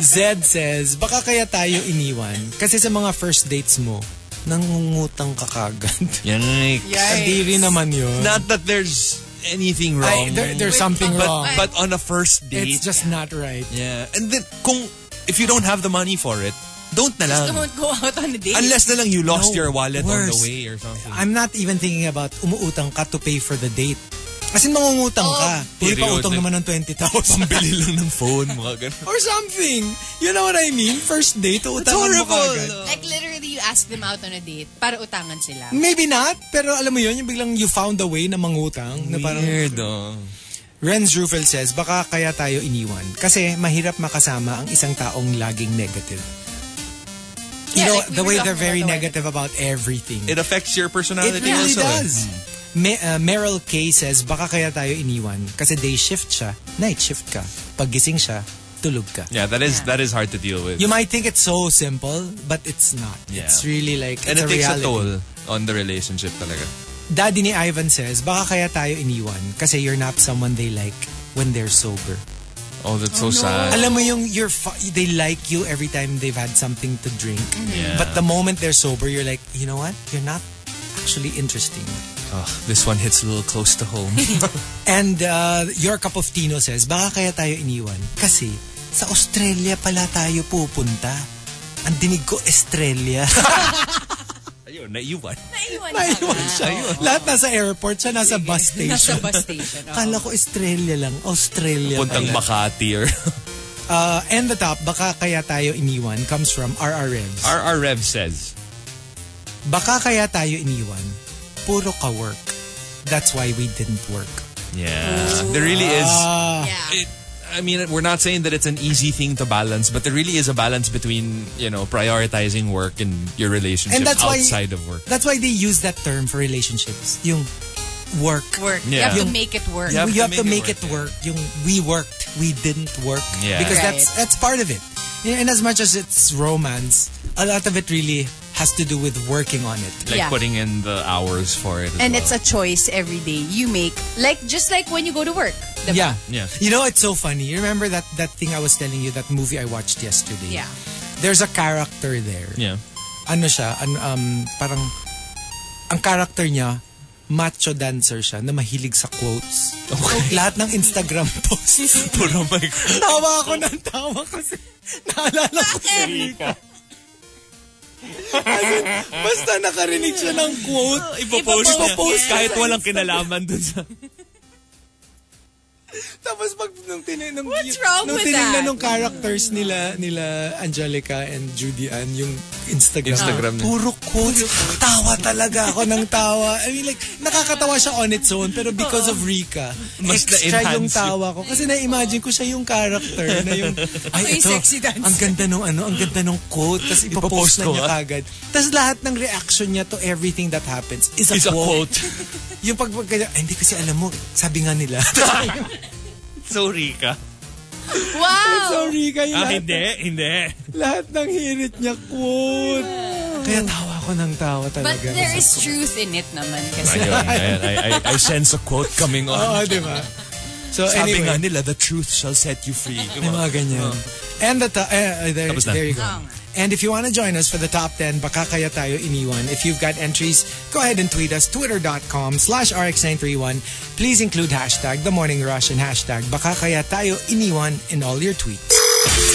Zed says, baka kaya tayo iniwan kasi sa mga first dates mo, nangungutang ka kagad.
Yikes.
Kadiri naman yun.
Not that there's anything
Ay,
wrong.
there- there's
Wait,
something
but-
wrong.
but on a first date.
It's just not right.
yeah. And then, kung, if you don't have the money for it, don't na
Just
lang.
don't go out on a date.
Unless na lang you lost
No,
your wallet on the
worse.
way or something.
I'm not even thinking about umuutang ka to pay for the date. As in, mangungutang ka. Puri
Period.
pa utang naman ng 20,000.
Pambili lang ng phone, mga ganun.
Or something. You know what I mean? First date, utangan mo kagad.
Like literally, you ask them out on a date para utangan sila.
Maybe not, pero alam mo yun, yung biglang you found a way na mangutang. Na parang,
Weird, oh.
Renz Rufel says, baka kaya tayo iniwan. Kasi mahirap makasama ang isang taong laging negative. You
Yeah,
know,
like we
the
were
way
talking
they're very
about the
negative about everything.
It affects your personality
It really
also. eh.
does.
Mm.
Me, uh, Meryl K says, baka kaya tayo iniwan kasi day shift siya, night shift ka. Pagising siya, tulog ka.
Yeah, that is that is hard to deal with.
You might think it's so simple, but it's not.
Yeah.
It's really like,
and
it's
it
a
takes
reality.
a toll on the relationship talaga.
Daddy ni Ivan says, baka kaya tayo iniwan kasi you're not someone they like when they're sober.
Oh, that's so sad.
Alam mo yung you're fu- they like you every time they've had something to drink.
Yeah.
But the moment they're sober, you're like, you know what? You're not actually interesting.
Oh, this one hits a little close to home.
And uh, your cup of Tino says, baka kaya tayo iniwan kasi sa Australia pala tayo pupunta. Ang dinig ko, Australia.
Ayun, naiwan.
Naiwan
Naiwan
ka
siya. Lahat nasa airport, siya nasa bus
na. Nasa
station.
bus station. oo.
Kala ko Australia lang. Australia
Puntang
pala.
Makati or...
Uh, and the top, baka kaya tayo iniwan comes from RR Revs.
RR Rev says.
Baka kaya tayo iniwan, puro ka-work. That's why we didn't work. Ah,
Yeah. There really is...
Yeah.
It, I mean, we're not saying that it's an easy thing to balance, but there really is a balance between, you know, prioritizing work and your relationship
And that's why-
outside of work.
That's why they use that term for relationships. Yung work.
Work.
Yeah.
You have to
Yung-
make it work.
You have
you have to make, it,
yeah.
work. Yung we worked, we didn't work.
Yeah.
Because
Right.
that's that's part of it. Yeah, And as much as it's romance, a lot of it really has to do with working on it.
Like
Yeah.
putting in the hours for it. as
And
well.
it's a choice every day you make. Like just like when you go to work. diba?
Yeah.
Yeah.
You know, it's so funny. You remember that that thing I was telling you, that movie I watched yesterday?
Yeah.
There's a character there.
Yeah.
Ano siya? An, um, parang, ang character niya, macho dancer siya na mahilig sa quotes. Lahat ng Instagram posts.
Puro mic.
tawa ako ng tawa kasi naalala ko si Rika. As in, basta nakarinig siya ng quote.
Ipopost niya.
Ipopost niya.
Kahit walang kinalaman dun sa...
Tapos pag nung tinan nung,
What's wrong
nung
with
tinignan
that?
nung characters nila nila Angelica and Judy Ann yung Instagram.
Instagram niya.
Puro quotes. Tawa talaga ako ng tawa. I mean like nakakatawa siya on its own pero because of Rika,
Mas
extra yung
na-enhance
tawa ko kasi na-imagine ko siya yung character na yung ay
Uy,
ito.
sexy dancer.
Ang ganda nung ano, ang ganda nung quote tapos ipopost
Ipopost
na
ko,
niya
ah.
kagad. Tapos lahat ng reaction niya to everything that happens is a
Is a
quote.
quote.
Yung pag, pag ay, hindi kasi alam mo, sabi nga nila.
Oh.
Sorry ka.
Wow!
Sorry kayo.
Ah,
lahat
hindi, hindi.
Lahat ng hirit niya quote. Kaya tawa ko ng tawa
But
talaga.
there is truth in it naman kasi.
Ayun, ayun, I, I, I sense a quote coming on.
Oo, Ah, di ba? So
Sabi nga
anyway,
nila, the truth shall set you free.
may
Oh.
mga ganyan. And the top, eh, eh, there,
Tapos na.
there you go.
Oo nga.
And if you want to join us for the top 10, baka kaya tayo iniwan. If you've got entries, go ahead and tweet us, twitter.com slash rx931. Please include hashtag the morning rush and hashtag baka kaya tayo iniwan in all your tweets.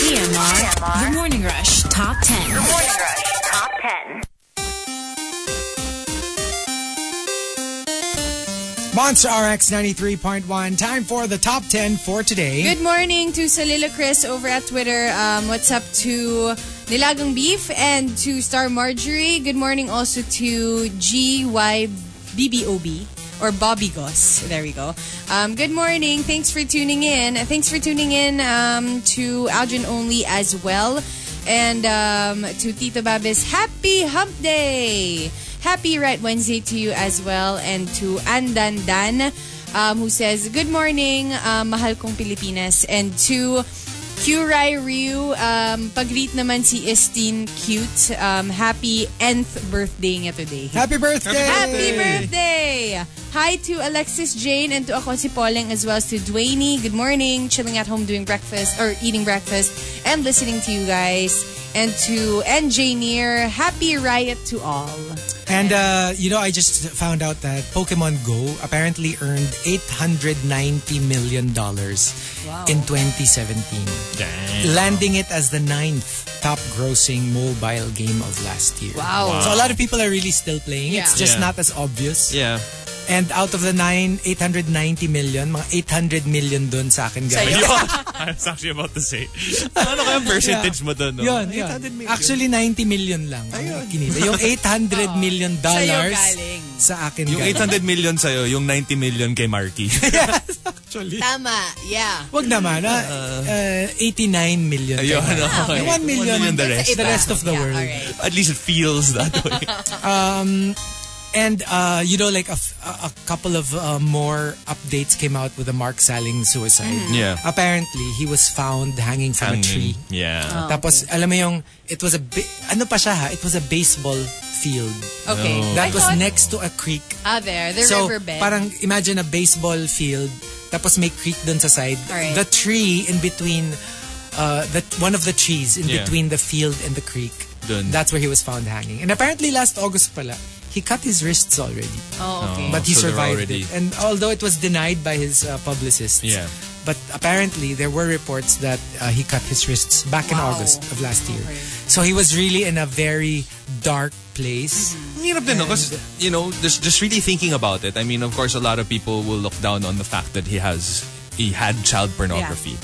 TMR. The Morning Rush Top 10.
Morning Rush Top 10.
Monster RX 93.1, time for the top 10 for today.
Good morning to Salila Chris over at Twitter. Um, what's up to Nilagang Beef and to Star Marjorie. Good morning also to GYBBOB or Bobby Goss. There we go. Um, good morning. Thanks for tuning in. Thanks for tuning in um, to Algin Only as well. And um, to Tito Babis, happy hump day! Happy Red Wednesday to you as well. And to Andan Dan um, who says, Good morning, um, mahal kong Pilipinas. And to Curai Ryu, um, pag-greet naman si Estine Cute. Um, happy nth birthday niya today.
Happy birthday!
Happy birthday! Hi to Alexis Jane and to ako si Pauling as well as to Dwayne. Good morning. Chilling at home doing breakfast or eating breakfast and listening to you guys. And to NJ Near, happy riot to all.
And uh, you know, I just found out that Pokemon Go apparently earned 890 million dollars in 2017,
Damn.
landing it as the ninth top-grossing mobile game of last year.
Wow.
So a lot of people are really still playing. It's
Yeah.
just
Yeah.
not as obvious.
Yeah.
And out of the nine, 890 million, mga 800 million dun sa akin guys.
I was actually about to say. Ano kaya ang percentage mo dun? No?
Yun, yun. Actually, 90 million lang. Ayun. Yung 800 million dollars
galing.
sa akin
Yung
galing.
800 million sa'yo, yung 90 million kay Marky.
Tama. Yeah.
Wag naman, ha? Uh, 89 million.
Ayun,
Tama.
okay.
Yung 1 million,
One million the
that's
rest.
the rest of the world.
alright.
At least it feels that way.
And, uh, you know, like a, f- a- a couple of uh, more updates came out with the Mark Saling suicide.
Mm. Yeah.
Apparently, he was found hanging from a tree.
Mm,
Ah,
Yeah.
Tapos, alam mo yung, it was a, ba- ano pa siya ha? It was a baseball field.
Okay.
That
I
was
thought-
next to a creek.
Ah, there. The
so,
riverbed.
parang imagine a baseball field, tapos may creek dun sa side.
Alright.
The tree in between, uh, the, one of the trees in
Yeah.
between the field and the creek.
Dun.
That's where he was found hanging. And apparently last August pala, he cut his wrists already.
oh, okay.
But he
so they're
survived
already-
it. And although it was denied by his uh, publicists,
Yeah.
but apparently there were reports that uh, he cut his wrists back in
Wow.
August of last year.
Okay.
So he was really in a very dark place.
Ang hirap din, no? 'cause, you know, just, just really thinking about it, I mean, of course, a lot of people will look down on the fact that he has, he had child pornography.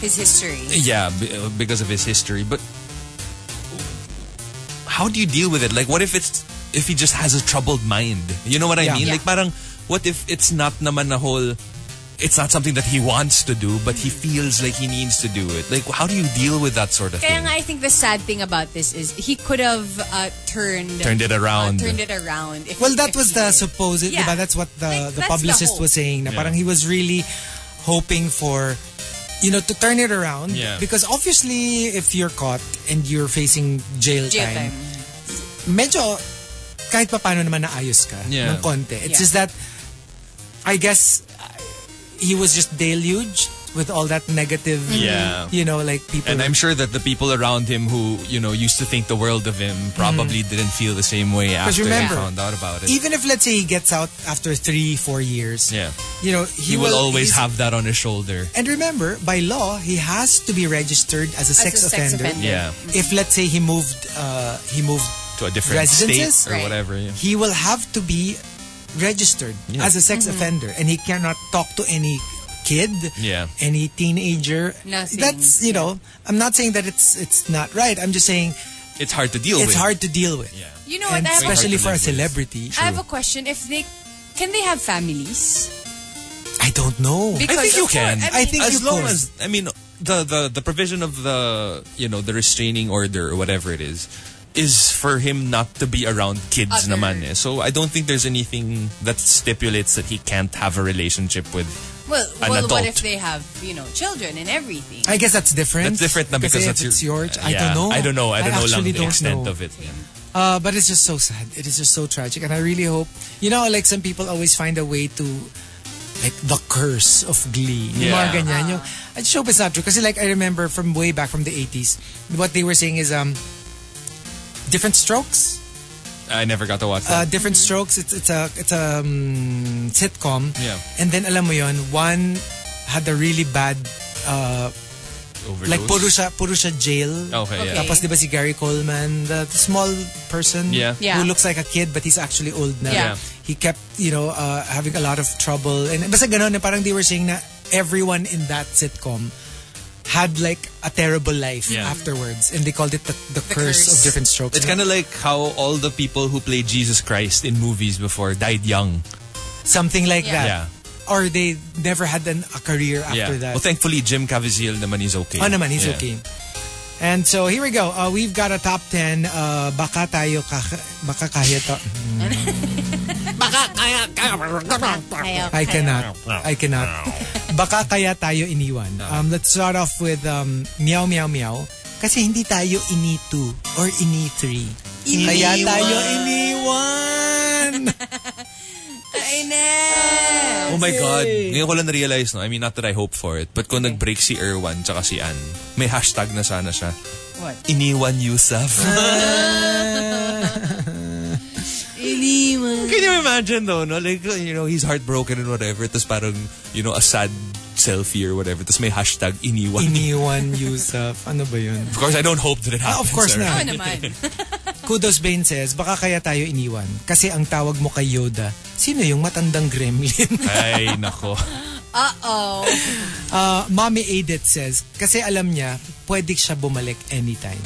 His history.
Yeah, b- uh, because of his history. But how do you deal with it? Like, what if it's if he just has a troubled mind? You know what I
Yeah.
mean?
Yeah.
Like, parang what if it's not naman a whole it's not something that he wants to do, but he feels like he needs to do it. Like, how do you deal with that sort of
Kaya
thing?
nga, I think the sad thing about this is he could have uh, turned
Turned it around.
uh, turned it around. if-
Well, that
if
was
he
the
did.
supposed,
Yeah.
diba? That's what the,
Like,
the
that's the
publicist
hope.
was saying. Na
Yeah.
parang he was really hoping for, you know, to turn it around.
Yeah.
Because obviously, if you're caught and you're facing jail,
Jail time.
medyo kahit papaano naman naayos ka
Yeah.
ng konti. It's
Yeah.
just that, I guess, uh, he was just deluged with all that negative,
Yeah.
you know, like people.
and I'm sure that the people around him who, you know, used to think the world of him probably didn't feel the same way after
remember,
they found out about it.
even if let's say he gets out after three, four years,
yeah.
you know,
He,
he,
will, always
he's-
have that on his shoulder.
And remember, by law, he has to be registered as a,
As
sex,
a sex
offender.
offender. Mm-hmm.
Yeah.
If let's say he moved, uh, he moved,
To a different
Residences?
state or
Right.
whatever. Yeah.
he will have to be registered
Yeah.
as a sex
Mm-hmm.
offender, and he cannot talk to any kid,
Yeah.
any teenager.
Nothing.
That's you know, I'm not saying that it's it's not right. I'm just saying
It's hard to deal with.
it's hard to deal with,
Yeah.
You know what?
and
I have, a-
especially for a
Hard to live with.
celebrity.
I have a question. If they can they have families?
I don't know.
I think you
of course-
can.
I
I
mean,
think
as
you
long
could.
as I mean the, the the provision of the you know the restraining order or whatever it is is for him not to be around kids
Other-
naman eh. So I don't think there's anything that stipulates that he can't have a relationship with
well,
an
well
adult.
what if they have you know children and everything?
I guess that's different.
that's different na
Kasi
because
if
that's
it's
your,
your. I
yeah,
don't know.
I don't know. I don't know lang
actually
the
don't
extent
know.
of it. Yeah.
Uh, but it's just so sad. It is just so tragic, and I really hope you know, like some people always find a way to, like the curse of Glee. Yung mga
Yeah.
ganyan, yung- I just hope it's not true. Because like I remember from way back from the eighties, what they were saying is um, different strokes.
I never got to watch
Uh,
that.
different strokes. It's it's a it's a um, sitcom.
Yeah.
And then alam mo yon, one had a really bad uh,
Overdose.
like puro siya puro siya jail.
Okay, yeah.
Tapos di ba si Gary Coleman, the small person
Yeah.
Yeah.
who looks like a kid but he's actually old na.
Yeah.
He kept, you know, uh, having a lot of trouble. And basta ganun, eh, parang they were saying na everyone in that sitcom had like a terrible life
Yeah.
afterwards. And they called it the, the, curse,
curse.
of different strokes.
It's kind of like how all the people who played Jesus Christ in movies before died young.
Something like
Yeah.
that.
Yeah.
Or they never had an, a career after that.
yeah. Well, thankfully Jim Caviezel naman is okay.
Oh naman, he's
Yeah.
okay. And so here we go. Uh, we've got a top 10. Uh, baka tayo kaka- baka kaya ta-
Kaya-
I
kaya-
cannot. I cannot. Baka kaya tayo iniwan. Um, let's start off with um, meow meow meow. Kasi hindi tayo ini-2 or ini-3. Kaya tayo iniwan.
Ay, ne.
Oh my God. Ngayon ko lang na-realize, no? I mean, not that I hope for it, but kung nag-break si Erwan tsaka si Ann, may hashtag na sana siya.
What?
Iniwan Yusuf. Can you imagine though, no? Like, you know, he's heartbroken and whatever. Tapos parang, you know, a sad selfie or whatever. Tapos may hashtag iniwan.
iniwan, Yusuf. Ano ba yun?
of course, I don't hope that it
Ah,
happens.
of course
sir.
Oo
na.
naman.
Kudos Bane says, baka kaya tayo iniwan. Kasi ang tawag mo kay Yoda, sino yung matandang gremlin?
Ay, nako.
Uh-oh.
Uh, Mommy Edith says, kasi alam niya, pwede siya bumalik anytime.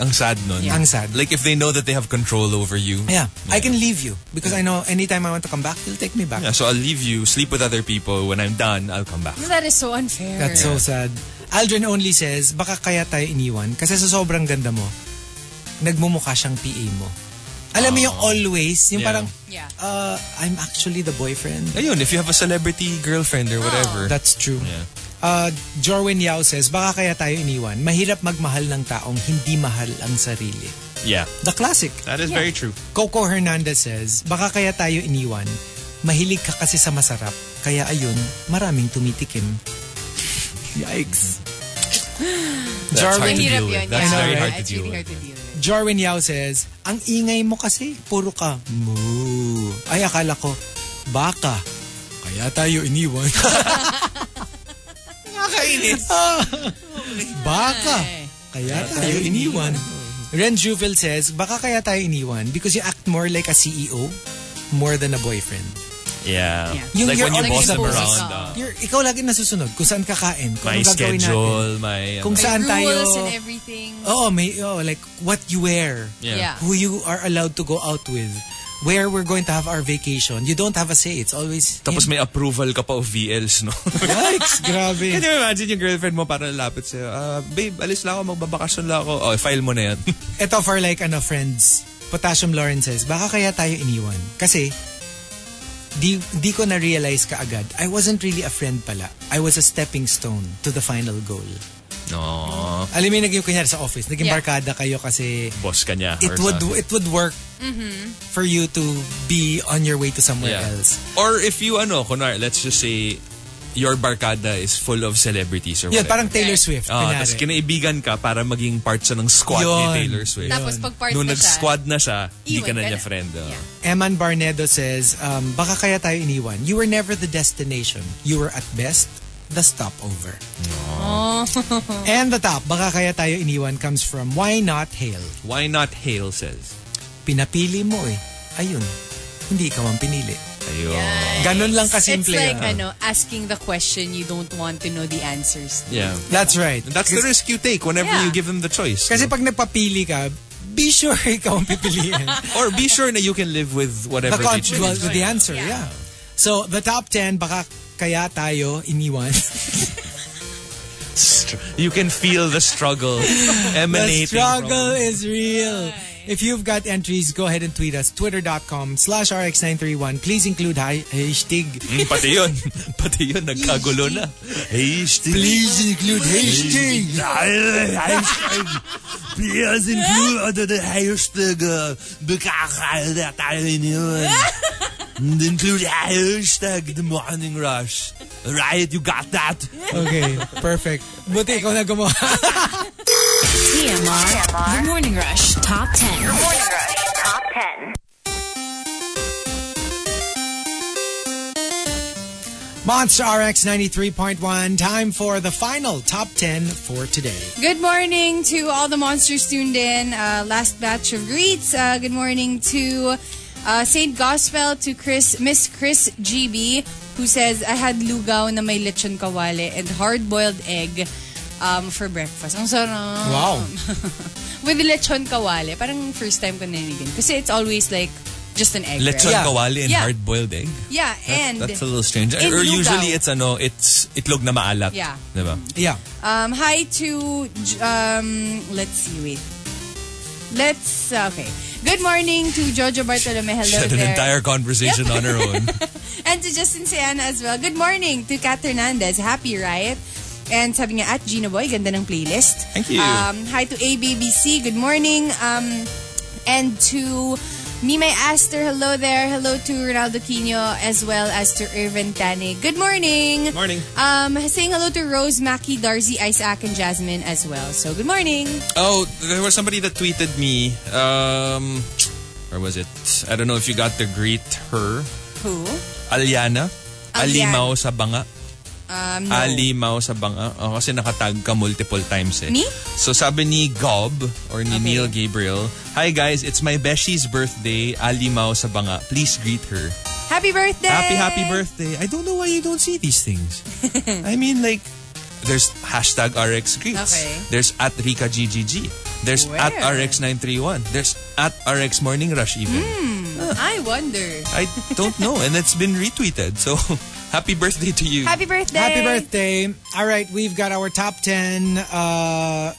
Ang sad nun.
Ang sad.
Like, if they know that they have control over you.
Yeah, I can leave you because I know anytime I want to come back, you'll take me back.
Yeah, so I'll leave you, sleep with other people. When I'm done, I'll come back.
That is so unfair.
That's so sad. Aldrin only says, baka kaya tayo iniwan kasi sa sobrang ganda mo, nagmumukha siyang PA mo. Alam mo yung always, yung
Oh. Yeah.
parang,
Yeah.
uh, I'm actually the boyfriend.
Ayun, if you have a celebrity girlfriend or whatever.
That's true.
Yeah.
Uh, Jorwin Yao says, baka kaya tayo iniwan, mahirap magmahal ng taong hindi mahal ang sarili.
Yeah.
The classic.
That is very true.
Coco Hernandez says, baka kaya tayo iniwan, mahilig ka kasi sa masarap, kaya ayun, maraming tumitikim. Yikes.
That's hard
Jarwin,
Mahirap
to deal
yun.
with. That's
yeah.
very
right?
hard to
It's
deal
really hard to
with.
deal with.
Jarwin Yao says, ang ingay mo kasi, puro ka, moo. Ay, akala ko, baka. Kaya tayo iniwan. Nakakainis. baka. Kaya tayo iniwan. Ren Juvel says, baka kaya tayo iniwan because you act more like a CEO more than a boyfriend.
Yeah.
Yeah.
Yung
Like
you're
when you
always
boss them
supposed-
around. uh,
You're, ikaw lagi nasusunod kung saan kakain, kung
my
anong gagawin
schedule,
natin.
my...
Kung
ano.
saan
Like
tayo...
rules and everything.
Oo, may, oo, like what you wear,
Yeah.
Yeah.
who you are allowed to go out with, where we're going to have our vacation, you don't have a say. It's always
Tapos may approval ka pa o VLs, no?
Yikes,
Can
grabe.
you imagine yung girlfriend mo para lapit sa'yo? Ah, babe, alis lang ako, magbabakasyon lang ako. Oh, file mo na yan.
Ito for like, ano, friends, Potassium Lawrence says, baka kaya tayo iniwan. Kasi, di, di ko na-realize kaagad, I wasn't really a friend pala. I was a stepping stone to the final goal.
No,
Alam mo yung naging kunyari sa office, naging
Yeah.
barkada kayo kasi
boss ka niya.
it
or
would
something.
it would work
Mm-hmm.
for you to be on your way to somewhere
Yeah.
else.
Or if you, ano, kunwari, let's just say, your barkada is full of celebrities or
Yun,
whatever.
parang Taylor Swift.
Ah,
kunyari.
tas kinaibigan ka para maging part siya ng squad ni
Yun.
Taylor Swift.
Tapos pag part
Nung
na siya,
nag-squad na siya, hindi ka
iwan
na
ka
niya
na.
friend. oh.
Yeah.
Eman Barnedo says, um, baka kaya tayo iniwan. You were never the destination. You were at best the stopover.
Oh.
And the top, baka kaya tayo iniwan comes from Why Not Hail.
Why not Hale says?
Pinapili mo eh. Ayun. Hindi ka man pinili.
Ayun.
Ganun lang
It's
kasimple.
like,
yun.
ano, asking the question you don't want to know the answers.
Yeah.
That's right.
And that's the risk you take whenever
Yeah.
you give them the choice.
Kasi
no?
pag nagpapili ka, be sure ikaw ang pipiliin.
or be sure that you can live with whatever
the
they
con-
choose.
well, with the answer, yeah. So, the top 10, baka kaya tayo iniwan.
You can feel the struggle emanating.
the struggle
From,
is real. If you've got entries, go ahead and tweet us. Twitter.com slash RX931. Please include hi- hashtag.
Mm, pati yun. Pati yun. Nagkagulo na. Hey, Steve.
include
Please include under the hashtag uh, bekakaalda tayo niyo. And include hashtag the morning rush. Riot, you got that?
Okay, perfect. Buti ikaw na gumawa.
E
TMR. The Morning Rush Top 10.
Morning Rush Top 10.
Monster RX 93.1. Time for the final top 10 for today.
Good morning to all the monsters tuned in. Uh, last batch of greets. Uh, good morning to uh, Saint Gospel, to Chris, Miss Chris GB, who says, I had lugaw na may lechon kawale and hard-boiled egg um, for breakfast. Ang sarap.
Wow.
With lechon kawale. Parang first time ko narinig yun. Kasi it's always like just an egg,
Lechon
Yeah.
right?
kawali and
Yeah.
hard-boiled egg.
Yeah, and...
That's a little strange.
in lugaw.
Or usually it's ano, it's itlog na maalat.
Yeah.
Diba?
Yeah.
Um, hi to, J- um, let's see, wait. Let's, uh, okay. Good morning to Jojo Bartolome. Hello
She had an
there.
entire conversation on her own.
And to Justin Siana as well. Good morning to Kat Hernandez. Happy Riot. And sabi niya, at Gina Boy, ganda ng playlist.
Thank you.
Um, hi to ABBC. Good morning. Um, and to Mimay Aster. Hello there. Hello to Ronaldo Quino as well as to Irvin Tanig. Good morning.
Morning.
Um, saying hello to Rose, Mackie, Darcy, Isaac, and Jasmine as well. So, good morning.
Oh, there was somebody that tweeted me. Um, or was it? I don't know if you got to greet her.
Who?
Aliana.
Aliana.
Alimaw sa banga.
Um, no.
Alimaw sa banga. Oh, kasi nakatag ka multiple times eh.
Me?
So sabi ni Gob or
Okay.
ni Neil Gabriel, Hi guys, it's my Beshi's birthday. Alimaw sa banga. Please greet her.
Happy birthday!
Happy, happy birthday. I don't know why you don't see these things. I mean, like, there's hashtag RX greets.
Okay.
There's at Rika GGG. There's at
Where?
RX931. There's at RX Morning Rush even.
Hmm. I wonder.
I don't know. And it's been retweeted. So, happy birthday to you.
Happy birthday!
Happy birthday. All right, we've got our top 10 uh,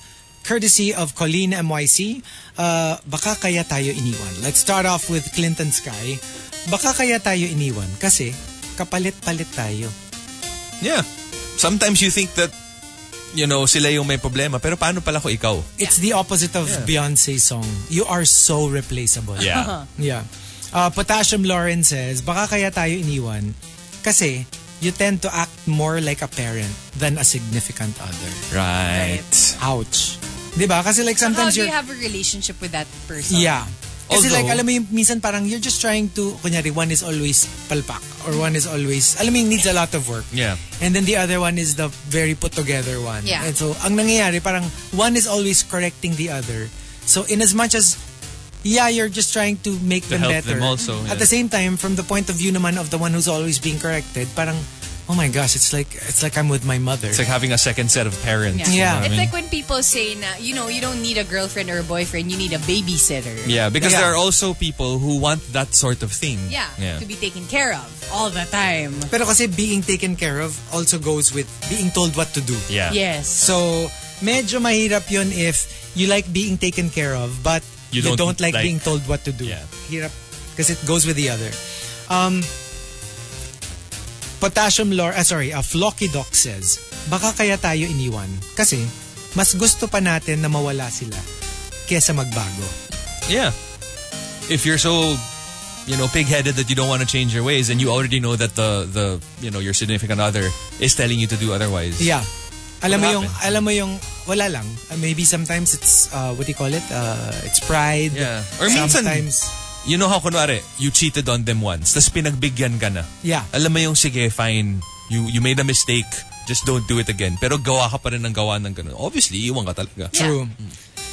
courtesy of Colleen MYC. Uh, baka kaya tayo iniwan. Let's start off with Clinton Sky. Baka kaya tayo iniwan kasi kapalit-palit tayo.
Yeah. Sometimes you think that, you know, sila yung may problema. Pero paano pala ko ikaw?
It's the opposite of Beyonce's song. You are so replaceable.
Yeah.
Yeah. Uh, Potassium Lauren says, baka kaya tayo iniwan kasi you tend to act more like a parent than a significant other.
right.
Ouch. 'Di ba? Kasi like
How
sometimes
do
you're...
you have a relationship with that person?
Yeah. Kasi
Although-
like, alam mo yung minsan parang you're just trying to, kunyari, one is always palpak or one is always, alam mo yung needs a lot of work.
Yeah.
And then the other one is the very put together one.
Yeah.
And so, ang nangyayari, parang one is always correcting the other. So, in as much as, yeah, you're just trying to make
To
them
help
better.
them also,
At
yeah.
the same time, from the point of view naman of the one who's always being corrected, parang, oh my gosh, it's like it's like I'm with my mother.
It's like having a second set of parents.
Yeah.
you know
Yeah.
what I
It's
mean?
like when people say, na, you know, you don't need a girlfriend or a boyfriend, you need a babysitter.
Yeah, because
Yeah.
there are also people who want that sort of thing.
Yeah,
Yeah.
to be taken care of all the time.
Pero kasi being taken care of also goes with being told what to do.
yeah.
Yes.
So, medyo mahirap yun if you like being taken care of but you
You
don't,
don't
like,
like-
being told what to do.
Yeah.
Hirap because it goes with the other. Um, Potassium Lore, ah, sorry, uh, Flocky Doc says, baka kaya tayo iniwan kasi mas gusto pa natin na mawala sila kesa magbago.
Yeah. If you're so, you know, pig-headed that you don't want to change your ways, and you already know that the the you know your significant other is telling you to do otherwise.
Yeah. Alam mo
What
yung,
happened?
alam mo yung, wala lang. Uh, Maybe sometimes it's, uh, what do you call it? Uh, it's pride.
Yeah. Or minsan-
Sometimes,
You know how kunwari, you cheated on them once, tas pinagbigyan ka na.
yeah.
Alam mo yung sige, fine. You you made a mistake. Just don't do it again. Pero gawa ka pa rin ng gawa ng ganun. Obviously, iwan ka talaga.
Yeah.
True.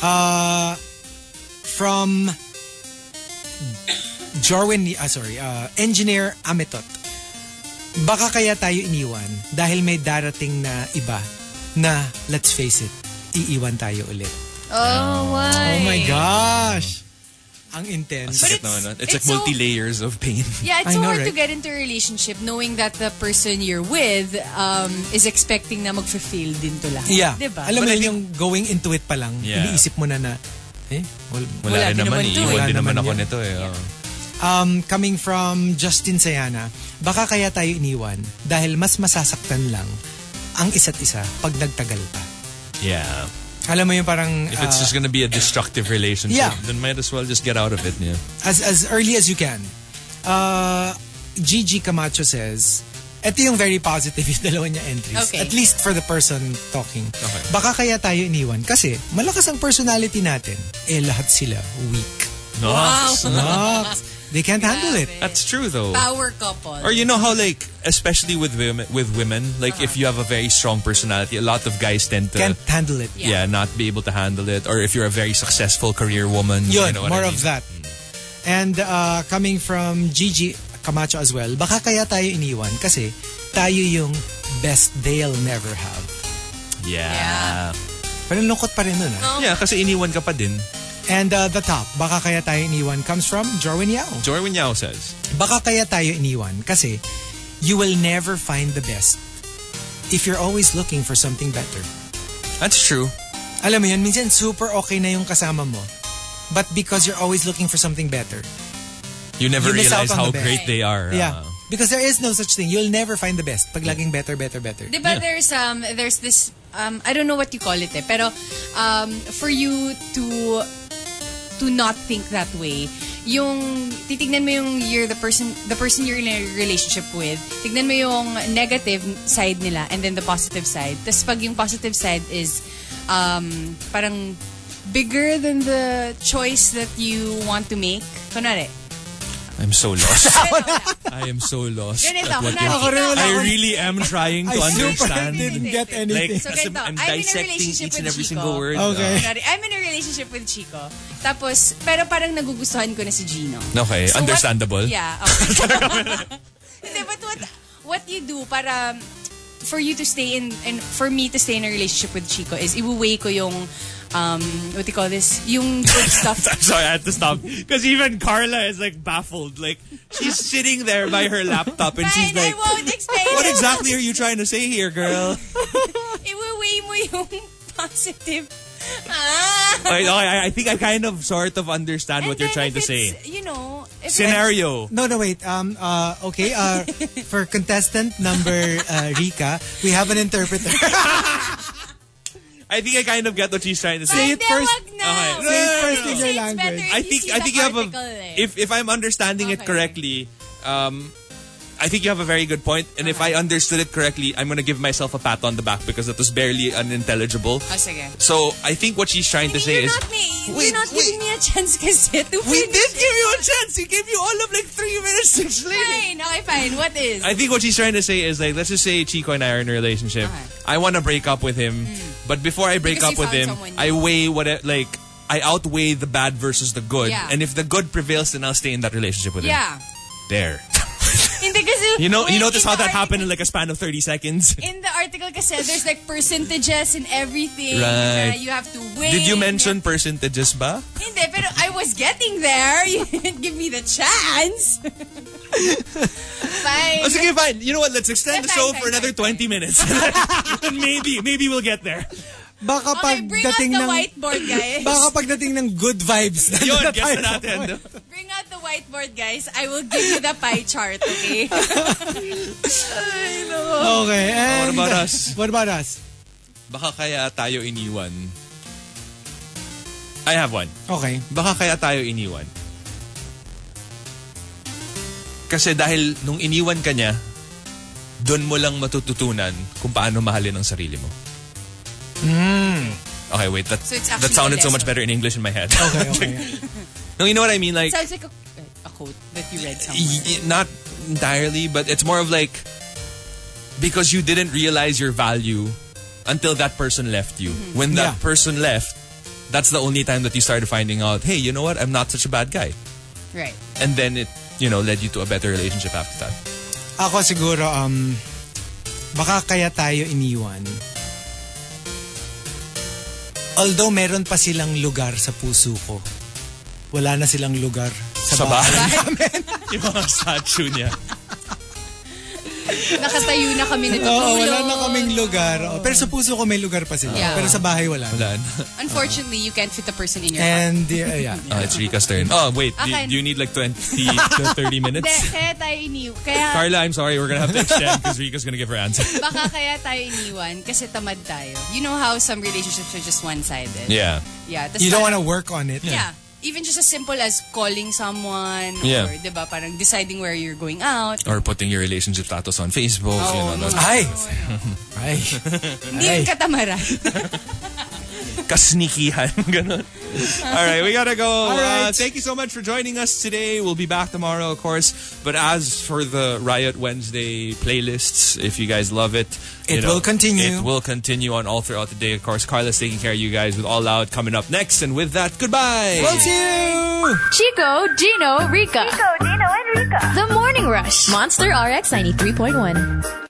Uh, from Jarwin, ah, sorry, uh, Engineer Ametot. Baka kaya tayo iniwan dahil may darating na iba na, let's face it, iiwan tayo ulit.
oh, why?
Oh my gosh! Ang intense.
Sakit
it's-
naman, no? it's,
it's
like
so-
multi-layers of pain.
Yeah, it's
I
so
know,
hard to
right?
get into a relationship knowing that the person you're with um, is expecting na mag-fulfill din to lahat.
Yeah.
Diba?
Alam mo
But I
yun, yung going into it pa lang,
Yeah.
iniisip mo na na, eh, wal-
Wala,
Wala
rin
din naman
naman, eh.
to.
iiwan
Wala
din naman
naman
ako
yun.
nito eh. Oh.
Um, coming from Justin Sayana, baka kaya tayo iniwan dahil mas masasaktan lang ang isa't isa pag nagtagal pa.
Yeah.
Alam mo yung parang
If it's
uh,
just gonna be a destructive relationship,
Yeah.
then might as well just get out of it. Yeah.
as as early as you can. Uh, Gigi Camacho says, ito yung very positive yung dalawa niya entries.
Okay.
At least for the person talking.
Okay.
Baka kaya tayo iniwan kasi malakas ang personality natin. Eh lahat sila weak.
No.
Wow.
Knocks. They can't handle it.
That's true though.
Power couple.
Or you know how like, especially with women, with women, like if you have a very strong personality, a lot of guys tend to,
Can't handle it.
yeah. not be able to handle it. Or if you're a very successful career woman,
Yun,
you know what
more
I mean? Mm.
of that. And uh, coming from Gigi Camacho as well, baka kaya tayo iniwan kasi tayo yung best they'll never have.
Yeah.
Pero lungkot pa rin nun, ah.
Yeah, kasi iniwan ka pa din.
And uh, the top, baka kaya tayo iniwan comes from Jorwin Yao.
Jorwin Yao says,
Baka kaya tayo iniwan kasi you will never find the best if you're always looking for something better.
that's true.
Alam mo yun, minsan super okay na yung kasama mo. But because you're always looking for something better,
You never
You miss out
realize
on
how
the best.
great they are.
Yeah.
Uh,
Because there is no such thing. You'll never find the best pag laging better, better, better.
Diba there's um there's this um I don't know what you call it eh, pero um for you to to not think that way. Yung titignan mo yung you're the person the person you're in a relationship with. Tignan mo yung negative side nila and then the positive side. Tapos pag yung positive side is um parang bigger than the choice that you want to make. Kunwari.
I'm so lost. I am so lost.
Ganito,
at what
kunwari,
you're-
Ako rin wala
I
akong-
really am trying to
I super
understand.
didn't get anything.
Like,
So,
as I'm,
ganito, I'm in
I'm
a
dissecting
relationship
each
with
and every
Chico.
single word.
Okay.
Kunwari, I'm in a relationship with Chico. Tapos, pero parang nagugustuhan ko na si Gino.
Okay,
So what-
understandable.
yeah. Okay. Hindi, but what, what you do para um, for you to stay in, and for me to stay in a relationship with Chico is iwuway ko yung, um, what do you call this? Yung good stuff.
I'm sorry, I had to stop because even Carla is like baffled. Like she's sitting there by her laptop and she's
Fine, I
like,
won't explain
"What
it.
exactly are you trying to say here, girl?"
Iwuway mo yung positive. Ah!
I, I, I think I kind of sort of understand
And
what you're
then
trying to
if
say.
it's, You know, if it's-
Scenario.
No, no, wait. Um, uh, okay, uh, for contestant number uh, Rika, we have an interpreter.
I think I kind of get what she's trying to
Hindi,
say.
it first.
wag na.
Okay.
Wag
No,
Say it
na.
first in
Kasi
your
it's
language.
better
I
if you
think
see
I think
the
you have
article
a
eh.
if if I'm understanding it
Okay.
correctly, um, I think you have a very good point. And if I understood it correctly, I'm gonna give myself a pat on the back because that was barely unintelligible.
Oh, sige.
So I think what she's trying to say
you're
is
not, me- you're
Wait,
not giving me a chance kasi to
we
finish
did give
it.
you a chance. He gave you all of like three minutes to
Fine,
explain.
okay, fine. What is?
I think what she's trying to say is like, let's just say Chico and I are in a relationship.
Okay. Mm.
I want to break up with him, but before I break
Because
up
you
with
found
him,
someone new.
I weigh what it, like I outweigh the bad versus the good,
Yeah.
and if the good prevails, then I'll stay in that relationship with him.
yeah.
There.
Hindi kasi...
You know, you
wait,
notice
in
how
the
that happened
article-
in like a span of 30 seconds.
In the article kasi, there's like percentages and everything. na
Right.
you have to wait.
Did you mention percentages ba?
Hindi, pero I was getting there. You didn't give me the chance. Fine.
Oh, sige, fine. You know what? Let's extend the
Fine,
show
fine,
for another 20 minutes. And maybe, maybe we'll get there.
Baka
Okay, bring out
pagdating ng...
the whiteboard, guys.
Baka pagdating ng good vibes. nandun
Yun,
na
guess
tayo.
na natin.
Bring out the whiteboard, guys. I will give you the pie chart, okay?
Okay. And,
Oh,
uh,
What about us?
What about us?
Baka kaya tayo iniwan. I have one.
Okay.
Baka kaya tayo iniwan. Kasi dahil nung iniwan ka niya, doon mo lang matututunan kung paano mahalin ang sarili mo.
Hmm.
Okay, wait. That,
So it's
that
actually
sounded
a
so much
lesson.
better in English in my head.
Okay, okay.
no, you know what I mean? Like,
Sounds like a, a quote that you read somewhere.
y- y- not entirely, but it's more of like because you didn't realize your value until that person left you.
Mm-hmm.
When that
Yeah.
person left, that's the only time that you started finding out, hey, you know what? I'm not such a bad guy.
Right.
And then it, you know, led you to a better relationship after that.
Ako siguro, um, baka kaya tayo iniwan. Although meron pa silang lugar sa puso ko. Wala na silang lugar sa,
Sa
bahay.
bahay yung mga statue niya.
Nakatayo na kami na
Oo,
tutulog.
wala na kaming lugar. Oo, Pero sa puso ko may lugar pa sila.
Yeah.
Pero sa bahay wala. na.
Wala na.
Unfortunately, you can't fit the person in your heart.
And yeah, yeah.
Ah, it's Rika's turn. Oh, wait. Do,
Akin.
do you need like 20 to 30
Hindi, uh,
minutes?
kaya tayo iniwan. Kaya,
Carla, I'm sorry. We're going to have to extend because Rika's going to give her answer.
baka kaya tayo iniwan kasi tamad tayo. You know how some relationships are just one-sided?
Yeah.
Yeah. tas
You don't want
parang-
to work on it.
Yeah. Even just as simple as calling someone
Yeah.
or 'di ba parang deciding where you're going out.
Or putting your relationship status on Facebook. you know,
mga
those-
Ay!
ganun.
Ay.
Hindi yung katamaran.
kasnikihan. Ganun. All right, we gotta go.
right.
Uh, thank you so much for joining us today. We'll be back tomorrow, of course. But as for the Riot Wednesday playlists, if you guys love it,
It
you
will continue.
It will continue on all throughout the day. Of course, Carla's taking care of you guys with All Out coming up next. And with that, goodbye.
We'll see you!
Chico, Gino, Rica.
Go, Dino and Rika.
The Morning Rush. Monster RX 93.1.